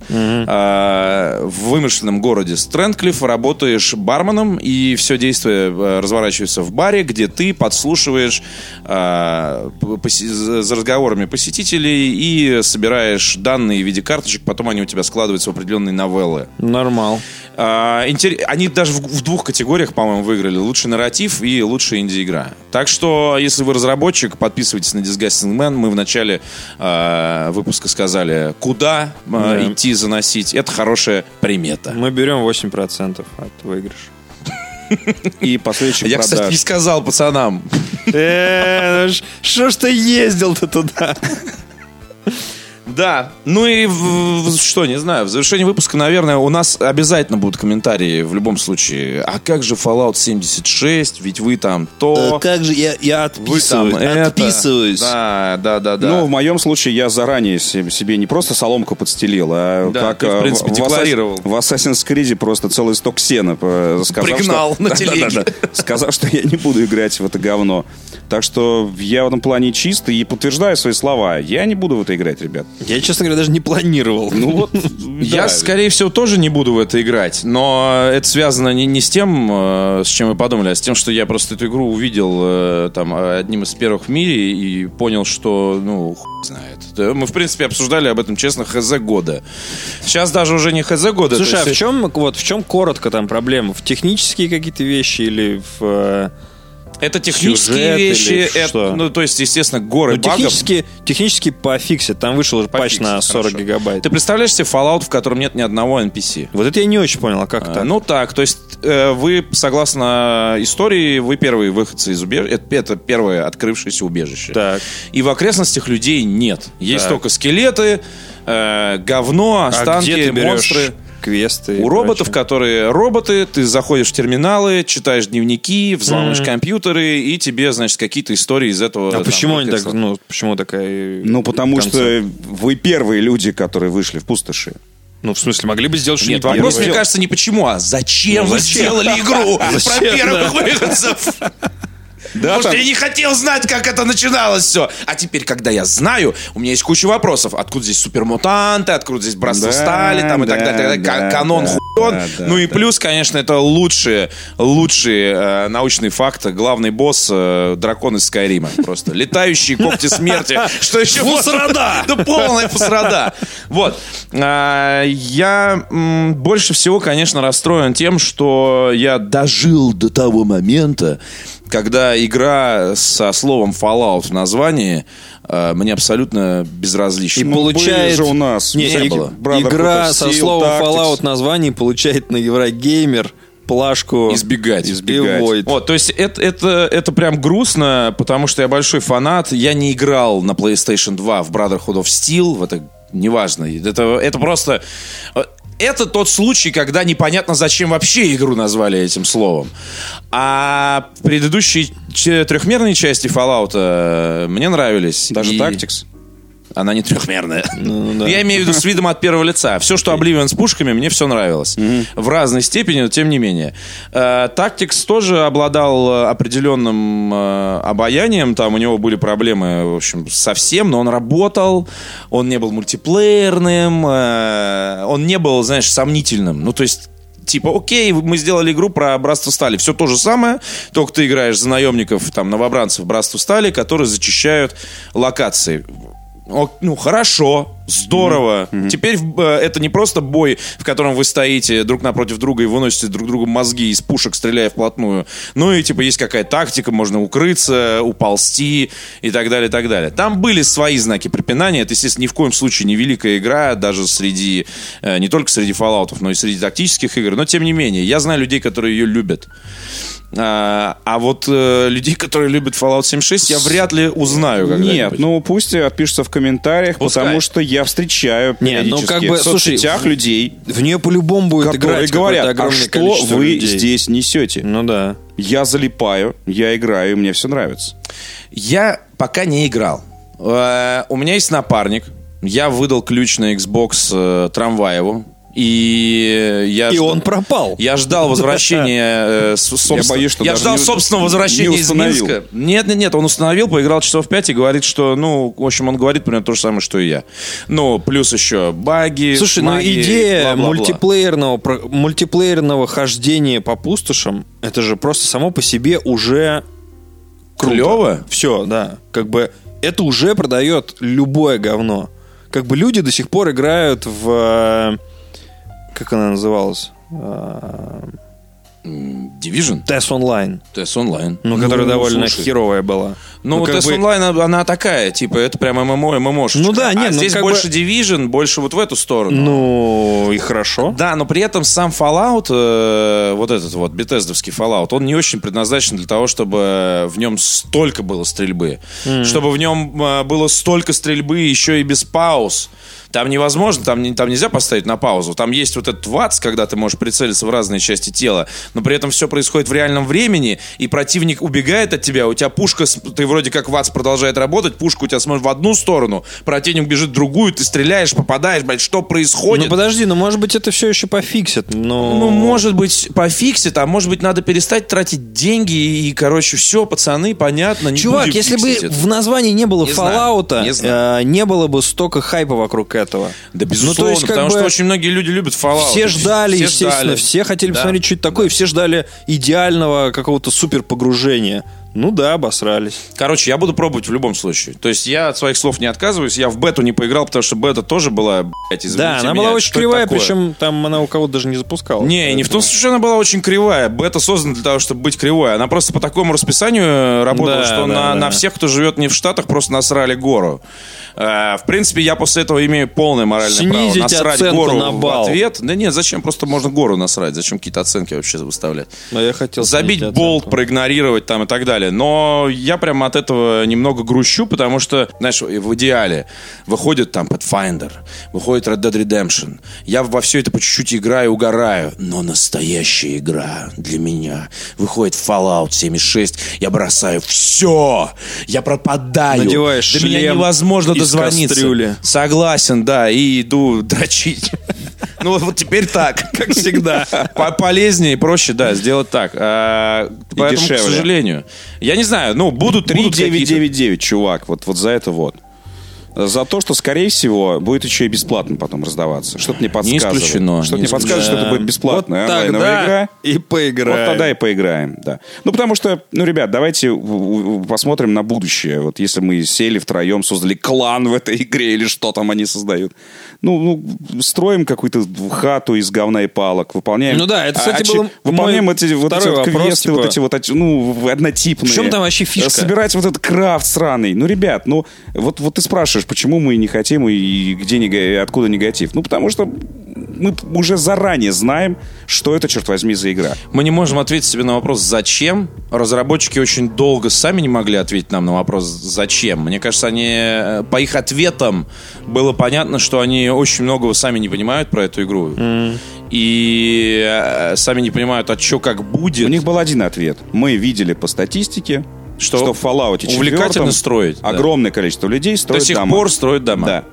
Speaker 3: э, в вымышленном городе Стрэндклифф работаешь барменом, и все действие э, разворачивается в баре, где ты подслушиваешь э, п- поси- за за разговорами посетителей и собираешь данные в виде карточек, потом они у тебя складываются в определенные новеллы.
Speaker 1: Нормал.
Speaker 3: А, интере- Они даже в, в двух категориях, по-моему, выиграли. Лучший нарратив и лучшая инди-игра. Так что, если вы разработчик, подписывайтесь на Disgusting Man. Мы в начале э, выпуска сказали, куда э,
Speaker 1: Да.
Speaker 3: идти заносить. Это хорошая примета.
Speaker 1: Мы берем 8% от выигрыша.
Speaker 2: И последующих
Speaker 3: Я,
Speaker 2: продаж.
Speaker 3: кстати, не сказал пацанам.
Speaker 1: Э, ну ж- Что ж ты ездил-то туда?
Speaker 3: Да. Ну и в- в- что, не знаю, в завершении выпуска, наверное, у нас обязательно будут комментарии в любом случае. А как же Fallout 76? Ведь вы там то...
Speaker 8: Э,
Speaker 1: Э,
Speaker 8: как же я, я
Speaker 3: Вы там это. Да, да, да, да.
Speaker 2: Ну, в моем случае я заранее се- себе не просто соломку подстелил, а
Speaker 3: Да,
Speaker 2: как
Speaker 3: ты, в
Speaker 2: э,
Speaker 3: принципе,
Speaker 2: Assa-
Speaker 3: декларировал.
Speaker 2: В Assassin's Creed просто целый сток сена э, сказав,
Speaker 3: Пригнал
Speaker 2: что-
Speaker 3: на
Speaker 2: Да-да-да-да.
Speaker 3: телеге.
Speaker 2: сказав, что я не буду играть в это говно. Так что я в этом плане чистый и подтверждаю свои слова. Я не буду в это играть, ребят.
Speaker 1: Я, честно говоря, даже не планировал.
Speaker 2: Ну вот,
Speaker 3: Я,
Speaker 2: да.
Speaker 3: скорее всего, тоже не буду в это играть, но это связано не, не с тем, э, с чем мы подумали, а с тем, что я просто эту игру увидел э, там э, одним из первых в мире и понял, что, ну, хуй знает. Да, Мы, в принципе, обсуждали об этом, честно, ХЗ года. Сейчас даже уже не ХЗ года. то
Speaker 1: Слушай, а в
Speaker 3: есть-
Speaker 1: чем, вот, в чем коротко там проблема? В технические какие-то вещи или в... э,
Speaker 3: Это технические
Speaker 1: Сюжет или
Speaker 3: вещи, это,
Speaker 1: что?
Speaker 3: ну, то есть, естественно, горы
Speaker 1: Ну,
Speaker 3: багов.
Speaker 1: технически, технически пофиксят. Там вышел же патч
Speaker 3: Пофиксят,
Speaker 1: на 40
Speaker 3: хорошо.
Speaker 1: гигабайт.
Speaker 3: Ты представляешь себе Fallout, в котором нет ни одного NPC?
Speaker 1: Вот это я не очень понял, а как
Speaker 3: А,
Speaker 1: так?
Speaker 3: Ну так, то есть э, вы, согласно истории, вы первые выходцы из убежища. Это, это первое открывшееся убежище.
Speaker 1: Так.
Speaker 3: И в окрестностях людей нет. Есть
Speaker 1: Так.
Speaker 3: только скелеты, э, говно, останки,
Speaker 1: а где ты берешь
Speaker 3: монстры.
Speaker 1: квесты? и
Speaker 3: У роботов,
Speaker 1: прочее?
Speaker 3: которые роботы, ты заходишь в терминалы, читаешь дневники, взламываешь
Speaker 1: Мгм.
Speaker 3: компьютеры, и тебе, значит, какие-то истории из этого.
Speaker 1: А
Speaker 3: там,
Speaker 1: почему они так,
Speaker 3: выписаны.
Speaker 1: ну, почему такая... э,
Speaker 2: Ну, потому
Speaker 1: в конце?
Speaker 2: что вы первые люди, которые вышли в пустоши.
Speaker 1: Ну, в смысле, могли бы сделать
Speaker 3: Нет,
Speaker 1: что-нибудь
Speaker 3: вопрос,
Speaker 1: первое.
Speaker 3: мне кажется, не почему, а зачем
Speaker 1: Ну,
Speaker 3: вы
Speaker 1: зачем?
Speaker 3: сделали игру про
Speaker 1: Зачем,
Speaker 3: первых выходцев?
Speaker 2: Да,
Speaker 3: Потому что я не хотел знать, как это начиналось все. А теперь, когда я знаю, у меня есть куча вопросов. Откуда здесь супермутанты, откуда здесь братство
Speaker 2: Да,
Speaker 3: стали, там и так
Speaker 2: да,
Speaker 3: далее. так далее. Ка-
Speaker 2: да,
Speaker 3: Канон
Speaker 2: да,
Speaker 3: хуён.
Speaker 2: да, да,
Speaker 3: ну и
Speaker 2: да.
Speaker 3: плюс, конечно, это лучшие, лучшие э, научные факты. Главный босс э, дракон из Скайрима. Просто летающие когти смерти. Что еще? Фусрада! Да полная фусрада. Вот. А, Я м, больше всего, конечно, расстроен тем, что я дожил до того момента, когда игра со словом Fallout в названии э, мне абсолютно безразлична.
Speaker 1: И получает...
Speaker 2: же у нас.
Speaker 1: Не,
Speaker 3: Не
Speaker 1: и-
Speaker 3: было.
Speaker 1: Игра
Speaker 2: Brotherhood of
Speaker 1: со
Speaker 2: Steel,
Speaker 1: словом
Speaker 2: Tactics.
Speaker 1: Fallout название получает на Еврогеймер плашку...
Speaker 3: избегать.
Speaker 1: Избегать.
Speaker 3: И Void. Вот, то есть это, это, это прям грустно, потому что я большой фанат. Я не играл на PlayStation 2 в Brotherhood of Steel. в Это неважно. Это, это просто... э, Это тот случай, когда непонятно, зачем вообще игру назвали этим словом. А предыдущие ч- трехмерные части Fallout э, мне нравились.
Speaker 2: Даже
Speaker 3: И-
Speaker 2: Tactics.
Speaker 3: она не трехмерная.
Speaker 1: Ну, да.
Speaker 3: Я имею в виду с видом от первого лица. Все, что Обливион с пушками, мне все нравилось. В разной степени, но тем не менее. Э, Тактикс тоже обладал э, определенным э, обаянием. Там у него были проблемы, в общем, совсем, но он работал. Он не был мультиплеерным. э, Он не был, знаешь, сомнительным. Ну, то есть Типа, окей, мы сделали игру про братство стали. Все то же самое, только ты играешь за наемников, там, новобранцев братства стали, которые зачищают локации. Ок, Ну, хорошо, здорово. Теперь в- э, это не просто бой, в котором вы стоите друг напротив друга и выносите друг другу мозги из пушек, стреляя вплотную. Ну и, типа, есть какая-то тактика, можно укрыться, уползти и так далее, и так далее. Там были свои знаки препинания. Это, естественно, ни в коем случае не великая игра, даже среди, э, не только среди Fallout, но и среди тактических игр. Но, тем не менее, я знаю людей, которые ее любят. А, а вот э, людей, которые любят Fallout 76, я вряд ли узнаю
Speaker 2: Нет,
Speaker 3: когда-нибудь.
Speaker 2: ну пусть отпишутся в комментариях,
Speaker 3: Пускай.
Speaker 2: потому что я встречаю
Speaker 1: Не, ну,
Speaker 2: периодически
Speaker 1: как бы,
Speaker 2: в
Speaker 1: слушай,
Speaker 2: соцсетях
Speaker 1: в-
Speaker 2: людей,
Speaker 1: В нее по-любому будет
Speaker 2: которые
Speaker 1: играть
Speaker 2: говорят,
Speaker 1: какое-то
Speaker 2: а
Speaker 1: огромное
Speaker 2: что
Speaker 1: количество
Speaker 2: вы
Speaker 1: людей».
Speaker 2: здесь несете?
Speaker 1: Ну да.
Speaker 2: Я залипаю, я играю, и мне все нравится.
Speaker 3: Я пока не играл. Э, У меня есть напарник. Я выдал ключ на Xbox э, Трамваеву. И я
Speaker 1: И
Speaker 3: жд-
Speaker 1: он пропал.
Speaker 3: А Я ждал возвращения э, с- собствен-
Speaker 2: боюсь, что
Speaker 3: Я
Speaker 2: даже
Speaker 3: ждал
Speaker 2: не-
Speaker 3: собственного
Speaker 2: не
Speaker 3: возвращения из
Speaker 2: установил.
Speaker 3: Минска. Нет, нет, нет, он установил, поиграл часов пять и говорит, что, ну, в общем, он говорит примерно то же самое, что и я. Ну, плюс еще баги,
Speaker 1: Слушай, ну
Speaker 3: магии,
Speaker 1: идея
Speaker 3: бла-бла-бла.
Speaker 1: мультиплеерного, про- мультиплеерного хождения по пустошам, это же просто само по себе уже круто.
Speaker 3: Клёво?
Speaker 1: Все, да. Как бы это уже продает любое говно. Как бы люди до сих пор играют в... э, Как она называлась? Э,
Speaker 3: Division?
Speaker 1: Тесс онлайн.
Speaker 3: TES онлайн.
Speaker 1: Ну, которая довольно
Speaker 3: слушай.
Speaker 1: херовая была.
Speaker 3: Ну,
Speaker 1: как
Speaker 3: TES
Speaker 1: бы-
Speaker 3: онлайн, она- она такая, типа, это прям ММО, ММОшечка.
Speaker 1: Ну да,
Speaker 3: А
Speaker 1: не, ну
Speaker 3: здесь
Speaker 1: как
Speaker 3: больше
Speaker 1: бы-
Speaker 3: Division, больше вот в эту сторону.
Speaker 1: Ну, и хорошо.
Speaker 3: Да, но при этом сам Fallout, э, вот этот вот, бетездовский Fallout, он не очень предназначен для того, чтобы в нем столько было стрельбы. Чтобы в нем э, было столько стрельбы еще и без пауз. Там невозможно, там, не- там нельзя поставить на паузу. Там есть вот этот ватс, когда ты можешь прицелиться в разные части тела, но при этом все происходит в реальном времени, и противник убегает от тебя, у тебя пушка, с- ты вроде как ватс продолжает работать, пушка у тебя смотрит в одну сторону, противник бежит в другую, ты стреляешь, попадаешь, блядь, что происходит?
Speaker 1: Ну, подожди, ну, может быть, это все еще пофиксит, но...
Speaker 3: Ну, может быть, пофиксит, а может быть, надо перестать тратить деньги и, короче, все, пацаны, понятно. не
Speaker 1: Чувак,
Speaker 3: будем
Speaker 1: если бы
Speaker 3: фиксить это.
Speaker 1: в названии не было
Speaker 3: Не знаю,
Speaker 1: Fallout'а,
Speaker 3: не
Speaker 1: э,
Speaker 3: знаю.
Speaker 1: не, было бы столько хайпа вокруг этого.
Speaker 3: Да, безусловно,
Speaker 1: ну, то есть, как
Speaker 3: потому
Speaker 1: бы,
Speaker 3: что очень многие люди любят Fallout.
Speaker 1: Все ждали,
Speaker 3: Все
Speaker 1: естественно,
Speaker 3: ждали.
Speaker 1: все хотели
Speaker 3: Да.
Speaker 1: посмотреть, что это такое, и все ждали идеального какого-то супер погружения. Ну да, обосрались.
Speaker 3: Короче, я буду пробовать в любом случае. То есть я от своих слов не отказываюсь, я в бету не поиграл, потому что бета тоже была, блядь, извините
Speaker 1: да, она
Speaker 3: меня,
Speaker 1: была очень
Speaker 3: что это
Speaker 1: кривая,
Speaker 3: такое?
Speaker 1: причем там она у кого-то даже не запускала.
Speaker 3: Не, и не в том случае, что она была очень кривая. Бета создана для того, чтобы быть кривой. Она просто по такому расписанию э, работала,
Speaker 1: Да,
Speaker 3: что
Speaker 1: да,
Speaker 3: на,
Speaker 1: да.
Speaker 3: на всех, кто живет не в Штатах, просто насрали гору. Э, в принципе, я после этого имею полное моральное
Speaker 1: Снизите
Speaker 3: право насрать
Speaker 1: оценку
Speaker 3: гору
Speaker 1: на балл.
Speaker 3: в ответ. Да нет, зачем? Просто можно гору насрать. Зачем какие-то оценки вообще выставлять?
Speaker 1: Но ну, я хотел
Speaker 3: Забить
Speaker 1: снять
Speaker 3: болт,
Speaker 1: оценку.
Speaker 3: проигнорировать там и так далее. Но я прямо от этого немного грущу, потому что, знаешь, в идеале выходит там Pathfinder, выходит Red Dead Redemption. Я во все это по чуть-чуть играю, угораю. Но настоящая игра для меня выходит Fallout 76. Я бросаю все. Я пропадаю.
Speaker 1: Надеваешь
Speaker 3: До меня
Speaker 1: шлем
Speaker 3: невозможно
Speaker 1: из
Speaker 3: дозвониться.
Speaker 1: кастрюли.
Speaker 3: Согласен, да, и иду дрочить. Ну вот теперь так, как всегда. По- Полезнее и проще, да, сделать так. А, Поэтому, к
Speaker 2: дешевле.
Speaker 3: сожалению. Я не знаю, ну, будут три
Speaker 2: Будут
Speaker 3: какие-то.
Speaker 2: 999, чувак, вот, вот за это вот. За то, что, скорее всего, будет еще и бесплатно потом раздаваться. Что-то мне подсказывает.
Speaker 3: исключено,
Speaker 2: Что-то
Speaker 3: не
Speaker 2: мне подсказывает, что это будет бесплатная
Speaker 1: Вот
Speaker 2: онлайновая
Speaker 1: тогда
Speaker 2: ну, игра.
Speaker 1: и поиграем.
Speaker 2: Вот тогда и поиграем, да. Ну, потому что, ну, ребят, давайте у- у- посмотрим на будущее. Вот если мы сели втроем, создали клан в этой игре или что там они создают. Ну, ну, строим какую-то хату из говна и палок, выполняем...
Speaker 1: Ну да, это, кстати,
Speaker 2: очи-
Speaker 1: было
Speaker 2: Выполняем
Speaker 1: мой
Speaker 2: эти, вот эти
Speaker 1: второй
Speaker 2: вот
Speaker 1: вопрос,
Speaker 2: квесты, вот
Speaker 1: типа-
Speaker 2: эти вот, оч- ну, однотипные.
Speaker 1: В чем там вообще фишка?
Speaker 2: Собирать вот этот крафт сраный. Ну, ребят, ну, вот, вот ты спрашиваешь, почему мы не хотим и где нега- и откуда негатив? Ну, потому что мы уже заранее знаем, что это, черт возьми, за игра.
Speaker 3: Мы не можем ответить себе на вопрос, зачем. Разработчики очень долго сами не могли ответить нам на вопрос, зачем. Мне кажется, они э, по их ответам было понятно, что они очень многого сами не понимают про эту игру. И э, сами не понимают, а что как будет.
Speaker 2: У них был один ответ. Мы видели по статистике,
Speaker 3: Что
Speaker 2: что, в Fallout 4
Speaker 3: увлекательно строить, да.
Speaker 2: огромное количество людей строит
Speaker 3: До сих
Speaker 2: дома.
Speaker 3: пор строят дома.
Speaker 2: Да,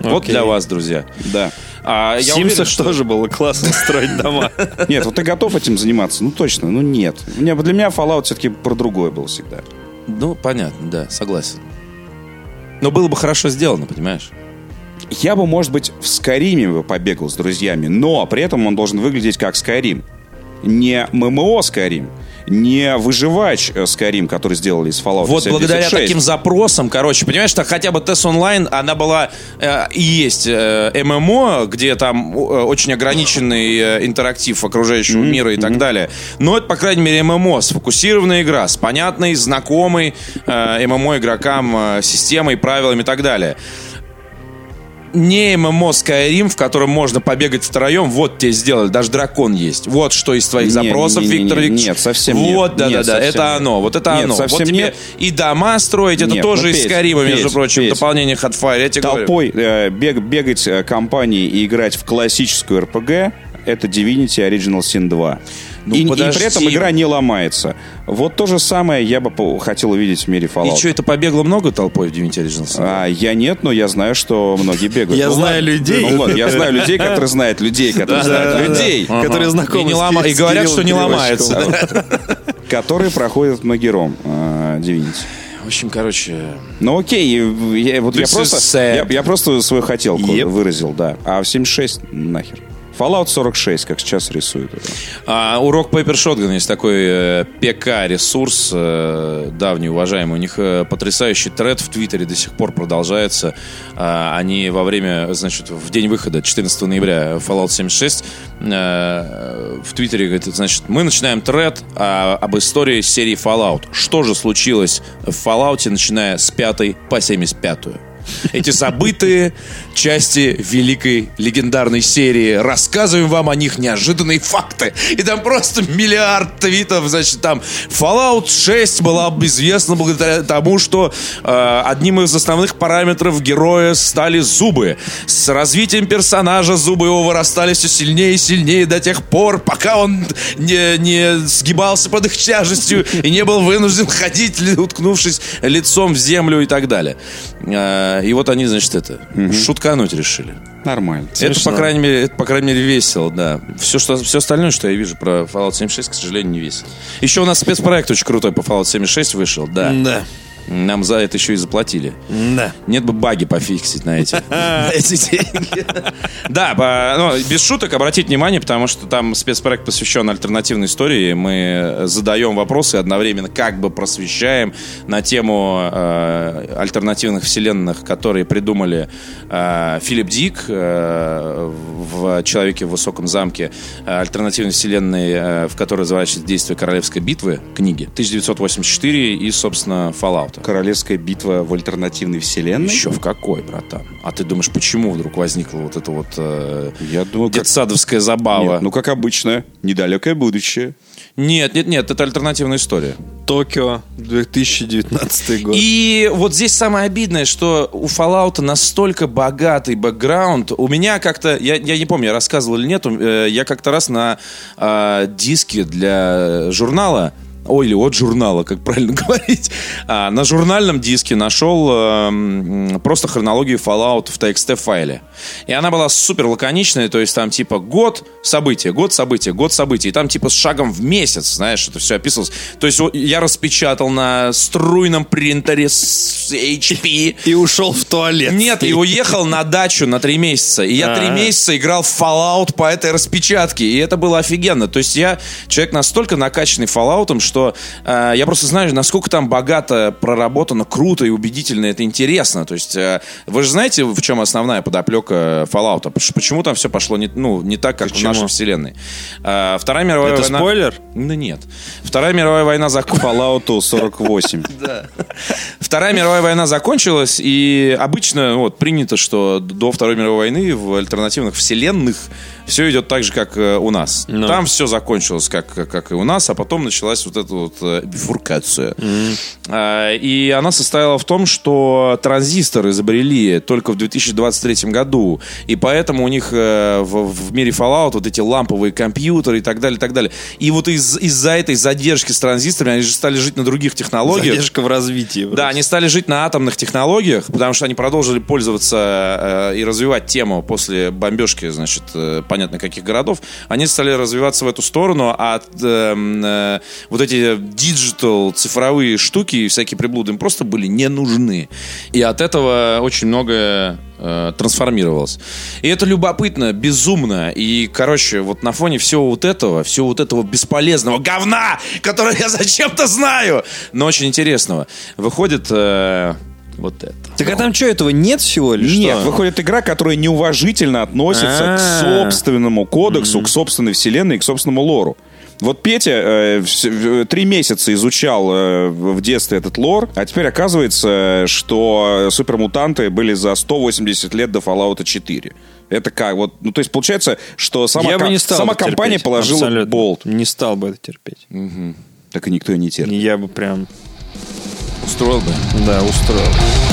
Speaker 3: Вот
Speaker 1: Окей.
Speaker 3: для вас, друзья.
Speaker 2: да.
Speaker 3: А
Speaker 1: В
Speaker 3: я
Speaker 1: Симсах
Speaker 3: уверен,
Speaker 1: тоже было классно строить дома.
Speaker 2: Нет, вот ты готов этим заниматься? Ну точно, ну нет. У меня- для меня Fallout все-таки про другое был всегда.
Speaker 3: Ну, понятно, да, согласен. Но было бы хорошо сделано, понимаешь?
Speaker 2: Я бы, может быть, в Скайриме бы побегал с друзьями, но при этом он должен выглядеть как Скайрим. Не ММО Скайрим, не выживач э, Скайрим, который сделали из Fallout
Speaker 3: Вот благодаря
Speaker 2: 76.
Speaker 3: таким запросам, короче, понимаешь, что хотя бы тест онлайн, она была э, и есть э, ММО, где там э, очень ограниченный э, интерактив окружающего мира и так далее. Но это, по крайней мере, ММО, сфокусированная игра с понятной, знакомой э, ММО игрокам э, системой, правилами и так далее. не ММО Skyrim, в котором можно побегать втроем, вот тебе сделали, даже дракон есть. Вот что из твоих
Speaker 2: Не,
Speaker 3: запросов,
Speaker 2: не, не,
Speaker 3: Виктор
Speaker 2: не,
Speaker 3: Викторович.
Speaker 2: нет, совсем нет.
Speaker 3: Вот,
Speaker 2: Нет,
Speaker 3: да-да-да,
Speaker 2: совсем
Speaker 3: это
Speaker 2: нет.
Speaker 3: оно, вот это
Speaker 2: Нет,
Speaker 3: оно.
Speaker 2: совсем
Speaker 3: вот тебе
Speaker 2: нет.
Speaker 3: и дома строить, это
Speaker 2: Нет,
Speaker 3: тоже
Speaker 2: ну,
Speaker 3: из
Speaker 2: Петь,
Speaker 3: Скайрима, между
Speaker 2: Петь,
Speaker 3: прочим,
Speaker 2: Петь.
Speaker 3: дополнение Hotfire, я тебе говорю.
Speaker 2: толпой э, бег- бегать э, компанией и играть в классическую РПГ это Divinity Original Sin 2.
Speaker 3: Ну,
Speaker 2: и, и
Speaker 3: подожди.
Speaker 2: при этом игра не ломается. Вот то же самое я бы по- хотел увидеть в мире
Speaker 3: И
Speaker 2: Fallout.
Speaker 3: что, это побегло много толпой в Divinity Original Sin?
Speaker 2: А, я нет, но я знаю, что многие бегают.
Speaker 1: Я
Speaker 2: Ну,
Speaker 1: знаю
Speaker 2: ладно.
Speaker 1: людей.
Speaker 2: Ну, ладно, я знаю людей, которые знают людей, которые знают людей,
Speaker 1: Которые знакомы
Speaker 3: И, не
Speaker 1: с
Speaker 3: лома- и
Speaker 1: Ки- с
Speaker 3: говорят,
Speaker 1: Кириллом
Speaker 3: что не
Speaker 1: Кирилловичем.
Speaker 3: ломается.
Speaker 2: которые проходят Магером э, Divinity.
Speaker 3: В общем, короче,
Speaker 2: Ну окей, я, вот я
Speaker 3: This is
Speaker 2: просто,
Speaker 3: sad.
Speaker 2: я, я просто свою хотелку
Speaker 1: Yep.
Speaker 2: выразил, да. А в 76 нахер. Fallout 46, как сейчас рисуют. это.
Speaker 3: А, урок Paper Shotgun есть такой э, ПК-ресурс, э, давний, уважаемый. У них э, потрясающий тред в Твиттере до сих пор продолжается. А, они во время, значит, в день выхода, 14 ноября, Fallout 76, э, в Твиттере говорит, значит, мы начинаем тред а, об истории серии Fallout. Что же случилось в Fallout, начиная с 5 по 75 эти забытые части великой легендарной серии. Рассказываем вам о них неожиданные факты. И там просто миллиард твитов, значит, там Fallout 6 была известна благодаря тому, что э, одним из основных параметров героя стали зубы. С развитием персонажа зубы его вырастали все сильнее и сильнее до тех пор, пока он не, не сгибался под их тяжестью и не был вынужден ходить, ли- уткнувшись лицом в землю и так далее. А, И вот они, значит, это, шуткануть решили.
Speaker 6: Нормально.
Speaker 3: Это, по крайней мере, это, по крайней мере, весело, да. Все, что, все остальное, что я вижу про Fallout 76, к сожалению, не весело. Еще у нас спецпроект очень крутой по Fallout 76 вышел, да.
Speaker 1: Да.
Speaker 3: Нам за это еще и заплатили.
Speaker 1: Да.
Speaker 3: Нет бы баги пофиксить на эти, на эти деньги. Да, по- ну, без шуток обратить внимание, потому что там спецпроект посвящен альтернативной истории. Мы задаем вопросы и одновременно как бы просвещаем на тему э, альтернативных вселенных, которые придумали э, Филипп Дик э, в «Человеке в высоком замке», э, альтернативной вселенной, э, в которой разворачивается действие Королевской битвы, книги 1984 и, собственно, Fallout.
Speaker 2: Королевская битва в альтернативной вселенной.
Speaker 3: Еще в какой, братан? А ты думаешь, почему вдруг возникла вот эта вот э,
Speaker 2: Я думал, Ну, как...
Speaker 3: детсадовская забава?
Speaker 2: Нет, ну, как обычно, недалекое будущее.
Speaker 3: нет, нет, нет, это альтернативная история.
Speaker 1: Токио, 2019 год.
Speaker 3: И вот здесь самое обидное, что у Fallout настолько богатый бэкграунд. У меня как-то, я, я не помню, я рассказывал или нет, э, я как-то раз на э, диске для журнала, ой, или от журнала, как правильно говорить, а, на журнальном диске нашел э, м, просто хронологию Fallout в TXT-файле. И она была супер лаконичная, то есть там типа год события, год события, год события. И там типа с шагом в месяц, знаешь, это все описывалось. То есть вот я распечатал на струйном принтере с HP.
Speaker 1: И ушел в туалет.
Speaker 3: Нет, и уехал на дачу на три месяца. И я три
Speaker 1: А.
Speaker 3: месяца играл в Fallout по этой распечатке. И это было офигенно. То есть я человек настолько накачанный Fallout, что э, я просто знаю, насколько там богато проработано, круто и убедительно. Это интересно. То есть э, вы же знаете, в чем основная подоплека Fallout? Почему там все пошло не, ну, не так, как в
Speaker 1: Почему?
Speaker 3: нашей вселенной? Э, Вторая мировая
Speaker 1: Это
Speaker 3: война...
Speaker 1: спойлер?
Speaker 3: Да нет. Вторая мировая война закончилась.
Speaker 2: Fallout 48.
Speaker 3: Вторая мировая война закончилась, и обычно вот, принято, что до Второй мировой войны в альтернативных вселенных все идет так же, как э, у нас.
Speaker 1: Ну.
Speaker 3: Там все закончилось, как, как и у нас, а потом началась вот эта вот э, бифуркация. А, И она состояла в том, что транзистор изобрели только в 2023 году, и поэтому у них э, в, в мире Fallout вот эти ламповые компьютеры и так далее, и так далее. И вот из- из-за этой задержки с транзисторами они же стали жить на других технологиях.
Speaker 1: Задержка в развитии.
Speaker 3: Да, они стали жить на атомных технологиях, потому что они продолжили пользоваться э, и развивать тему после бомбежки, значит, э, понятно каких городов. Они стали развиваться в эту сторону, а э, м, э, вот эти диджитал цифровые штуки и всякие приблуды им просто были не нужны. И от этого очень многое э, трансформировалось. И это любопытно, безумно. И, короче, вот на фоне всего вот этого, всего вот этого бесполезного говна, которое я зачем-то знаю, но очень интересного, выходит э, вот это.
Speaker 1: Так а там что, этого нет всего или
Speaker 2: Нет,
Speaker 1: что? А.
Speaker 2: выходит игра, которая неуважительно относится к
Speaker 1: А-а-а.
Speaker 2: собственному кодексу, к собственной вселенной, и к собственному лору. Вот Петя э, вс- в- три месяца изучал э, в детстве этот лор, а теперь оказывается, что супермутанты были за 180 лет до Fallout 4. Это как? Вот, ну, то есть получается, что сама,
Speaker 1: Я бы
Speaker 2: ко-
Speaker 1: не стал
Speaker 2: сама
Speaker 1: это терпеть,
Speaker 2: компания положила
Speaker 1: абсолютно.
Speaker 2: болт.
Speaker 1: Не стал бы это терпеть.
Speaker 2: Так и никто и не терпит.
Speaker 1: Я бы прям,
Speaker 3: Устроил бы.
Speaker 1: да, устроил.